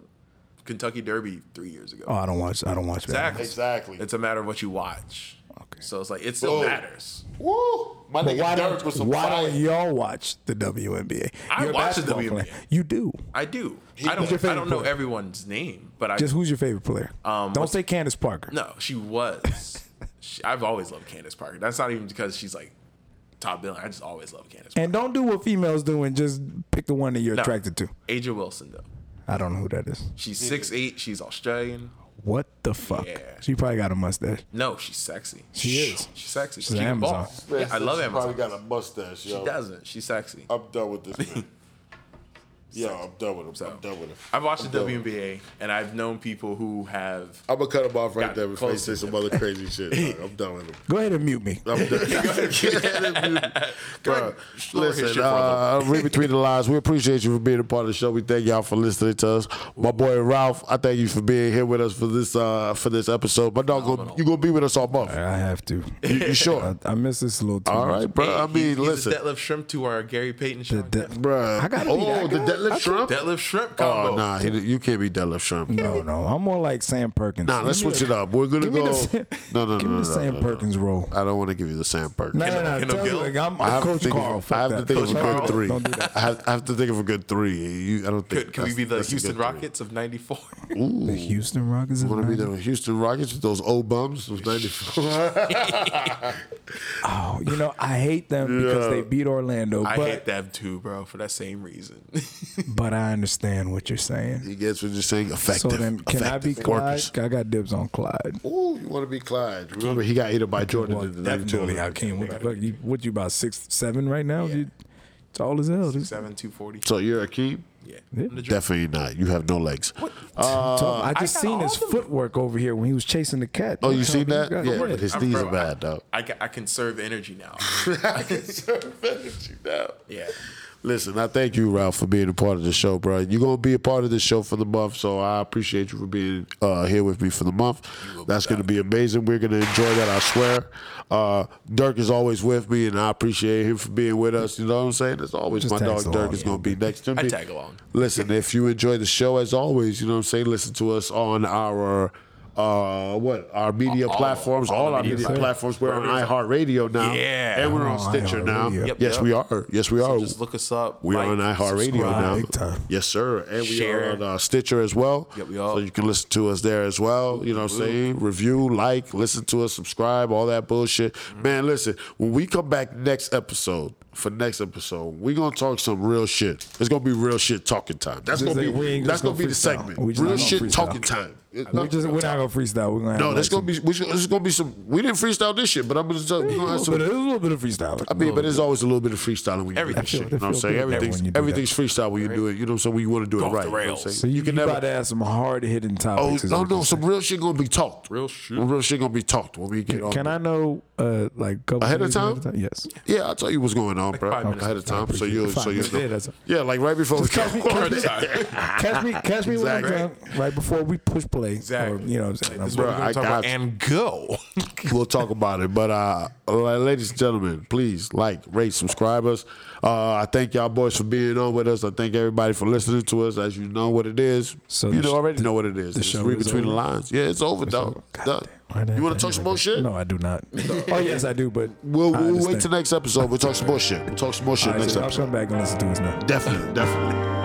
S4: Kentucky Derby three years ago?
S3: Oh, I don't watch. I don't watch that.
S4: exactly.
S10: Exactly.
S4: It's a matter of what you watch.
S3: Okay.
S4: So it's like it still
S10: Whoa.
S4: matters.
S10: Woo! My
S3: But why
S10: nigga
S3: don't,
S10: Dirk was some
S3: why
S10: fire.
S3: don't y'all watch the WNBA?
S4: I
S3: You're a
S4: watch the
S3: basketball
S4: WNBA.
S3: You do.
S4: I do. I
S3: Who's your
S4: don't.
S3: favorite
S4: I don't know
S3: player?
S4: everyone's name, but I
S3: Just who's your favorite player?
S2: Um,
S3: don't say Candace Parker.
S4: no. She was. she, I've always loved Candace Parker. That's not even because she's like top billing. I just always love Candace. Parker.
S3: And don't do what females do and just pick the one that you're
S4: No.
S3: attracted to.
S4: Aja Wilson though.
S3: I don't know who that is.
S4: She's six eight. She's Australian.
S3: What the fuck?
S4: Yeah.
S3: She probably got a mustache.
S4: No, she's sexy.
S3: She is.
S4: She's sexy.
S3: She's an
S4: she can
S3: Amazon.
S4: ball.
S10: Man,
S4: Yeah, I
S10: she
S4: love
S10: Probably
S4: Amazon.
S10: got a mustache, yo.
S4: She doesn't. She's sexy.
S10: I'm done with this man. yo, I'm done with him.
S4: So,
S10: I'm done with him.
S4: I've watched the
S10: done with
S4: WNBA, and I've known people who have.
S10: I'm gonna cut him off right
S4: Got
S10: there before he says some other crazy shit. dog. I'm done with him.
S3: Go ahead and mute me.
S10: I'm done. Bro,
S4: Slow his shit
S2: Listen,
S4: for a little
S2: uh, read between the lines. We appreciate you for being a part of the show. We thank y'all for listening to us. My boy Ralph, I thank you for being here with us for this uh, for this episode. My dog, go, you gonna be with us all month.
S3: I have to.
S2: You, you sure?
S3: I, I miss this a little too
S2: All
S3: much.
S2: right, bro. I
S4: Hey,
S2: mean,
S4: he's, he's
S2: listen,
S4: the Detlef Shrimp to our Gary Payton show.
S3: de-
S2: bro.
S3: I gotta be
S2: oh,
S3: that
S2: the
S3: guy.
S2: Detlef Shrimp.
S4: Detlef Shrimp combo.
S2: Oh, nah, he, you can't be Detlef Shrimp.
S3: No, no. I'm more like Sam Perkins.
S2: Nah, let's
S3: Give me
S2: switch
S3: the-
S2: it up. We're gonna
S3: give me
S2: go.
S3: the Sam-
S2: no, no, no,
S3: Give
S2: no,
S3: me the
S2: no,
S3: Sam
S2: no, no.
S3: Perkins role.
S2: I don't want to give you the Sam Perkins.
S3: No, no, no.
S4: Kendall
S3: tell you,
S4: Gill?
S3: like, I'm,
S2: I
S3: I'm
S2: have,
S3: Coach
S2: to think,
S3: Carl.
S2: of,
S3: Fuck
S2: I have
S3: that.
S2: to think of
S4: Coach
S2: a
S4: Carl.
S2: good 3
S3: Don't do that.
S2: I, have, I have to think of a good three. You, I don't think
S4: Could, could we
S2: that's-
S4: be the
S2: that's a
S4: Houston
S2: good three.
S4: Rockets of '94?
S3: The Houston Rockets.
S2: Want to be the Houston Rockets with those old bums of '94?
S3: Oh, you know, I hate them because
S2: Yeah.
S3: they beat Orlando,
S4: I
S3: but
S4: hate them too, bro, for that same reason.
S3: but I understand what you're saying.
S2: he gets what you're saying.
S3: So
S2: Effective.
S3: then, can I be
S2: effective
S3: Clyde?
S2: workers.
S3: I got dibs on Clyde.
S10: Ooh, you want to be Clyde?
S2: Remember, he got eaten by Jordan. in the
S3: Definitely, I can't. What, the fuck, you, what you about six, seven right now? You tall as hell. This-
S4: Seven two forty.
S2: So you're a keep?
S4: Yeah.
S2: Definitely not. You have no legs. Uh,
S3: tall. I just
S4: I got
S3: seen his
S4: all them.
S3: footwork over here when he was chasing the cat.
S2: Oh, you seen that?
S3: Got-
S2: Yeah, but his
S4: I'm-
S2: knees
S4: bro,
S2: are bad,
S4: I-
S2: though.
S4: I, ca- I can serve energy now.
S10: I can serve energy now.
S4: Yeah.
S2: Listen, I thank you, Ralph, for being a part of the show, bro. You're gonna be a part of the show for the month, so I appreciate you for being uh, here with me for the month. That's gonna be amazing. We're gonna enjoy that, I swear. Uh, Dirk is always with me, and I appreciate him for being with us. You know what I'm saying? It's always
S3: Just
S2: my
S3: tags
S2: dog Dirk
S3: along,
S2: is
S3: yeah.
S2: gonna be next to me.
S4: tag along.
S2: Listen, if you enjoy the show, as always, you know what I'm saying. Listen to us on our. Uh, what our media
S4: All-
S2: platforms, all,
S4: all the
S2: our
S4: media
S2: media platforms. We're on iHeartRadio now,
S4: Yeah.
S2: and we're on
S3: Oh,
S2: Stitcher now.
S3: iHeartRadio.
S4: Yep,
S2: yes,
S4: yep.
S2: we are. Yes, we are.
S4: Just look us up.
S2: We are on
S4: like,
S2: iHeartRadio
S4: subscribe.
S2: now.
S3: Big time.
S2: Yes, sir. And we
S4: Share.
S2: are on uh, Stitcher as well.
S4: Yep, we are.
S2: so you can listen to us there as well. You know what I'm saying? Review,
S4: Mm-hmm.
S2: like, listen to us, subscribe, all that bullshit. Man, listen, when we come back next episode, for next episode. We gonna talk some real shit. It's gonna be real shit talking time. That's
S3: Just
S2: gonna be
S3: like we ain't
S2: that's
S3: just
S2: gonna,
S3: gonna
S2: be the
S3: freestyle.
S2: segment.
S3: We just
S2: Real
S3: not gonna
S2: shit
S3: freestyle.
S2: talking time. It's
S3: We're, just, we're not gonna freestyle. We're gonna have
S2: no,
S3: like
S2: that's gonna be we should- this is gonna be some. We didn't freestyle this shit, but I'm gonna tell you. Gonna have
S3: some,
S2: some
S3: a little bit of freestyle.
S2: I mean, but there's always a little bit of freestyling when you do
S8: Everything.
S2: that shit. You know what I'm
S3: Feel-
S2: saying?
S3: feel better
S2: Everything's
S3: when you do
S2: everything's freestyle when you do it. You know what I'm saying? When you want to do it
S8: Off the
S2: right. You know what I'm
S8: rails.
S2: saying?
S3: so you,
S2: You
S3: you
S2: can
S3: can
S2: never
S3: about to add some hard hitting
S2: Oh
S3: topics. is
S2: no,
S3: what
S2: no,
S3: I'm
S2: some real shit gonna be talked.
S8: Real shit.
S2: Real shit gonna be talked when we get
S3: saying.
S2: on.
S3: Can I know uh, like couple
S2: Ahead of
S3: days
S2: time?
S3: Yes.
S2: Yeah, I'll tell you what's going on, bro.
S8: five minutes.
S2: Ahead of time, so you'll
S3: Five
S2: so you'll
S3: minutes. Yeah,
S2: know.
S3: that's-
S2: Yeah, like right before the
S3: Catch me,
S2: camera.
S3: catch me, catch me when I'm
S2: Exactly.
S3: drunk, right before we push play. Or, you know what I'm saying? I'm-
S2: Bro, I
S8: Talk
S2: got
S8: about
S2: you.
S8: and go.
S2: we'll talk about it. But uh, la- ladies and gentlemen, please like, rate, subscribe us. Uh, I thank y'all boys for being on with us. I thank everybody for listening to us. As you know what it is,
S3: So
S2: you
S3: the
S2: know
S3: sh-
S2: already know what it is.
S3: the
S2: It's
S3: show
S2: read
S3: is
S2: between the
S3: over?
S2: lines. Yeah, it's over, dog. Done.
S3: Why did
S2: You
S3: I
S2: want to
S3: think
S2: talk some
S3: I did
S2: more
S3: that?
S2: shit?
S3: No, I do not. oh yes, I do, but
S2: We'll,
S3: I
S2: we'll wait
S3: understand.
S2: till next episode. We'll talk some more shit. We'll talk some more shit
S3: All right,
S2: next
S3: so I'll
S2: episode.
S3: come back and listen to us now.
S2: Definitely, definitely.